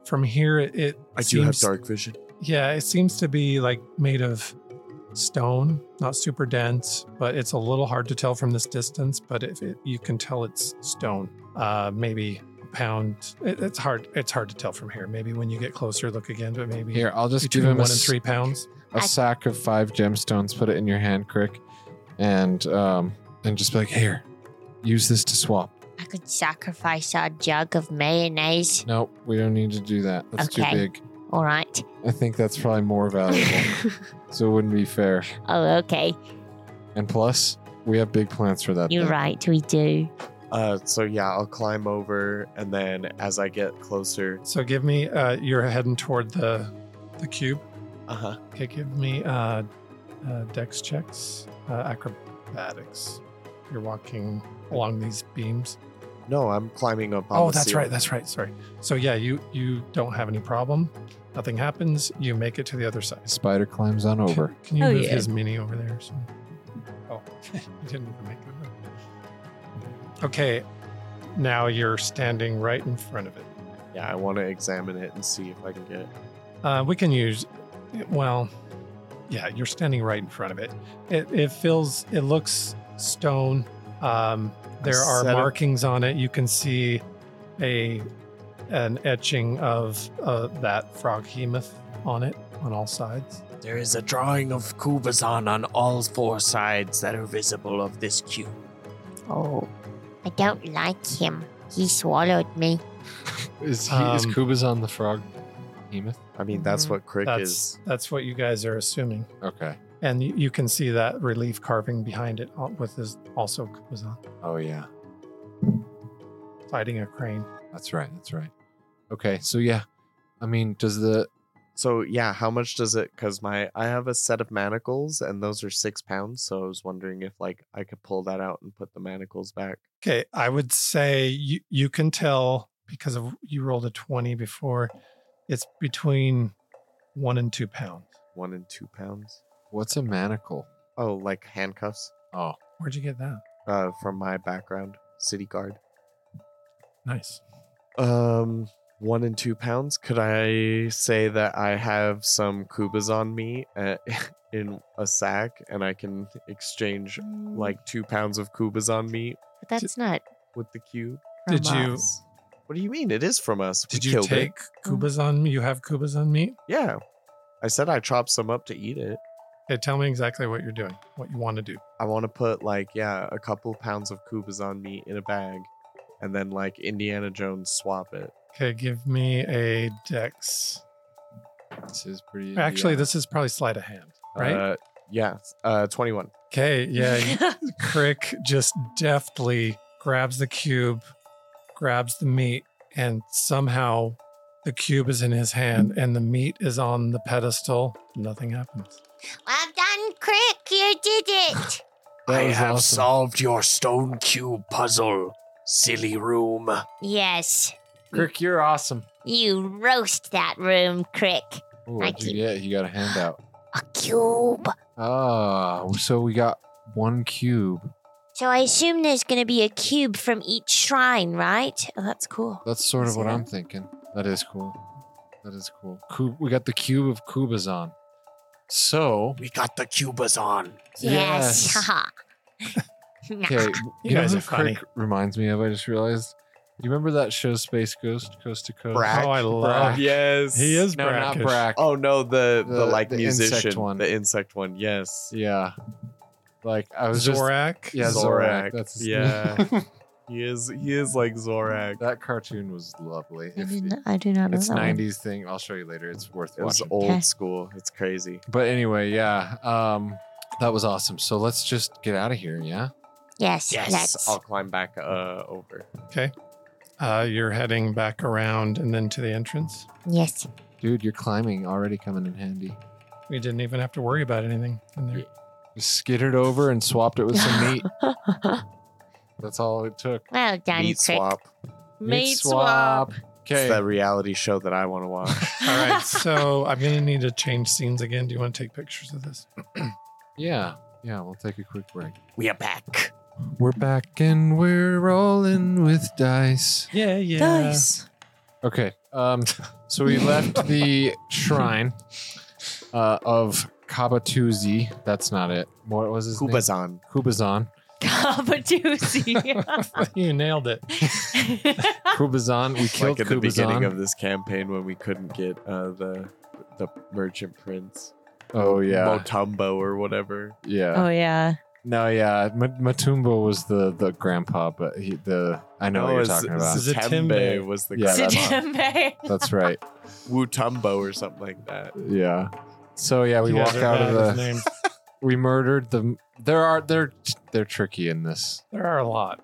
Speaker 3: from here, it, it
Speaker 4: I
Speaker 3: seems,
Speaker 4: do have dark vision.
Speaker 3: Yeah, it seems to be like made of stone, not super dense, but it's a little hard to tell from this distance. But if it, you can tell it's stone, uh, maybe a pound. It, it's hard. It's hard to tell from here. Maybe when you get closer, look again. But maybe
Speaker 1: Here, I'll just
Speaker 3: between
Speaker 1: give him
Speaker 3: one
Speaker 1: a,
Speaker 3: and
Speaker 1: s-
Speaker 3: three pounds.
Speaker 1: a
Speaker 5: I-
Speaker 1: sack of five gemstones. Put it in your hand, Crick, and um, and just be like, here, use this to swap.
Speaker 5: I could sacrifice our jug of mayonnaise.
Speaker 1: No, we don't need to do that. That's too
Speaker 5: Okay.
Speaker 1: big.
Speaker 5: All right.
Speaker 1: I think that's probably more valuable, so it wouldn't be fair.
Speaker 5: Oh, okay.
Speaker 1: And plus, we have big plans for that.
Speaker 5: You're
Speaker 1: thing.
Speaker 5: right. We do.
Speaker 4: Uh, so yeah, I'll climb over, and then as I get closer,
Speaker 3: So give me. Uh, you're heading toward the the cube.
Speaker 4: uh huh.
Speaker 3: Okay, give me uh, uh, dex checks, uh, acrobatics. You're walking along these beams.
Speaker 4: No, I'm climbing up. On
Speaker 3: Oh,
Speaker 4: the
Speaker 3: that's
Speaker 4: ceiling.
Speaker 3: right. That's right. Sorry. So yeah, you you don't have any problem. Nothing happens. You make it to the other side.
Speaker 1: Spider climbs on over.
Speaker 3: Can, can you
Speaker 2: Oh,
Speaker 3: move
Speaker 2: yeah.
Speaker 3: his mini over there? So? Oh, you didn't even make it. over. Okay, now you're standing right in front of it.
Speaker 4: Yeah, I want to examine it and see if I can get.
Speaker 3: Uh, we can use, well, yeah, you're standing right in front of it. It, it feels, it looks stone. Um, there are
Speaker 4: set up-
Speaker 3: markings on it. You can see a an etching of uh, that frog hemoth on it on all sides.
Speaker 6: There is a drawing of Kubazan on all four sides that are visible of this cube.
Speaker 5: Oh, I don't like him. He swallowed me.
Speaker 1: Is he, is
Speaker 3: Um,
Speaker 1: Kuba's on the frog? Hemoth.
Speaker 4: I mean, that's
Speaker 2: Mhm.
Speaker 4: what Crick
Speaker 3: That's
Speaker 4: is.
Speaker 3: that's what you guys are assuming,
Speaker 1: Okay.
Speaker 3: and you, you can see that relief carving behind it uh, with his also was on
Speaker 1: Oh yeah,
Speaker 3: fighting a crane.
Speaker 1: that's right. That's right. Okay, so yeah, I mean, does the
Speaker 4: So yeah, how much does it? Because my I have a set of manacles, and those are six pounds. So I was wondering if like I could pull that out and put the manacles back.
Speaker 3: Okay, I would say you you can tell because of you rolled a twenty before. It's between one and two pounds.
Speaker 4: One and two pounds.
Speaker 1: what's a manacle?
Speaker 4: Oh, like handcuffs.
Speaker 1: Oh,
Speaker 3: Where'd you get that?
Speaker 4: Uh, from my background, city guard.
Speaker 3: Nice.
Speaker 4: Um, one and two pounds. Could I say that I have some kubas on me uh, in a sack, and I can exchange like two pounds of kubas on me
Speaker 5: But that's not.
Speaker 4: with the cube?
Speaker 5: From
Speaker 3: Did you-
Speaker 5: us.
Speaker 4: What do you mean? It is from us. We
Speaker 3: Did you
Speaker 4: killed it.
Speaker 3: take um, kubas on me? You have kubas on meat?
Speaker 4: Yeah, I said I chopped some up to eat it.
Speaker 3: Okay, tell me exactly what you're doing, what you want to do.
Speaker 4: I want to put like yeah a couple pounds of kubas on me in a bag, and then like Indiana Jones swap it.
Speaker 3: Okay, give me a dex.
Speaker 1: this is pretty.
Speaker 3: Actually,
Speaker 1: Indiana.
Speaker 3: this is probably sleight of hand, right?
Speaker 4: Uh, yeah. Uh, twenty one.
Speaker 3: okay, yeah. you- Crick just deftly grabs the cube, grabs the meat, and somehow the cube is in his hand and the meat is on the pedestal. Nothing happens.
Speaker 5: Well done, Crick. You did it.
Speaker 6: I have solved your stone cube puzzle, silly room.
Speaker 5: yes.
Speaker 1: Kirk, you're awesome.
Speaker 5: You roast that room, Crick.
Speaker 1: Ooh, what'd you
Speaker 5: Thank
Speaker 1: get? You got a handout.
Speaker 5: A cube.
Speaker 1: Oh, so we got one cube.
Speaker 5: So I assume there's going to be a cube from each shrine, right? Oh, that's cool.
Speaker 1: That's sort of what
Speaker 5: Yeah.
Speaker 1: I'm thinking. That is cool. That is cool. Cube, we got the cube of Kubazon. So
Speaker 6: We got the Kubazan.
Speaker 5: Yes.
Speaker 1: Yes.
Speaker 5: haha. Nah.
Speaker 1: okay,
Speaker 3: You guys
Speaker 1: who
Speaker 3: are funny.
Speaker 1: Kirk reminds me of. I just realized. You remember that show Space Ghost Coast to Coast?
Speaker 4: Brack.
Speaker 3: Oh, I love
Speaker 4: Yes.
Speaker 3: He is
Speaker 1: No,
Speaker 3: brackish.
Speaker 1: not Brack.
Speaker 4: Oh no, the the,
Speaker 1: The-
Speaker 4: like
Speaker 1: the insect
Speaker 4: musician,
Speaker 1: one.
Speaker 4: the insect one. Yes.
Speaker 1: Yeah. Like I was just
Speaker 3: Zorak.
Speaker 1: Yeah, Zorak.
Speaker 4: Zorak.
Speaker 1: That's his
Speaker 4: Yeah.
Speaker 1: name.
Speaker 4: He is he is like Zorak.
Speaker 1: that cartoon was lovely.
Speaker 5: I
Speaker 1: If
Speaker 5: do not, I do not know
Speaker 1: it's
Speaker 5: that one.
Speaker 1: '90s thing. I'll show you later. It's worth
Speaker 4: It was
Speaker 1: watching.
Speaker 4: old
Speaker 5: Okay.
Speaker 4: school. It's crazy.
Speaker 1: But anyway, yeah, um, that was awesome. So let's just get out of here. Yeah.
Speaker 5: Yes,
Speaker 6: Yes,
Speaker 5: let's.
Speaker 4: I'll climb back uh over.
Speaker 3: Uh, you're heading back around and then to the entrance.
Speaker 5: Yes.
Speaker 1: Dude, you're climbing already coming in handy.
Speaker 3: We didn't even have to worry about anything in there.
Speaker 1: skittered over and swapped it with some meat. That's all it took.
Speaker 5: Well done,
Speaker 4: Meat
Speaker 5: Crick.
Speaker 4: swap.
Speaker 2: Meat swap.
Speaker 1: Okay.
Speaker 4: It's that reality show that I want to watch.
Speaker 3: All right, so I'm gonna need to change scenes again. Do you want to take pictures of this?
Speaker 1: Yeah. Yeah, we'll take a quick break.
Speaker 6: We are back.
Speaker 1: We're back and we're rolling with dice.
Speaker 3: Yeah, yeah.
Speaker 2: Nice.
Speaker 1: Okay. Um so we left the shrine uh of Kabatuzi. That's not it. What was his name?
Speaker 4: Kubazan.
Speaker 1: Kubazan.
Speaker 2: Kabadoozy.
Speaker 3: you nailed it.
Speaker 1: Kubazan. We killed
Speaker 4: Like at the
Speaker 1: Kubazan.
Speaker 4: beginning of this campaign when we couldn't get uh, the the merchant prince.
Speaker 1: oh yeah.
Speaker 4: Motumbo or whatever.
Speaker 1: Yeah.
Speaker 2: oh yeah.
Speaker 1: No, yeah. M- Matumbo was the the grandpa, but he the I know what you're
Speaker 4: Oh, it's-
Speaker 1: talking
Speaker 4: it's
Speaker 1: about.
Speaker 3: Oh, is-
Speaker 4: Zatembe
Speaker 3: Zatembe.
Speaker 4: was the
Speaker 1: Yeah,
Speaker 4: yeah,
Speaker 1: that's-
Speaker 2: Sitembe.
Speaker 1: That's right.
Speaker 4: Wutumbo or something like that.
Speaker 1: Um, Yeah. So yeah, we
Speaker 3: You guys
Speaker 1: walk
Speaker 3: are
Speaker 1: out of
Speaker 3: bad
Speaker 1: the
Speaker 3: with names.
Speaker 1: we murdered the there are they're they're tricky in this
Speaker 3: There are a lot.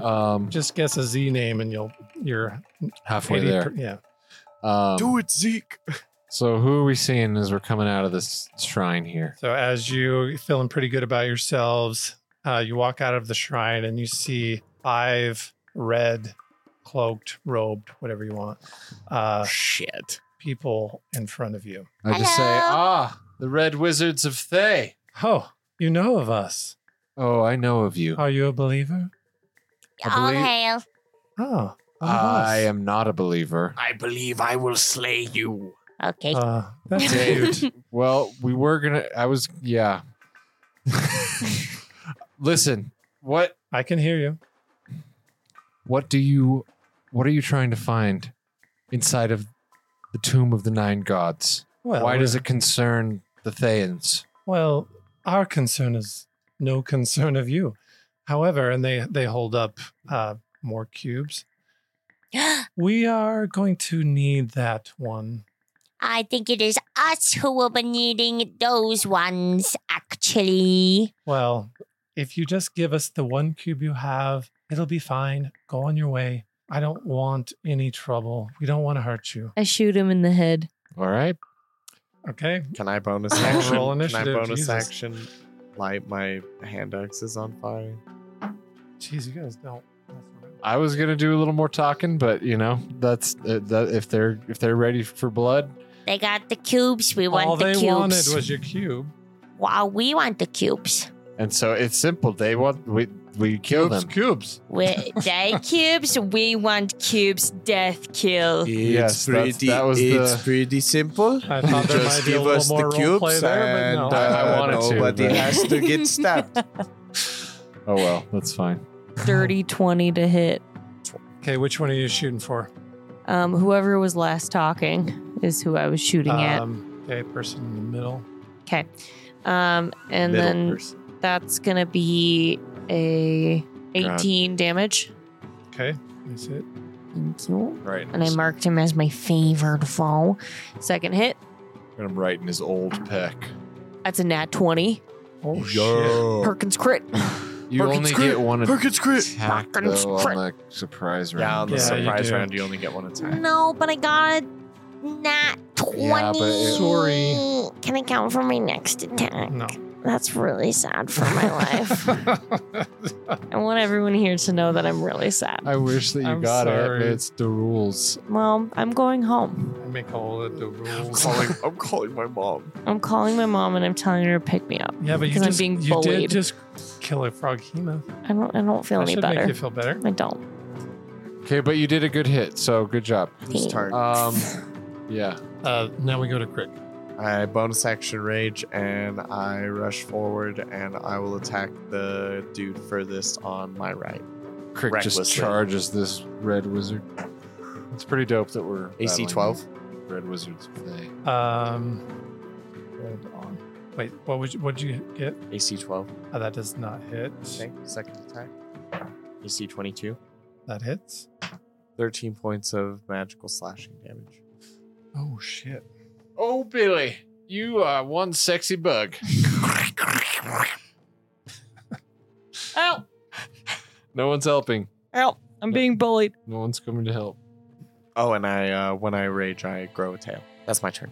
Speaker 1: um
Speaker 3: Just guess a Z name and you'll you're
Speaker 1: halfway
Speaker 3: 80
Speaker 1: there
Speaker 3: per- yeah.
Speaker 1: um,
Speaker 4: it, Zeke.
Speaker 1: so who are we seeing as we're coming out of this shrine here
Speaker 3: So as you feeling pretty good about yourselves, uh, you walk out of the shrine and you see five red, cloaked, robed, whatever you want, uh,
Speaker 6: Shit.
Speaker 3: people in front of you.
Speaker 1: i just say
Speaker 5: Hello?
Speaker 1: ah the red wizards of thay
Speaker 3: Oh, you know of us.
Speaker 1: oh i know of you
Speaker 3: Are you a believer?
Speaker 1: I
Speaker 5: All
Speaker 1: believe-
Speaker 5: hail.
Speaker 3: Oh, one of
Speaker 1: i
Speaker 3: us.
Speaker 1: am not a believer
Speaker 6: I believe I will slay you.
Speaker 5: Okay.
Speaker 3: Uh, that's
Speaker 1: Dude.
Speaker 3: cute.
Speaker 1: well we were gonna i was yeah listen what
Speaker 3: I can hear you.
Speaker 1: what do you what are you trying to find inside of the tomb of the nine gods
Speaker 3: Well,
Speaker 1: why does it concern the thayans
Speaker 3: Well, our concern is no concern of you. However, and they they hold up uh, more cubes.
Speaker 1: Uh,
Speaker 3: We are going to need that one.
Speaker 5: I think it is us who will be needing those ones, actually.
Speaker 3: Well, if you just give us the one cube you have, it'll be fine. Go on your way. I don't want any trouble. We don't want to hurt you.
Speaker 2: I shoot him in the head.
Speaker 1: All right.
Speaker 3: Okay.
Speaker 4: Can I bonus action?
Speaker 3: Roll
Speaker 4: Can I
Speaker 3: initiative,
Speaker 4: bonus
Speaker 3: Jesus.
Speaker 4: action? Light my hand axe is on fire.
Speaker 3: Jeez, you guys don't.
Speaker 1: I was gonna do a little more talking, but you know, that's uh, that if they're if they're ready for blood,
Speaker 5: They got the cubes. We want
Speaker 3: All
Speaker 5: the
Speaker 3: they
Speaker 5: cubes.
Speaker 3: wanted was your cube.
Speaker 5: wow, we want the cubes.
Speaker 1: and so it's simple. They want we we kill them.
Speaker 3: cubes.
Speaker 5: We, they cubes. We want cubes. Death kill.
Speaker 1: Yes, that's- that was the-
Speaker 4: pretty simple.
Speaker 3: I thought there might be a little more role play there, but no.
Speaker 1: uh, I wanted to,
Speaker 4: nobody
Speaker 1: but-
Speaker 4: has to get stabbed.
Speaker 1: Oh well, that's fine.
Speaker 2: Dirty 20 to hit.
Speaker 3: Okay, which one are you shooting for?
Speaker 2: Um, whoever was last talking is who I was shooting
Speaker 3: Um, okay, person in the middle.
Speaker 2: at. Um, and
Speaker 4: Middle
Speaker 2: then
Speaker 4: person.
Speaker 2: that's gonna be a 18 damage.
Speaker 3: Okay, that's it.
Speaker 5: Thank you.
Speaker 1: Right.
Speaker 5: And I marked him as my favored foe.
Speaker 2: Second hit.
Speaker 1: I'm right in his old peck.
Speaker 2: That's a nat 20.
Speaker 3: Oh
Speaker 2: Perkins crit.
Speaker 1: You
Speaker 4: Perkins
Speaker 1: only
Speaker 4: crit,
Speaker 1: get one
Speaker 4: Perkins crit.
Speaker 1: attack
Speaker 5: Perkins
Speaker 1: though, on
Speaker 5: crit.
Speaker 1: the surprise
Speaker 4: Yeah, on
Speaker 1: round.
Speaker 4: the
Speaker 3: Yeah, you
Speaker 4: surprise
Speaker 3: do.
Speaker 4: round, you only get one attack.
Speaker 5: No, but I got a nat twenty.
Speaker 1: Yeah, but it-
Speaker 3: Sorry.
Speaker 5: Can I count for my next attack?
Speaker 3: No.
Speaker 5: That's really sad for my life.
Speaker 2: I want everyone here to know that I'm really sad.
Speaker 1: I wish that you
Speaker 3: I'm
Speaker 1: got it.
Speaker 3: sorry.
Speaker 1: but It's the rules.
Speaker 2: Well, I'm going home.
Speaker 3: I make all of the
Speaker 4: I'm
Speaker 3: rules.
Speaker 4: calling, I'm calling my mom.
Speaker 2: I'm calling my mom and I'm telling her to pick me up.
Speaker 3: Yeah, but you
Speaker 2: 'Cause I'm
Speaker 3: just
Speaker 2: being
Speaker 3: you
Speaker 2: bullied.
Speaker 3: did just kill a frog hema.
Speaker 2: I don't. I don't feel
Speaker 3: That
Speaker 2: any
Speaker 3: should
Speaker 2: better.
Speaker 3: make you feel better.
Speaker 2: I don't.
Speaker 1: Okay, but you did a good hit, so good job.
Speaker 4: Whose turn?
Speaker 1: Um, yeah.
Speaker 3: Uh, now we go to Crick.
Speaker 4: I bonus action rage and I rush forward and I will attack the dude furthest on my right.
Speaker 1: Crick
Speaker 4: Recklessly.
Speaker 1: just charges this red wizard. It's pretty dope that we're
Speaker 4: AC
Speaker 1: battling
Speaker 4: 12.
Speaker 1: red wizards of Thay.
Speaker 3: Um, hold on. Wait, what would you, what did you get?
Speaker 4: AC 12.
Speaker 3: Oh, that does not hit.
Speaker 4: Okay. Second attack. AC 22.
Speaker 3: That hits.
Speaker 4: 13 points of magical slashing damage.
Speaker 3: Oh shit!
Speaker 1: Oh, Billy, you are one sexy bug.
Speaker 2: Ow!
Speaker 1: No one's helping.
Speaker 2: Ow! I'm being bullied.
Speaker 1: No one's coming to help.
Speaker 4: Oh, and I uh, when I rage, I grow a tail. That's my turn.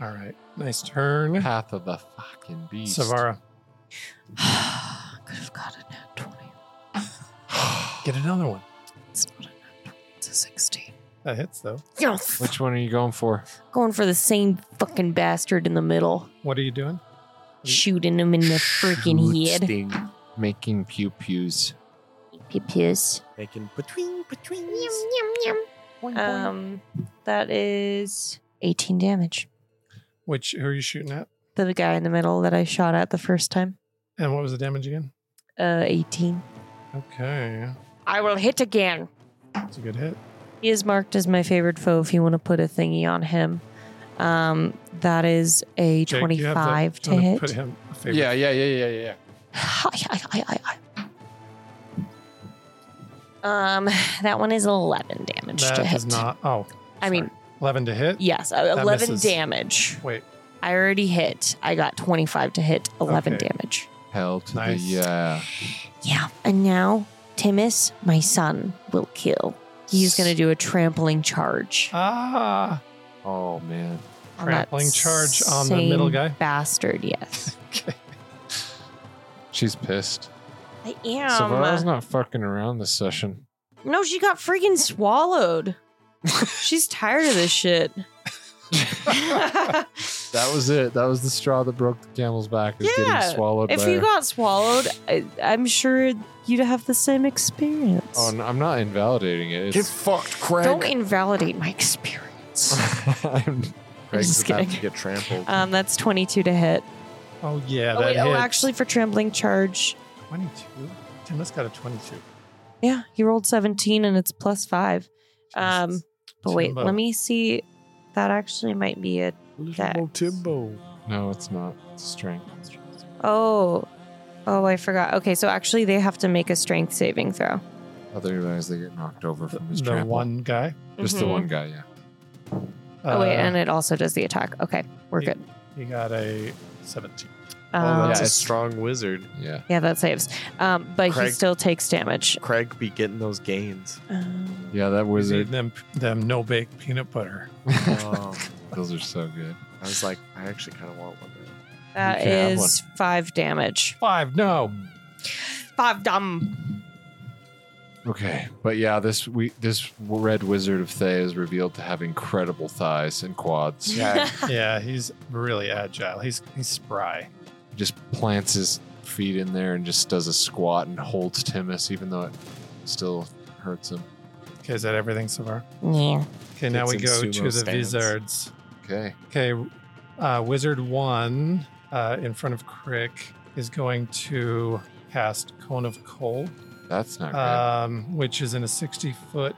Speaker 3: All right, nice turn,
Speaker 1: Path of the fucking beast.
Speaker 3: Savara.
Speaker 2: Could have got a nat 20.
Speaker 3: Get another one.
Speaker 2: It's not a nat 20, it's a 16.
Speaker 3: That hits though.
Speaker 5: Yes.
Speaker 1: Which one are you going for?
Speaker 2: Going for the same fucking bastard in the middle,
Speaker 3: What are you doing?
Speaker 5: Shooting him in the freaking
Speaker 1: Shoots
Speaker 5: head.
Speaker 1: thing. Making pew pews.
Speaker 5: Pew-pews.
Speaker 4: Making between between.
Speaker 5: Yum, yum, yum.
Speaker 2: Um, that is 18 damage.
Speaker 3: Which who are you shooting at?
Speaker 2: The guy in the middle that I shot at the first time.
Speaker 3: And what was the damage again?
Speaker 2: Uh, 18.
Speaker 3: Okay,
Speaker 2: I will hit again.
Speaker 3: that's a good hit.
Speaker 2: He is marked as my favorite foe if you want to put a thingy on him. Um, that is a
Speaker 3: Jake, you have
Speaker 2: 25
Speaker 3: the-
Speaker 2: to
Speaker 3: I'm gonna
Speaker 2: hit.
Speaker 3: Put him a favorite.
Speaker 1: Yeah, yeah, yeah, yeah, yeah, yeah.
Speaker 2: Um, that one is 11 damage
Speaker 3: That
Speaker 2: to
Speaker 3: is
Speaker 2: hit.
Speaker 3: not. Oh,
Speaker 2: I mean,
Speaker 3: sorry. eleven to hit.
Speaker 2: yes, uh, 11
Speaker 3: misses.
Speaker 2: damage.
Speaker 3: Wait,
Speaker 2: I already hit. I got 25 to hit, 11
Speaker 3: Okay.
Speaker 2: damage.
Speaker 1: Hell to
Speaker 3: Nice.
Speaker 1: the yeah.
Speaker 5: Yeah.
Speaker 2: And now, Timus, my son, will kill. He's going to do a trampling charge.
Speaker 3: ah,
Speaker 1: Oh man.
Speaker 2: on that
Speaker 3: Trampling charge on the middle
Speaker 2: same
Speaker 3: guy?
Speaker 2: Bastard, yes.
Speaker 1: She's pissed.
Speaker 5: I
Speaker 2: Um,
Speaker 1: So Savara's
Speaker 2: uh,
Speaker 5: am.
Speaker 1: not fucking around this session.
Speaker 2: No, she got freaking swallowed. She's tired of this shit.
Speaker 1: That was it. That was the straw that broke the camel's back. Is
Speaker 2: Yeah.
Speaker 1: getting swallowed.
Speaker 2: if
Speaker 1: by
Speaker 2: you
Speaker 1: her.
Speaker 2: got swallowed, I, I'm sure you'd have the same experience.
Speaker 1: oh, no, I'm not invalidating it.
Speaker 7: Get
Speaker 1: It's,
Speaker 7: fucked, Craig.
Speaker 2: Don't invalidate my experience.
Speaker 1: I'm
Speaker 2: I'm just
Speaker 4: about
Speaker 2: kidding.
Speaker 4: to get trampled.
Speaker 2: Um, that's 22 to hit.
Speaker 3: oh yeah,
Speaker 2: Oh,
Speaker 3: that
Speaker 2: wait,
Speaker 3: hits.
Speaker 2: oh, actually, for trampling charge,
Speaker 3: twenty-two. Tim, that's got a twenty-two.
Speaker 2: yeah, he rolled 17 and it's plus five. Um,
Speaker 3: Jesus.
Speaker 2: but wait,
Speaker 3: Timbo.
Speaker 2: let me see. That actually might be it.
Speaker 7: Little Timbo.
Speaker 1: No, it's not. It's strength.
Speaker 2: Oh, oh, I forgot. Okay, so actually, they have to make a strength saving throw.
Speaker 1: Otherwise, they get knocked over from his
Speaker 3: The
Speaker 1: trample.
Speaker 3: one guy.
Speaker 1: Just the
Speaker 2: Mhm.
Speaker 1: one guy, yeah.
Speaker 2: Oh wait,
Speaker 3: Uh,
Speaker 2: and it also does the attack. Okay, we're
Speaker 3: Yeah.
Speaker 2: good.
Speaker 3: he got a seventeen.
Speaker 4: oh,
Speaker 2: Um,
Speaker 4: that's
Speaker 1: yeah,
Speaker 4: a
Speaker 1: it's-
Speaker 4: strong wizard.
Speaker 1: Yeah.
Speaker 2: yeah, that saves. Um, but he
Speaker 4: Craig-
Speaker 2: still takes damage.
Speaker 4: Craig be getting those gains.
Speaker 2: Um,
Speaker 1: Yeah, that
Speaker 3: He's
Speaker 1: wizard.
Speaker 3: eating them them no bake peanut butter.
Speaker 4: Oh,
Speaker 1: Those are so good.
Speaker 4: I was like, I actually kind of want one. of those.
Speaker 2: that
Speaker 1: You can have
Speaker 2: is five damage.
Speaker 3: Five. No.
Speaker 2: Five dam.
Speaker 1: Okay, but yeah, this we this red wizard of Thay is revealed to have incredible thighs and quads.
Speaker 4: Yeah.
Speaker 3: yeah, he's really agile. He's he's spry.
Speaker 1: Just plants his feet in there and just does a squat and holds Timus, even though it still hurts him.
Speaker 3: Okay, is that everything so far?
Speaker 5: Yeah.
Speaker 3: Okay, now
Speaker 4: It's
Speaker 3: we
Speaker 4: in
Speaker 3: go
Speaker 4: sumo
Speaker 3: to the
Speaker 4: stance.
Speaker 3: wizards.
Speaker 1: Okay,
Speaker 3: Okay, uh, wizard one uh, in front of Crick is going to cast Cone of Cold,
Speaker 1: that's not good.
Speaker 3: um, which is in a sixty foot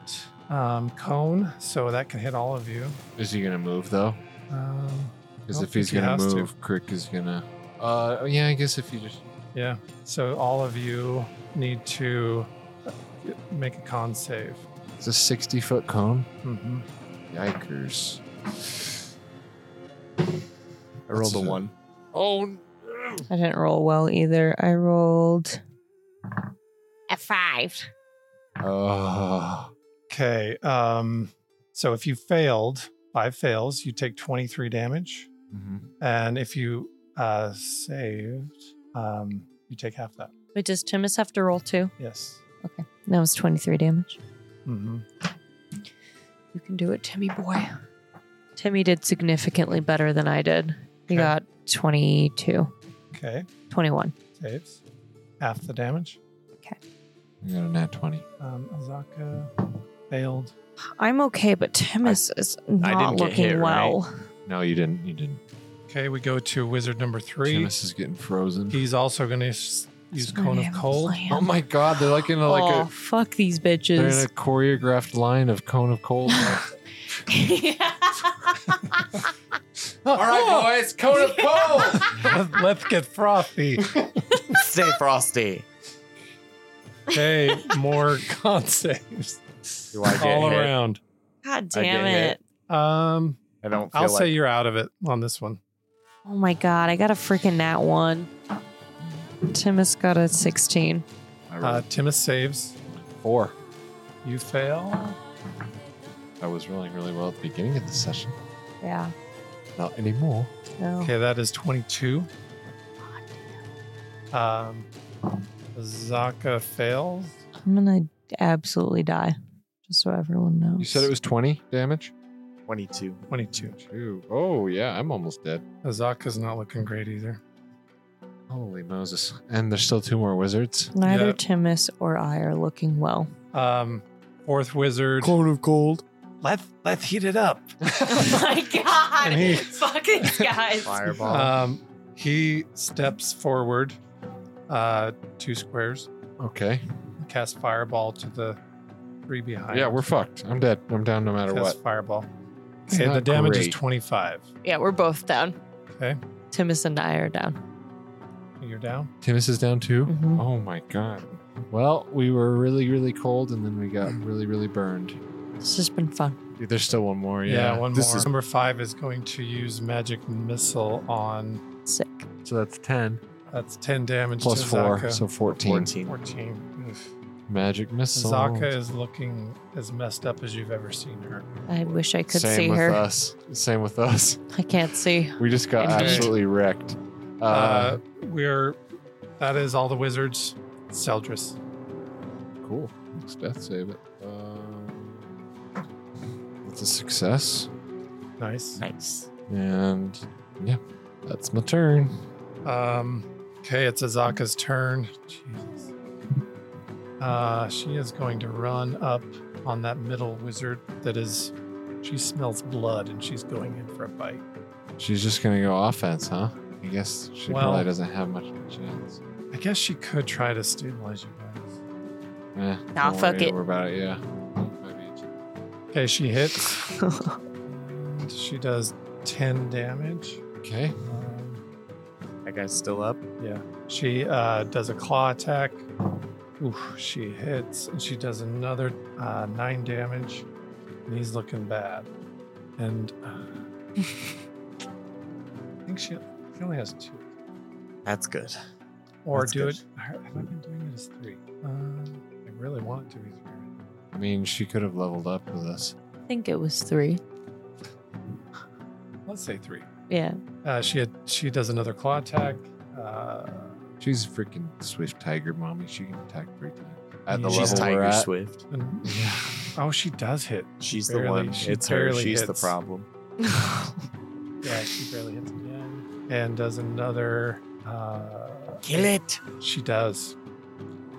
Speaker 3: um, cone, so that can hit all of you.
Speaker 1: Is he gonna move though?
Speaker 3: Um,
Speaker 1: Because
Speaker 3: don't
Speaker 1: if he's
Speaker 3: think he
Speaker 1: gonna
Speaker 3: has to.
Speaker 1: move, Crick is gonna. Uh, oh, yeah, I guess if you just.
Speaker 3: yeah, so all of you need to uh, make a con save.
Speaker 1: It's a sixty foot cone.
Speaker 3: hmm
Speaker 1: Yikers!
Speaker 4: I rolled a
Speaker 1: That's a-
Speaker 4: one.
Speaker 1: Oh,
Speaker 2: I didn't roll well either. I rolled.
Speaker 5: A five.
Speaker 1: oh,
Speaker 3: Okay, um, so if you failed, five fails, you take twenty three damage.
Speaker 1: Mhm.
Speaker 3: And if you uh, saved, um, you take half that.
Speaker 2: Wait, does Timus have to roll too?
Speaker 3: Yes.
Speaker 2: That was 23 damage.
Speaker 3: hmm
Speaker 2: You can do it, Timmy boy. Timmy did significantly better than I did. He
Speaker 3: Okay.
Speaker 2: got 22,
Speaker 3: Okay.
Speaker 2: 21.
Speaker 3: Saves. Half the damage.
Speaker 1: I got a nat twenty.
Speaker 3: Um, Azaka failed.
Speaker 2: I'm okay, but Timus is
Speaker 4: I
Speaker 2: not
Speaker 4: didn't get
Speaker 2: looking
Speaker 4: hit, right?
Speaker 2: well.
Speaker 1: No, you didn't. You didn't.
Speaker 3: Okay, we go to wizard number three.
Speaker 1: Timus is getting frozen.
Speaker 3: He's also going to use Cone of Cold.
Speaker 1: Oh my god, they're like in a, like
Speaker 2: oh,
Speaker 1: a
Speaker 2: fuck these
Speaker 1: they're in
Speaker 2: bitches.
Speaker 1: a choreographed line of cone of cold. All right, boys, cone of cold.
Speaker 3: Let- Let's get frothy.
Speaker 4: Stay frosty.
Speaker 3: Okay, more con saves.
Speaker 4: Do I get
Speaker 3: All
Speaker 4: hit?
Speaker 3: around.
Speaker 2: God
Speaker 4: I
Speaker 2: damn
Speaker 4: get
Speaker 2: it.
Speaker 4: hit.
Speaker 3: Um,
Speaker 4: I don't feel
Speaker 3: I'll
Speaker 4: like
Speaker 3: say you're out of it on this one.
Speaker 2: Oh my god, I got a freaking nat one. Timus got a 16.
Speaker 1: I
Speaker 3: Uh,
Speaker 1: rolled
Speaker 3: Timus saves.
Speaker 1: four.
Speaker 3: You fail.
Speaker 1: I was rolling really well at the beginning of the session.
Speaker 2: Yeah. Oh.
Speaker 1: Not anymore.
Speaker 2: No.
Speaker 3: Okay, that is 22. Um, Zaka fails.
Speaker 2: I'm gonna absolutely die, just so everyone knows.
Speaker 1: You said it was 20 damage?
Speaker 4: 22.
Speaker 3: 22.
Speaker 1: Two. Oh, yeah, I'm almost dead.
Speaker 3: Zaka's not looking great either.
Speaker 1: Holy Moses. And there's still two more wizards.
Speaker 2: Neither
Speaker 3: Yeah.
Speaker 2: Timus or I are looking well.
Speaker 3: Um, fourth wizard.
Speaker 4: Clone of gold.
Speaker 6: Let let heat it up.
Speaker 2: oh my god!
Speaker 3: And he-
Speaker 2: Fuck these guys.
Speaker 4: Fireball.
Speaker 3: Um, he steps forward uh, two squares,
Speaker 1: Okay.
Speaker 3: and casts fireball to the three behind.
Speaker 1: Yeah, we're fucked. I'm dead. I'm down no matter
Speaker 3: Casts
Speaker 1: what.
Speaker 3: fireball.
Speaker 1: It's
Speaker 3: Okay, the
Speaker 1: not
Speaker 3: damage
Speaker 1: great.
Speaker 3: is 25.
Speaker 2: yeah, we're both down.
Speaker 3: Okay.
Speaker 2: Timus and I are down.
Speaker 3: You're down.
Speaker 1: Timus is down too?
Speaker 2: Mhm.
Speaker 1: Oh my god. Well, we were really, really cold and then we got really, really burned.
Speaker 2: It's just been fun.
Speaker 1: Dude, there's still one more.
Speaker 3: Yeah,
Speaker 1: Oh, Yeah.
Speaker 3: one
Speaker 1: This
Speaker 3: more.
Speaker 1: is-
Speaker 3: Number five is going to use magic missile on.
Speaker 2: Sick.
Speaker 1: so that's 10.
Speaker 3: That's 10 damage
Speaker 1: Plus
Speaker 3: to
Speaker 1: four,
Speaker 3: Zaka.
Speaker 1: so 14.
Speaker 4: 14.
Speaker 3: 14. Oof.
Speaker 1: Magic missile.
Speaker 3: Zaka is looking as messed up as you've ever seen her.
Speaker 2: I wish I could
Speaker 1: Same
Speaker 2: see
Speaker 1: with uh,
Speaker 2: her.
Speaker 1: us. Same with us.
Speaker 2: I can't see.
Speaker 1: We just got
Speaker 2: Indeed.
Speaker 1: absolutely wrecked. Uh,
Speaker 3: Uh, we're. That is all the wizards. Seldris.
Speaker 1: cool. Let's death save it. Um, it's a success.
Speaker 3: Nice.
Speaker 4: Nice.
Speaker 1: And yeah, that's my turn.
Speaker 3: Um, okay, it's Azaka's turn. Jesus. Uh, she is going to run up on that middle wizard that is. She smells blood and she's going in for a bite.
Speaker 1: She's just going to go offense, huh? I guess she
Speaker 3: Well-
Speaker 1: probably doesn't have much of a chance.
Speaker 3: I guess she could try to stabilize you guys.
Speaker 1: Eh,
Speaker 5: Nah,
Speaker 1: don't
Speaker 5: fuck
Speaker 1: worry
Speaker 5: it.
Speaker 1: about it, yeah. Might be a-
Speaker 3: Okay, she hits. and she does 10 damage.
Speaker 1: Okay.
Speaker 3: Um,
Speaker 4: That guy's still up.
Speaker 3: She uh, does a claw attack. Ooh, she hits, and she does another uh, nine damage. And he's looking bad. And uh, I think she, she only has two.
Speaker 4: That's good.
Speaker 3: Or
Speaker 4: That's
Speaker 3: do
Speaker 4: good.
Speaker 3: it. Have I been doing it as three? Um, I really want it to be three.
Speaker 1: I mean, she could have leveled up with us.
Speaker 2: I think it was three.
Speaker 3: Let's say three.
Speaker 2: Yeah.
Speaker 3: Uh, she had, she does another claw attack. Uh,
Speaker 1: She's a freaking swift tiger mommy. She can attack three times. At the
Speaker 3: She's
Speaker 1: level
Speaker 4: She's
Speaker 1: we're
Speaker 4: Tiger
Speaker 1: at.
Speaker 4: Swift.
Speaker 3: and,
Speaker 1: Yeah.
Speaker 3: oh, she does hit.
Speaker 4: She's
Speaker 3: Barely-
Speaker 4: the one.
Speaker 3: she
Speaker 4: it's her.
Speaker 3: barely
Speaker 4: She's the
Speaker 3: hits.
Speaker 4: problem.
Speaker 3: Yeah, she barely hits again. And does another. Uh,
Speaker 6: Kill it.
Speaker 3: She does.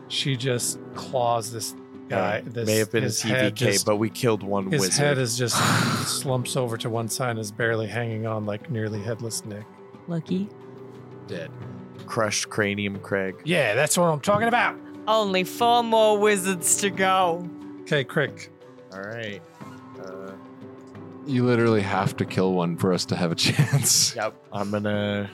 Speaker 3: She just claws this guy.
Speaker 4: Uh,
Speaker 3: this,
Speaker 4: may have been a TVK,
Speaker 3: head just-
Speaker 4: but we killed one
Speaker 3: his
Speaker 4: wizard.
Speaker 3: head is just slumps over to one side and is barely hanging on like nearly headless Nick.
Speaker 2: Lucky.
Speaker 1: Dead.
Speaker 4: Crushed cranium, Craig.
Speaker 3: Yeah, that's what I'm talking about.
Speaker 2: Only four more wizards to go.
Speaker 3: Okay, Crick.
Speaker 4: All right. Uh,
Speaker 1: You literally have to kill one for us to have a chance.
Speaker 4: Yep. I'm gonna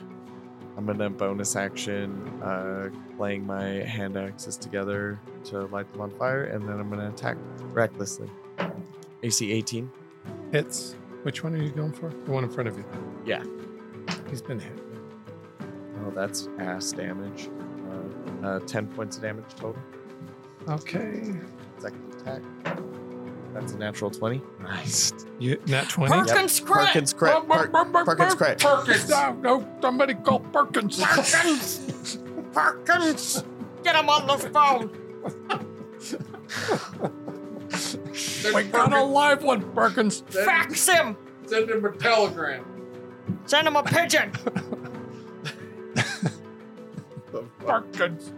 Speaker 4: I'm gonna bonus action uh playing my hand axes together to light them on fire, and then I'm gonna attack recklessly. AC 18.
Speaker 3: Hits. Which one are you going for? The one in front of you.
Speaker 4: Yeah.
Speaker 3: He's been hit.
Speaker 4: Oh, that's ass damage. Uh, uh, 10 points of damage total.
Speaker 3: Okay.
Speaker 4: Second attack. That's a natural 20.
Speaker 1: Nice.
Speaker 3: You nat twenty.
Speaker 4: Yep. Perkins Perkins crit. Perk- Perkins crit.
Speaker 3: Perkins. No, no, somebody call Perkins.
Speaker 6: Perkins, get him on the phone.
Speaker 3: we got a live one, Perkins.
Speaker 6: Fax him.
Speaker 7: Send him a telegram.
Speaker 6: Send him a pigeon.
Speaker 3: Perkins.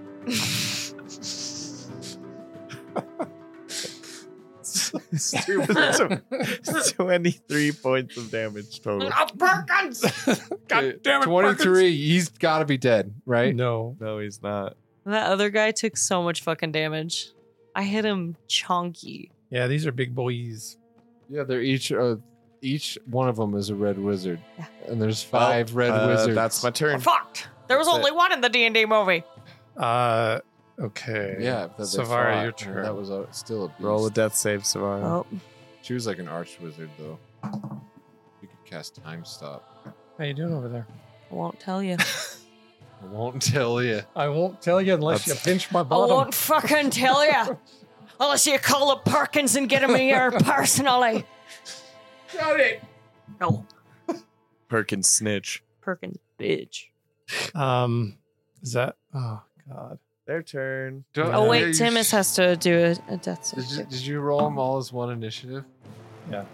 Speaker 4: It's two wizards of- 23 points of damage total.
Speaker 2: Ah.
Speaker 6: Perkins.
Speaker 1: God damn it. 23. Eh, He's got to be dead, right?
Speaker 3: No.
Speaker 4: No, he's not.
Speaker 2: That other guy took so much fucking damage. I hit him chonky.
Speaker 3: Yeah, these are big boys.
Speaker 1: Yeah, they're each, uh, each one of them is a red wizard.
Speaker 2: Yeah.
Speaker 1: And there's five red
Speaker 4: Uh,
Speaker 1: wizards.
Speaker 4: That's my
Speaker 2: Oh,
Speaker 4: turn.
Speaker 2: Fucked. There was
Speaker 4: That's
Speaker 2: only one in the D and D movie.
Speaker 3: Uh, okay.
Speaker 1: Yeah, that they
Speaker 3: Savara,
Speaker 1: fought.
Speaker 3: your
Speaker 1: Yeah,
Speaker 3: turn.
Speaker 1: That was a, still a beast.
Speaker 4: Roll a death save, Savara.
Speaker 2: Oh.
Speaker 1: She was like an arch wizard, though. You could cast time stop.
Speaker 3: How you doing over there?
Speaker 2: I won't tell you.
Speaker 1: I won't tell you.
Speaker 3: I won't tell you unless
Speaker 4: That's-
Speaker 3: you pinch my
Speaker 2: I
Speaker 3: bottom.
Speaker 2: won't fucking tell you. Unless you call up Perkins and get him here personally.
Speaker 7: Got it.
Speaker 2: No.
Speaker 4: Perkins snitch.
Speaker 2: Perkins, bitch.
Speaker 3: Um, Is that? Oh God.
Speaker 4: Their turn.
Speaker 1: Do-
Speaker 2: Oh
Speaker 1: Yeah,
Speaker 2: wait,
Speaker 1: you
Speaker 2: Timus
Speaker 1: sh-
Speaker 2: has to do a, a death
Speaker 1: Did you,
Speaker 2: save.
Speaker 1: did you roll them all as one initiative?
Speaker 3: Yeah.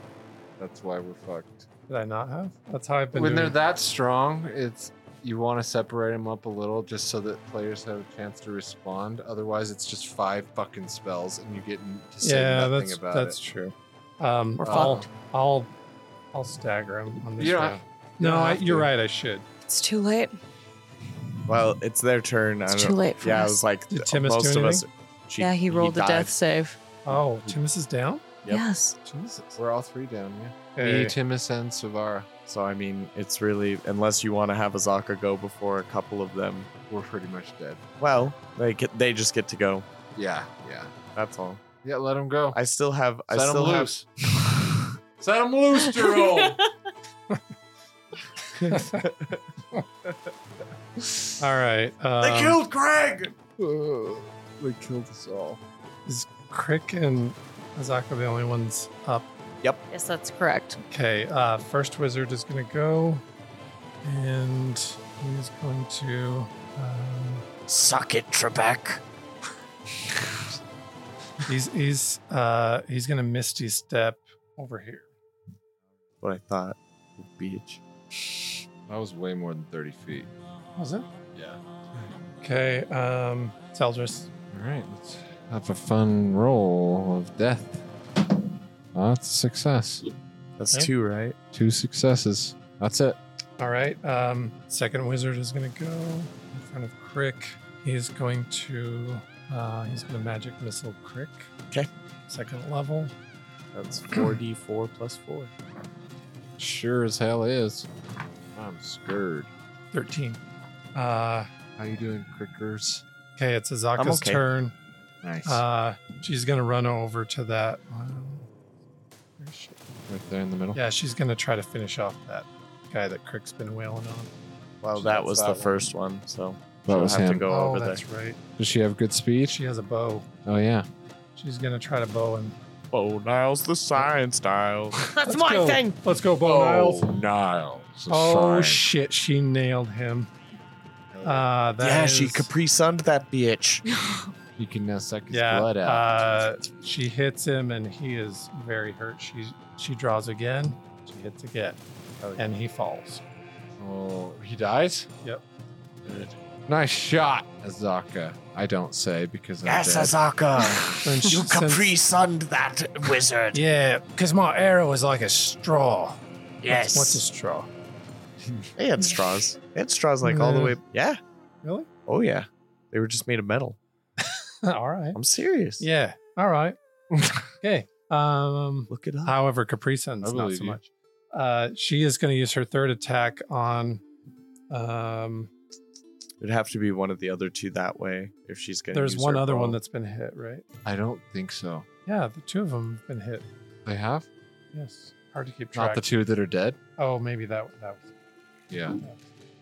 Speaker 1: That's why we're fucked.
Speaker 3: Did I not have? That's how I've been.
Speaker 1: when
Speaker 3: doing
Speaker 1: they're
Speaker 3: it.
Speaker 1: that strong, it's you want to separate them up a little just so that players have a chance to respond. Otherwise, it's just five fucking spells and you get n- to say
Speaker 3: yeah,
Speaker 1: nothing
Speaker 3: that's
Speaker 1: about
Speaker 3: that's
Speaker 1: it.
Speaker 3: true. Um,
Speaker 2: We're
Speaker 3: I'll,
Speaker 1: fucked.
Speaker 3: I'll I'll stagger him on this
Speaker 1: You don't
Speaker 3: round.
Speaker 1: have-
Speaker 3: no,
Speaker 1: don't
Speaker 3: I,
Speaker 1: have
Speaker 3: you're
Speaker 1: to.
Speaker 3: right. I should.
Speaker 2: It's too late.
Speaker 4: Well, it's their turn. I
Speaker 2: It's
Speaker 4: don't-
Speaker 2: too late for
Speaker 4: yeah, I
Speaker 2: us.
Speaker 4: was like,
Speaker 3: Did
Speaker 4: th-
Speaker 3: Timus do
Speaker 4: most of us. she-
Speaker 2: yeah, he rolled a
Speaker 4: died.
Speaker 2: death save.
Speaker 3: Oh, Timus is down.
Speaker 4: Yep.
Speaker 2: Yes.
Speaker 1: Jesus, we're all three down. Yeah,
Speaker 3: Hey.
Speaker 1: me, Timus, and Savara.
Speaker 4: So I mean, it's really unless you want to have Azaka go before a couple of them.
Speaker 1: We're pretty much dead.
Speaker 4: Well, they get, they just get to go.
Speaker 1: Yeah, yeah,
Speaker 4: That's all.
Speaker 1: yeah. Let them go.
Speaker 4: I still have. I
Speaker 1: Set
Speaker 4: still
Speaker 1: them
Speaker 4: have.
Speaker 1: loose. Set them loose, Jerome.
Speaker 3: All right. Um,
Speaker 1: Greg. they killed us all.
Speaker 3: Is Crick and Azaka the only ones up?
Speaker 2: Yes, that's correct.
Speaker 3: Okay. Uh, first wizard is going to go, and he is going to. Um,
Speaker 6: Suck it, Trebek.
Speaker 3: he's he's uh, he's going to misty step over here.
Speaker 4: What I thought. Beach.
Speaker 1: That was way more than thirty feet.
Speaker 3: Was it?
Speaker 1: Yeah.
Speaker 3: Okay. Um, Seldris.
Speaker 1: All right, let's have a fun roll of death. Oh, that's a success.
Speaker 4: That's
Speaker 3: Okay.
Speaker 4: two, right?
Speaker 1: Two successes. That's it.
Speaker 3: All right. Um, second wizard is going to go in front of Crick. He is going to. Uh, he's going to magic missile Crick.
Speaker 4: Okay.
Speaker 3: Second level.
Speaker 4: That's four d four plus four.
Speaker 1: Sure as hell is. I'm scared.
Speaker 3: 13. Uh,
Speaker 1: How you doing, Crickers?
Speaker 3: okay, it's Azaka's
Speaker 4: okay.
Speaker 3: turn.
Speaker 1: Nice.
Speaker 3: Uh, she's going to run over to that. um, where is she?
Speaker 1: right there in the middle.
Speaker 3: Yeah, she's going to try to finish off that guy that Crick's been wailing on.
Speaker 4: Well,
Speaker 1: So
Speaker 4: that
Speaker 1: that's
Speaker 4: was
Speaker 1: that
Speaker 4: the
Speaker 1: one.
Speaker 4: first one, so
Speaker 1: that
Speaker 4: she'll
Speaker 1: was
Speaker 4: have
Speaker 1: him.
Speaker 4: to go
Speaker 3: oh,
Speaker 4: over there.
Speaker 3: that's right.
Speaker 1: Does she have good speed?
Speaker 3: She has a bow.
Speaker 1: Oh yeah.
Speaker 3: She's going to try to bow him.
Speaker 4: Oh, Niles the science style.
Speaker 2: That's
Speaker 3: Let's
Speaker 2: my
Speaker 3: go.
Speaker 2: thing.
Speaker 3: Let's go, Bow Niles.
Speaker 1: Niles.
Speaker 3: Oh, shit. She nailed him. Uh, that
Speaker 4: yeah, she
Speaker 3: is-
Speaker 4: Capri Sunned that bitch.
Speaker 1: you can now suck his
Speaker 3: yeah,
Speaker 1: blood out.
Speaker 3: Uh, she hits him, and he is very hurt. She she draws again. She hits again, and he falls.
Speaker 1: oh, he dies.
Speaker 3: Yep.
Speaker 1: Nice shot, Azaka. I don't say because I'm
Speaker 6: Yes,
Speaker 1: dead.
Speaker 6: Azaka.
Speaker 3: And she
Speaker 6: you
Speaker 3: sends-
Speaker 6: Capri Sunned that wizard.
Speaker 3: Yeah, because my arrow is like a straw.
Speaker 6: yes.
Speaker 3: What's a straw?
Speaker 4: They had straws. They had straws like all the
Speaker 3: Yeah.
Speaker 4: way. Yeah.
Speaker 3: Really?
Speaker 4: Oh yeah. They were just made of metal.
Speaker 3: all right.
Speaker 4: I'm serious.
Speaker 3: Yeah. All right. okay. Um.
Speaker 4: Look it up.
Speaker 3: However, Capri Sun's
Speaker 1: I
Speaker 3: not
Speaker 1: believe
Speaker 3: so
Speaker 1: you.
Speaker 3: much. Uh, she is going to use her third attack on. Um.
Speaker 4: It'd have to be one of the other two that way if she's gonna.
Speaker 3: There's
Speaker 4: use
Speaker 3: one
Speaker 4: her
Speaker 3: other
Speaker 4: bow.
Speaker 3: one that's been hit, right?
Speaker 1: I don't think so.
Speaker 3: Yeah, the two of them have been hit.
Speaker 1: They have
Speaker 3: Yes. Hard to keep
Speaker 1: not
Speaker 3: track.
Speaker 1: the two that are dead.
Speaker 3: Oh, maybe that that was.
Speaker 1: Yeah.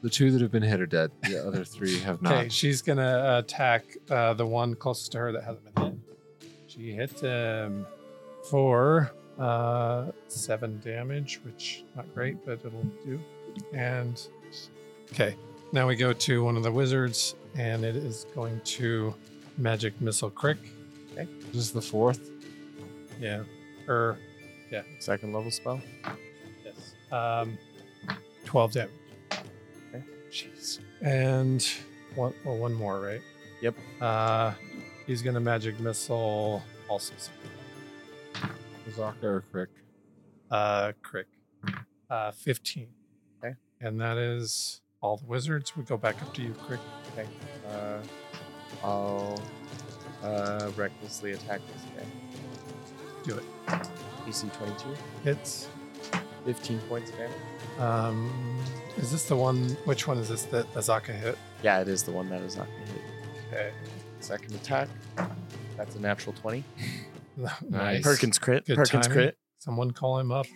Speaker 1: The two that have been hit are dead. The other three have not.
Speaker 3: Okay, she's gonna attack uh, the one closest to her that hasn't been hit. She hit him for uh, seven damage, which not great, but it'll do. And okay, now we go to one of the wizards, and it is going to magic missile crick.
Speaker 1: This is the fourth.
Speaker 3: Yeah, or
Speaker 4: Second level spell.
Speaker 3: yes, um, twelve damage.
Speaker 1: Jeez.
Speaker 3: And one, well, one more, right?
Speaker 4: Yep.
Speaker 3: Uh, he's gonna magic missile also.
Speaker 1: Azaka or Crick.
Speaker 3: uh crick uh 15
Speaker 4: Okay.
Speaker 3: and that is all the wizards we go back up to you crick
Speaker 4: Uh, I'll uh, recklessly attack this guy.
Speaker 3: Do it.
Speaker 4: PC 22,
Speaker 3: hits
Speaker 4: 15 points of damage.
Speaker 3: um is this the one which one is this that azaka hit
Speaker 4: Yeah, it is the one that is not gonna hit.
Speaker 3: okay
Speaker 4: Second attack. That's a natural 20.
Speaker 1: Nice.
Speaker 4: Perkins crit.
Speaker 3: Good
Speaker 4: Perkins
Speaker 3: timing.
Speaker 4: crit.
Speaker 3: someone call him up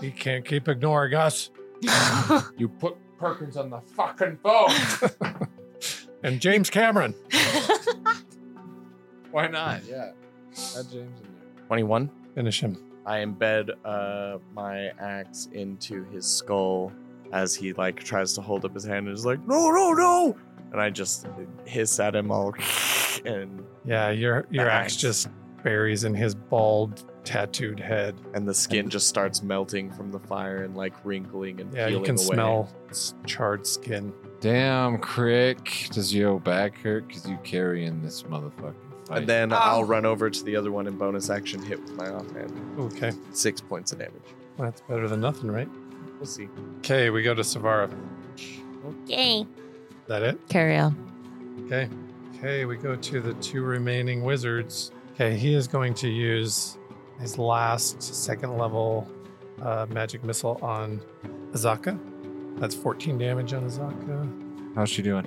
Speaker 3: he can't keep ignoring us
Speaker 1: You put Perkins on the fucking phone.
Speaker 3: and james cameron
Speaker 1: Why not? Yeah. Add James in there.
Speaker 4: 21.
Speaker 3: finish him
Speaker 4: I embed uh, my axe into his skull as he like tries to hold up his hand and is like, "No, no, no!" And I just hiss at him all, and
Speaker 3: Yeah, your your axe
Speaker 4: Nice.
Speaker 3: just buries in his bald, tattooed head.
Speaker 4: and the skin just starts melting from the fire and like wrinkling and
Speaker 3: Yeah,
Speaker 4: peeling
Speaker 3: you can
Speaker 4: away.
Speaker 3: smell s- charred skin.
Speaker 1: Damn, Crick. Does your back hurt? Because you carrying this motherfucking fight.
Speaker 4: And then I'll run over to the other one and bonus action hit with my offhand.
Speaker 3: Okay,
Speaker 4: Six points of damage.
Speaker 3: well, that's better than nothing, right?
Speaker 4: We'll see.
Speaker 3: Okay, we go to Savara.
Speaker 5: Okay.
Speaker 3: Is that it?
Speaker 2: Carry on.
Speaker 3: Okay. Okay, we go to the two remaining wizards. Okay, he is going to use his last second level uh, magic missile on Azaka. That's 14 damage on Azaka.
Speaker 1: How's she doing?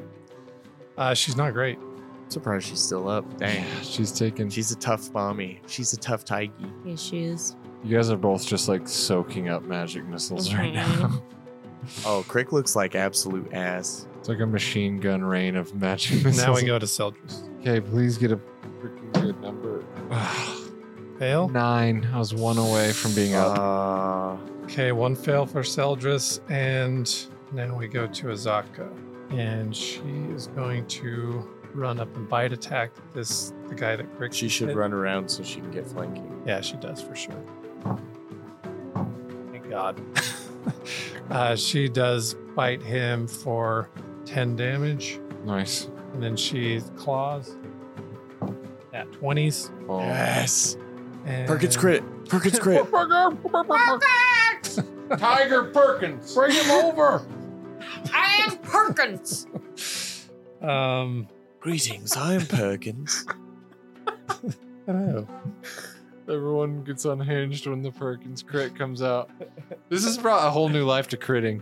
Speaker 3: Uh, she's not great.
Speaker 4: Surprised she's still up. Dang.
Speaker 1: Yeah, she's taking.
Speaker 4: She's a tough mommy. She's a tough tiger.
Speaker 2: Yes, she is.
Speaker 1: You guys are both just like soaking up magic missiles right now.
Speaker 4: Oh, Crick looks like absolute ass.
Speaker 1: It's like a machine gun rain of magic missiles.
Speaker 3: Now we go to Seldris.
Speaker 1: Okay, please get a freaking good number.
Speaker 3: Fail.
Speaker 1: Nine. I was one away from being up.
Speaker 4: Uh,
Speaker 3: Okay, one fail for Seldris, and now we go to Azaka. And she is going to run up and bite attack this the guy that Crick
Speaker 4: she should
Speaker 3: hit.
Speaker 4: run around so she can get flanking.
Speaker 3: Yeah, she does for sure. Thank God. uh, she does bite him for 10 damage,
Speaker 4: Uh,
Speaker 1: Nice.
Speaker 3: and then she claws at 20s.
Speaker 1: Oh.
Speaker 4: Yes.
Speaker 3: And
Speaker 4: Perkins crit. Perkins crit.
Speaker 7: Tiger Perkins, bring him over.
Speaker 2: I am Perkins.
Speaker 3: Um,
Speaker 4: Greetings, I am Perkins.
Speaker 3: hello.
Speaker 1: Everyone gets unhinged when the Perkins crit comes out. This has brought a whole new life to critting.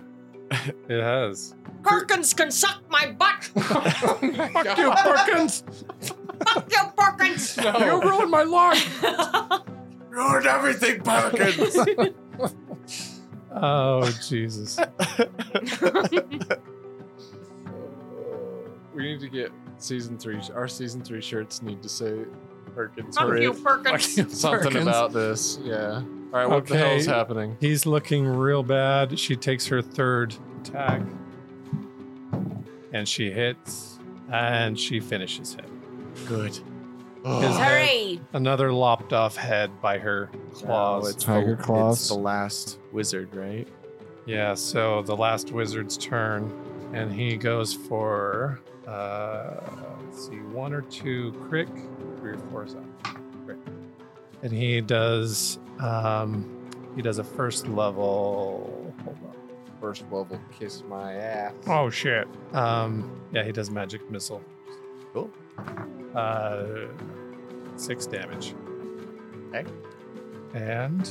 Speaker 3: It has.
Speaker 2: Perkins can suck my butt.
Speaker 4: Oh
Speaker 3: Fuck you, Perkins!
Speaker 2: Fuck you, Perkins.
Speaker 3: You ruined my life!
Speaker 4: Ruined everything, Perkins.
Speaker 3: Oh, Jesus.
Speaker 1: We need to get season three. Our season three shirts need to say
Speaker 4: Perkins
Speaker 2: Fuck you, Perkins.
Speaker 1: something
Speaker 3: Perkins.
Speaker 1: about this. Yeah. All right. What the
Speaker 3: Okay.
Speaker 1: hell is happening?
Speaker 3: He's looking real bad. She takes her third attack. And she hits. And she finishes him.
Speaker 4: Good.
Speaker 3: His
Speaker 1: Oh,
Speaker 3: head-
Speaker 5: Hooray.
Speaker 3: another lopped off head by her claws.
Speaker 4: Oh, it's
Speaker 1: Tiger
Speaker 4: the,
Speaker 1: claws.
Speaker 4: It's the last wizard, right?
Speaker 3: yeah, so the last wizard's turn. And he goes for, uh, let's see, one or two crick, three or four is up. Crick. And he does, um, he does a first level. Hold on.
Speaker 1: first level kiss my ass.
Speaker 3: Oh shit. Um, yeah, he does magic missile.
Speaker 4: Cool.
Speaker 3: Uh, six damage.
Speaker 4: Okay.
Speaker 3: And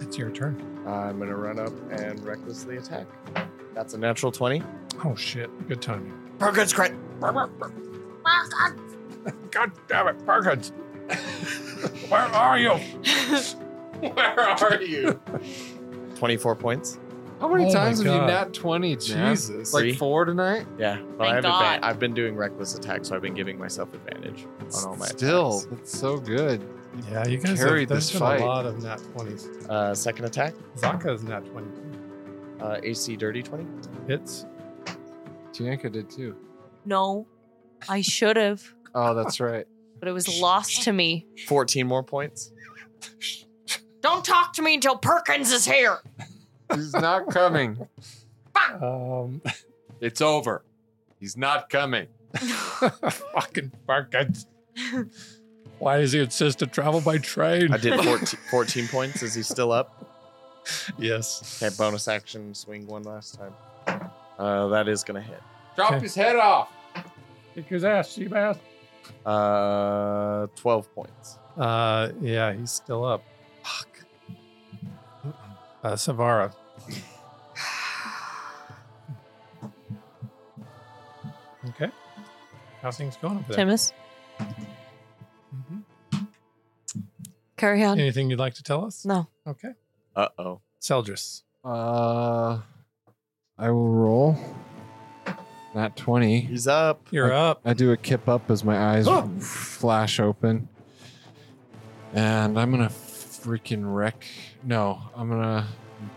Speaker 3: it's your turn.
Speaker 4: I'm gonna run up and recklessly attack. That's a natural twenty.
Speaker 3: Oh shit. Good timing.
Speaker 4: Perkins crit.
Speaker 3: God damn it, Perkins! Where are you?
Speaker 1: Where are you?
Speaker 4: Twenty-four points.
Speaker 1: How many
Speaker 3: Oh my
Speaker 1: times have you
Speaker 3: God.
Speaker 1: nat 20? Jesus. Like
Speaker 4: Three.
Speaker 1: four tonight?
Speaker 4: Yeah. Well,
Speaker 2: Thank
Speaker 4: I have
Speaker 2: God.
Speaker 4: I've been doing reckless attacks, so I've been giving myself advantage on all my
Speaker 1: Still,
Speaker 4: attacks.
Speaker 1: it's so good.
Speaker 3: Yeah, you guys
Speaker 1: Carried
Speaker 3: have, there's
Speaker 1: this
Speaker 3: been
Speaker 1: fight.
Speaker 3: a lot of nat 20s.
Speaker 4: Uh, second attack,
Speaker 3: Zaka is nat 22.
Speaker 4: uh, AC dirty twenty.
Speaker 3: Hits.
Speaker 1: Tianka did too.
Speaker 2: no, I should have,
Speaker 1: Oh, that's right.
Speaker 2: but it was lost to me.
Speaker 4: Fourteen more points.
Speaker 2: Don't talk to me until Perkins is here.
Speaker 1: He's not coming.
Speaker 3: Um,
Speaker 1: It's over. He's not coming.
Speaker 3: fucking Perkins. Why does he insist to travel by train?
Speaker 4: I did 14, 14 points. Is he still up?
Speaker 3: Yes.
Speaker 4: Okay. Bonus action, swing one last time. Uh, that is gonna hit.
Speaker 1: Drop
Speaker 3: Okay.
Speaker 1: his head off.
Speaker 3: Kick his ass, she ass.
Speaker 4: Uh, twelve points.
Speaker 3: Uh, yeah, he's still up. Fuck. Uh, Savara. okay. How's things going over there?
Speaker 2: Timus,
Speaker 3: Mhm.
Speaker 2: carry on.
Speaker 3: Anything you'd like to tell us?
Speaker 2: No.
Speaker 3: Okay.
Speaker 4: Uh oh.
Speaker 3: Seldris.
Speaker 1: Uh, I will roll. Not 20.
Speaker 4: He's up.
Speaker 3: You're up.
Speaker 1: I do a kip up as my eyes
Speaker 3: Oh.
Speaker 1: flash open. And I'm going to freaking wreck. No, I'm going to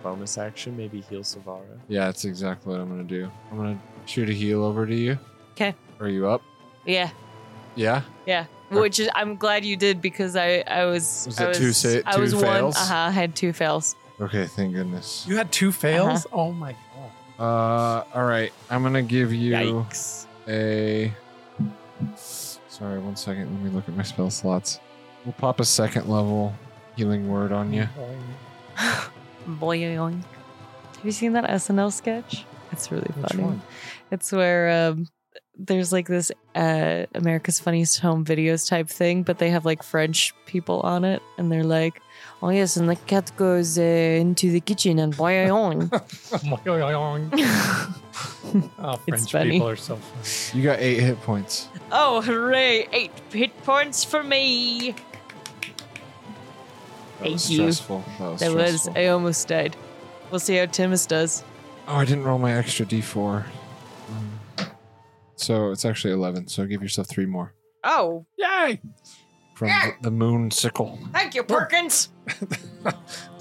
Speaker 4: bonus action, maybe heal Savara.
Speaker 1: Yeah, that's exactly what I'm gonna do. I'm gonna shoot a heal over to you.
Speaker 2: 'Kay.
Speaker 1: Are you up?
Speaker 2: Yeah.
Speaker 1: Yeah.
Speaker 2: Which is, I'm glad you did because I I was
Speaker 1: Was
Speaker 2: I
Speaker 1: it
Speaker 2: was,
Speaker 1: two sa-
Speaker 2: I
Speaker 1: two
Speaker 2: was
Speaker 1: fails?
Speaker 2: one. Uh huh. I had two fails.
Speaker 1: Okay. Thank goodness.
Speaker 3: You had two fails?
Speaker 2: Uh-huh.
Speaker 3: Oh my god.
Speaker 1: Uh, all right. I'm gonna give you a. Sorry, one second. Let me look at my spell slots. We'll pop a second level healing word on you.
Speaker 2: Boing. Have you seen that SNL sketch? It's really
Speaker 3: Which
Speaker 2: funny.
Speaker 3: one?
Speaker 2: It's where um, there's like this uh, America's Funniest Home Videos type thing, but they have like French people on it, and they're like, "Oh yes, and the cat goes uh, into the kitchen and boing."
Speaker 3: oh, French
Speaker 2: funny.
Speaker 3: people are so funny.
Speaker 1: You got eight hit points.
Speaker 2: oh hooray! Eight hit points for me.
Speaker 1: That was
Speaker 2: Thank you.
Speaker 1: stressful. That was.
Speaker 2: That was.
Speaker 1: stressful.
Speaker 2: I almost died. We'll see how Timus does.
Speaker 1: Oh, I didn't roll my extra d4. Mm. So it's actually 11. So give yourself three more
Speaker 2: Oh,
Speaker 1: from the, the moon sickle.
Speaker 2: thank you, Perkins.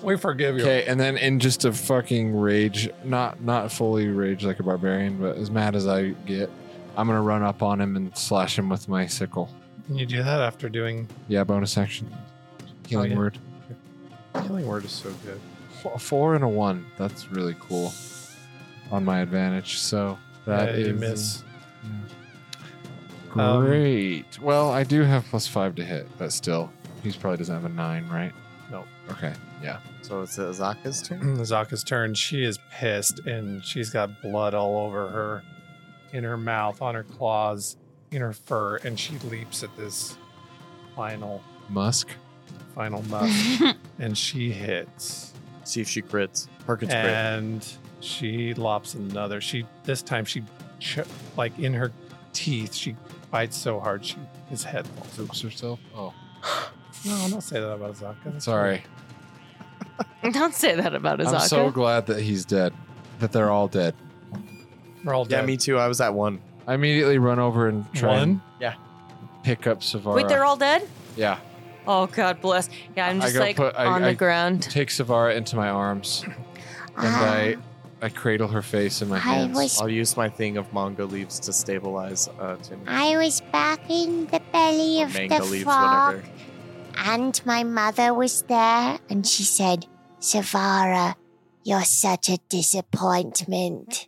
Speaker 3: We forgive you.
Speaker 1: Okay, and then in just a fucking rage, not not fully rage like a barbarian, but as mad as I get, I'm gonna run up on him and slash him with my sickle.
Speaker 3: Can you do that after doing
Speaker 1: Yeah, bonus action. Healing
Speaker 3: Oh, yeah.
Speaker 1: word.
Speaker 4: Healing word is so good.
Speaker 1: F- A four and a one. That's really cool. On my advantage. So that
Speaker 3: that?
Speaker 1: is
Speaker 3: you miss. Um,
Speaker 1: great. well, I do have plus five to hit, but still. He's probably doesn't have a nine, right?
Speaker 4: No.
Speaker 1: Okay. Yeah.
Speaker 4: So it's Azaka's turn.
Speaker 3: Zaka's turn. She is pissed and she's got blood all over her, in her mouth, on her claws, in her fur, and she leaps at this final,
Speaker 1: Musk.
Speaker 3: final muff. and she hits.
Speaker 4: See if she crits. Perkins crit.
Speaker 3: and she lops another. She this time she ch- like in her teeth. She bites so hard she his head falls. off.
Speaker 1: Oops herself. Oh.
Speaker 3: No, I'm not saying that about Zaka. That's
Speaker 1: Sorry.
Speaker 2: Don't say that about Azaka.
Speaker 1: I'm so glad that he's dead. That they're all dead.
Speaker 3: fine. We're all dead.
Speaker 4: Yeah, me too. I was at one.
Speaker 1: I immediately run over and try and
Speaker 3: One.
Speaker 1: pick up Savara.
Speaker 2: Wait, they're all dead?
Speaker 1: yeah.
Speaker 2: Oh God bless. Yeah, I'm
Speaker 1: I
Speaker 2: just
Speaker 1: go
Speaker 2: like
Speaker 1: put- I-
Speaker 2: on
Speaker 1: I-
Speaker 2: the ground.
Speaker 1: Take Savara into my arms and I I cradle her face in my
Speaker 5: Ah, I
Speaker 1: hands.
Speaker 5: was-
Speaker 4: I'll use my thing of manga leaves to stabilize uh, Tim.
Speaker 5: I was back in the belly
Speaker 4: Or
Speaker 5: of
Speaker 4: manga
Speaker 5: the
Speaker 4: leaves,
Speaker 5: frog,
Speaker 4: whatever.
Speaker 5: and my mother was there, and she said, Savara, you're such a disappointment.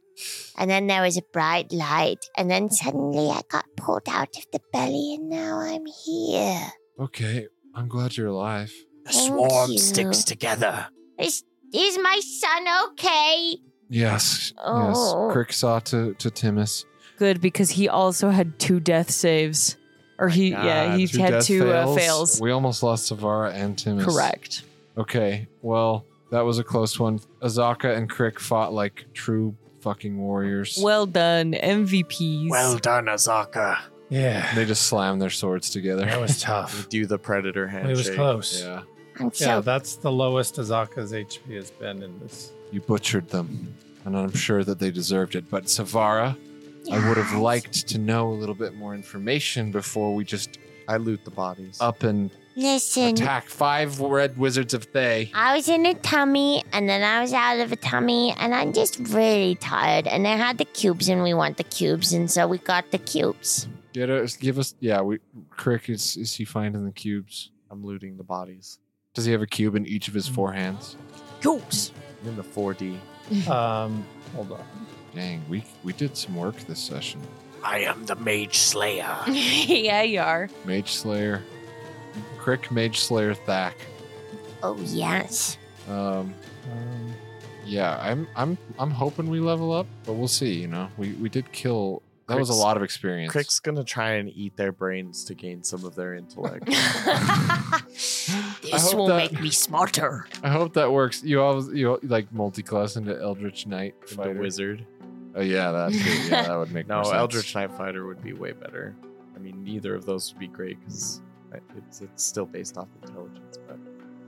Speaker 5: And then there was a bright light, and then suddenly I got pulled out of the belly, and now I'm here.
Speaker 1: Okay. I'm glad you're alive.
Speaker 6: The
Speaker 5: Thank
Speaker 6: swarm
Speaker 5: you.
Speaker 6: sticks together.
Speaker 5: Is, is my son okay?
Speaker 1: Yes.
Speaker 5: Oh.
Speaker 1: Yes. Crick saw to, to Timus.
Speaker 2: Good because he also had two death saves, or he yeah
Speaker 4: God,
Speaker 2: he had
Speaker 1: death
Speaker 2: two Uh, fails.
Speaker 1: We almost lost Savara and Timus.
Speaker 2: Correct.
Speaker 1: Okay. Well, that was a close one. Azaka and Crick fought like true fucking warriors.
Speaker 2: Well done, MVPs.
Speaker 6: Well done, Azaka.
Speaker 3: Yeah,
Speaker 1: they just slammed their swords
Speaker 3: that
Speaker 1: together.
Speaker 3: was
Speaker 4: We
Speaker 3: tough.
Speaker 4: do the predator
Speaker 3: it
Speaker 4: handshake.
Speaker 3: was close. Yeah.
Speaker 1: yeah.
Speaker 5: I'm so
Speaker 3: that's the lowest Azaka's HP has been in this.
Speaker 1: You butchered them, and I'm sure that they deserved it. But Savara, I would have
Speaker 5: Yes.
Speaker 1: liked to know a little bit more information before we just
Speaker 4: I loot the bodies.
Speaker 1: up and
Speaker 5: Listen,
Speaker 1: attack five red wizards of Thay.
Speaker 5: I was in a tummy and then I was out of a tummy and I'm just really tired. And I had the cubes and we want the cubes and so we got the cubes.
Speaker 1: Get us, give us, yeah. We, Crick is is he finding the cubes?
Speaker 4: I'm looting the bodies.
Speaker 1: Does he have a cube in each of his four hands?
Speaker 2: Goose.
Speaker 4: I'm in the 4D.
Speaker 3: Um, hold on.
Speaker 1: Dang, we we did some work this session.
Speaker 6: I am the Mage Slayer.
Speaker 2: yeah, you are.
Speaker 1: Mage Slayer, Crick, Mage Slayer, Thack.
Speaker 5: Oh, yes.
Speaker 1: Um,
Speaker 3: Um,
Speaker 1: Yeah, I'm I'm I'm hoping we level up, but we'll see, you know. We we did kill that was a
Speaker 4: Crick's-
Speaker 1: lot of experience.
Speaker 4: Crick's gonna try and eat their brains to gain some of their intellect.
Speaker 1: I
Speaker 5: this
Speaker 1: hope
Speaker 5: will
Speaker 1: that-
Speaker 5: make me smarter.
Speaker 1: I hope that works. You always you al- like multi-class into Eldritch Knight
Speaker 4: the
Speaker 1: fighter.
Speaker 4: wizard.
Speaker 1: Oh yeah, that yeah, that would make
Speaker 4: No,
Speaker 1: more sense.
Speaker 4: Eldritch Knight Fighter would be way better. I mean, neither of those would be great because it's, it's still based off intelligence, but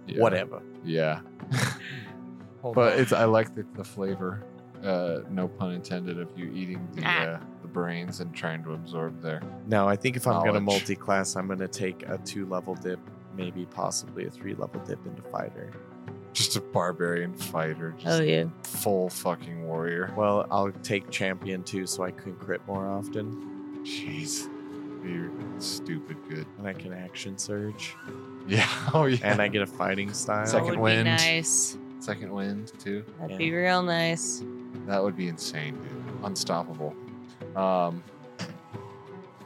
Speaker 1: Yeah.
Speaker 4: whatever.
Speaker 1: Yeah.
Speaker 3: hold
Speaker 1: But
Speaker 3: on.
Speaker 1: it's I like the, the flavor. Uh, no pun intended of you eating the
Speaker 5: Ah.
Speaker 1: uh, the brains and trying to absorb their
Speaker 4: No, I think if I'm gonna
Speaker 1: Knowledge.
Speaker 4: multi-class, I'm gonna take a two-level dip, maybe possibly a three-level dip into fighter.
Speaker 1: Just a barbarian fighter. Just
Speaker 2: Oh yeah.
Speaker 1: full fucking warrior.
Speaker 4: Well, I'll take champion too, so I can crit more often,
Speaker 1: Jeez. You're stupid good.
Speaker 4: and I can action surge,
Speaker 1: Yeah. Oh yeah.
Speaker 4: and I get a fighting style.
Speaker 1: Second
Speaker 2: that would
Speaker 1: wind.
Speaker 2: Be nice.
Speaker 1: second wind too.
Speaker 2: That'd
Speaker 4: Yeah.
Speaker 2: be real nice.
Speaker 1: That would be insane, dude. Unstoppable. Um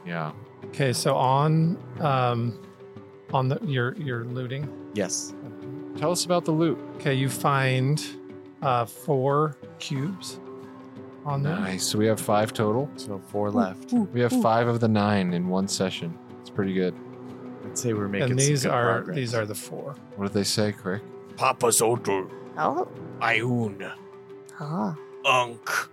Speaker 1: Yeah.
Speaker 3: Okay, so on um, on the you're you're looting.
Speaker 4: Yes.
Speaker 1: Tell us about the loot.
Speaker 3: Okay, you find uh, four cubes on them.
Speaker 1: Nice. So we have five total.
Speaker 4: So four left.
Speaker 1: We have five of the nine in one session. It's pretty good.
Speaker 4: I'd say we're making.
Speaker 3: And
Speaker 4: some
Speaker 3: these
Speaker 4: good
Speaker 3: are
Speaker 4: progress.
Speaker 3: these are the four.
Speaker 1: What did they say, Crick?
Speaker 6: Papa Zodl,
Speaker 5: Oh,
Speaker 6: Ayun,
Speaker 5: oh.
Speaker 6: Unk,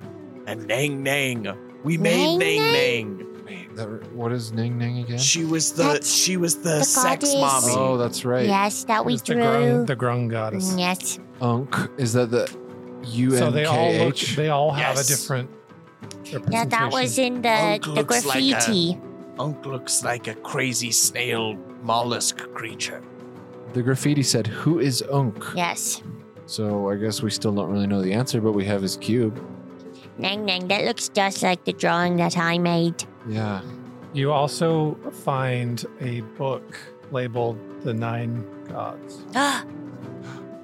Speaker 6: and Nang Nang. We made
Speaker 5: Nang
Speaker 6: Nang Nang.
Speaker 5: Nang?
Speaker 1: Wait, that, what is Ning Ning again?
Speaker 6: She was the
Speaker 5: That's
Speaker 6: she was the,
Speaker 5: the
Speaker 6: sex
Speaker 5: goddess.
Speaker 6: mommy.
Speaker 1: Oh, that's right.
Speaker 5: yes, that we
Speaker 3: It's the
Speaker 5: drew. Mm,
Speaker 3: grung, the grung goddess.
Speaker 5: Yes.
Speaker 1: Unk. Is that the U
Speaker 3: So
Speaker 1: N
Speaker 3: they all
Speaker 1: K
Speaker 3: look.
Speaker 1: H?
Speaker 3: They all have
Speaker 6: Yes.
Speaker 3: a different.
Speaker 5: Yeah, that was
Speaker 3: representation.
Speaker 5: in the,
Speaker 6: Uncle
Speaker 5: the
Speaker 6: Oh, looks like a-
Speaker 5: graffiti.
Speaker 6: Unk looks like a crazy snail mollusk creature.
Speaker 1: The graffiti said, "Who is Unk?"
Speaker 5: yes.
Speaker 1: So I guess we still don't really know the answer, but we have his cube.
Speaker 5: Nang Nang, that looks just like the drawing that I made.
Speaker 1: Yeah.
Speaker 3: You also find a book labeled "The Nine Gods."
Speaker 5: I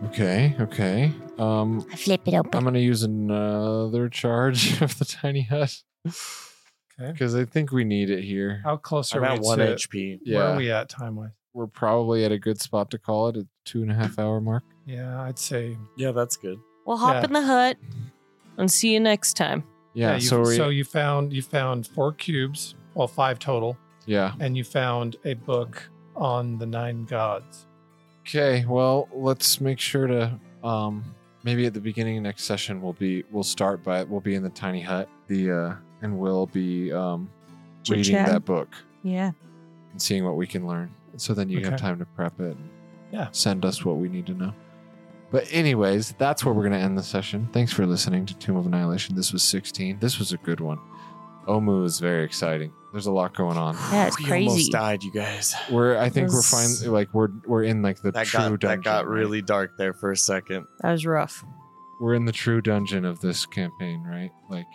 Speaker 1: Okay. Okay. Um,
Speaker 5: flip it open.
Speaker 1: I'm gonna use another charge of the tiny hut
Speaker 3: Okay,
Speaker 1: because I think we need it here.
Speaker 3: how close are
Speaker 4: I'm
Speaker 3: we
Speaker 4: at one
Speaker 3: to?
Speaker 4: HP.
Speaker 3: Where are
Speaker 1: Yeah,
Speaker 3: we at time wise?
Speaker 1: we're probably at a good spot to call it at two and a half hour mark.
Speaker 3: Yeah, I'd say.
Speaker 4: Yeah, that's good.
Speaker 2: We'll hop
Speaker 3: Yeah.
Speaker 2: in the hut and see you next time.
Speaker 1: Yeah.
Speaker 3: you,
Speaker 1: so we.
Speaker 3: so you found you found four cubes, well five total,
Speaker 1: yeah.
Speaker 3: and you found a book on the nine gods.
Speaker 1: Okay. Well, let's make sure to um maybe at the beginning of next session we'll be we'll start by we'll be in the tiny hut the uh and we'll be um reading
Speaker 2: Chit-chat.
Speaker 1: that book.
Speaker 2: Yeah.
Speaker 1: and seeing what we can learn. So then you have
Speaker 3: Okay.
Speaker 1: time to prep it. And
Speaker 3: Yeah.
Speaker 1: Send us what we need to know. But anyways, that's where we're going to end the session. Thanks for listening to Tomb of Annihilation. This was 16. This was a good one. Omu is very exciting. There's a lot going on.
Speaker 2: Yeah, it's
Speaker 4: we
Speaker 2: crazy.
Speaker 4: almost died, you guys.
Speaker 1: We're I think we're
Speaker 2: This-
Speaker 1: finally like we're we're in like the
Speaker 4: That
Speaker 1: true
Speaker 4: got
Speaker 1: dungeon.
Speaker 4: that got
Speaker 1: right?
Speaker 4: really dark there for a second.
Speaker 2: That was rough.
Speaker 1: We're in the true dungeon of this campaign, right? Like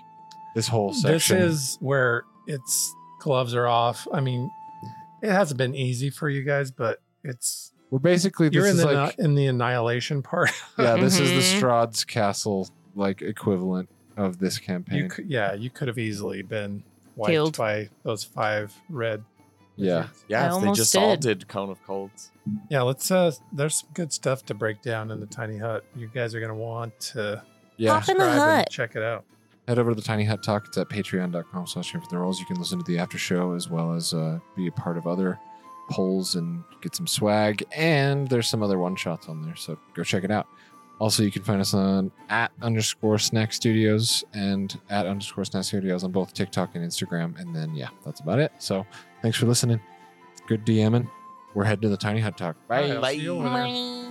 Speaker 1: this whole
Speaker 3: This
Speaker 1: section.
Speaker 3: is where its gloves are off. I mean, it hasn't been easy for you guys, but it's
Speaker 1: we're basically this
Speaker 3: you're in
Speaker 1: is
Speaker 3: the
Speaker 1: like
Speaker 3: in the annihilation part.
Speaker 1: yeah, this is
Speaker 2: Mhm.
Speaker 1: the Strahd's castle like equivalent of this campaign.
Speaker 3: You could, yeah, you could have easily been wiped
Speaker 2: Killed.
Speaker 3: by those five red.
Speaker 1: yeah.
Speaker 3: wizards.
Speaker 2: I
Speaker 4: Yeah, if they
Speaker 2: almost
Speaker 4: just all
Speaker 2: did.
Speaker 4: did Cone of Colds.
Speaker 3: yeah. Let's. uh There's some good stuff to break down in the tiny hut. You guys are gonna want to
Speaker 1: Yeah.
Speaker 2: Hop in the
Speaker 3: subscribe and
Speaker 2: hut.
Speaker 3: check it out.
Speaker 1: head over to the tiny hut talk it's at patreon.com slash in for the rolls you can listen to the after show as well as uh, be a part of other polls and get some swag and there's some other one shots on there so go check it out also you can find us on at underscore snack studios and at underscore snack studios on both tiktok and instagram and then yeah that's about it so thanks for listening good dming we're heading to the tiny hut talk bye Oh,
Speaker 3: All right, I'll see you over there.
Speaker 5: Boing.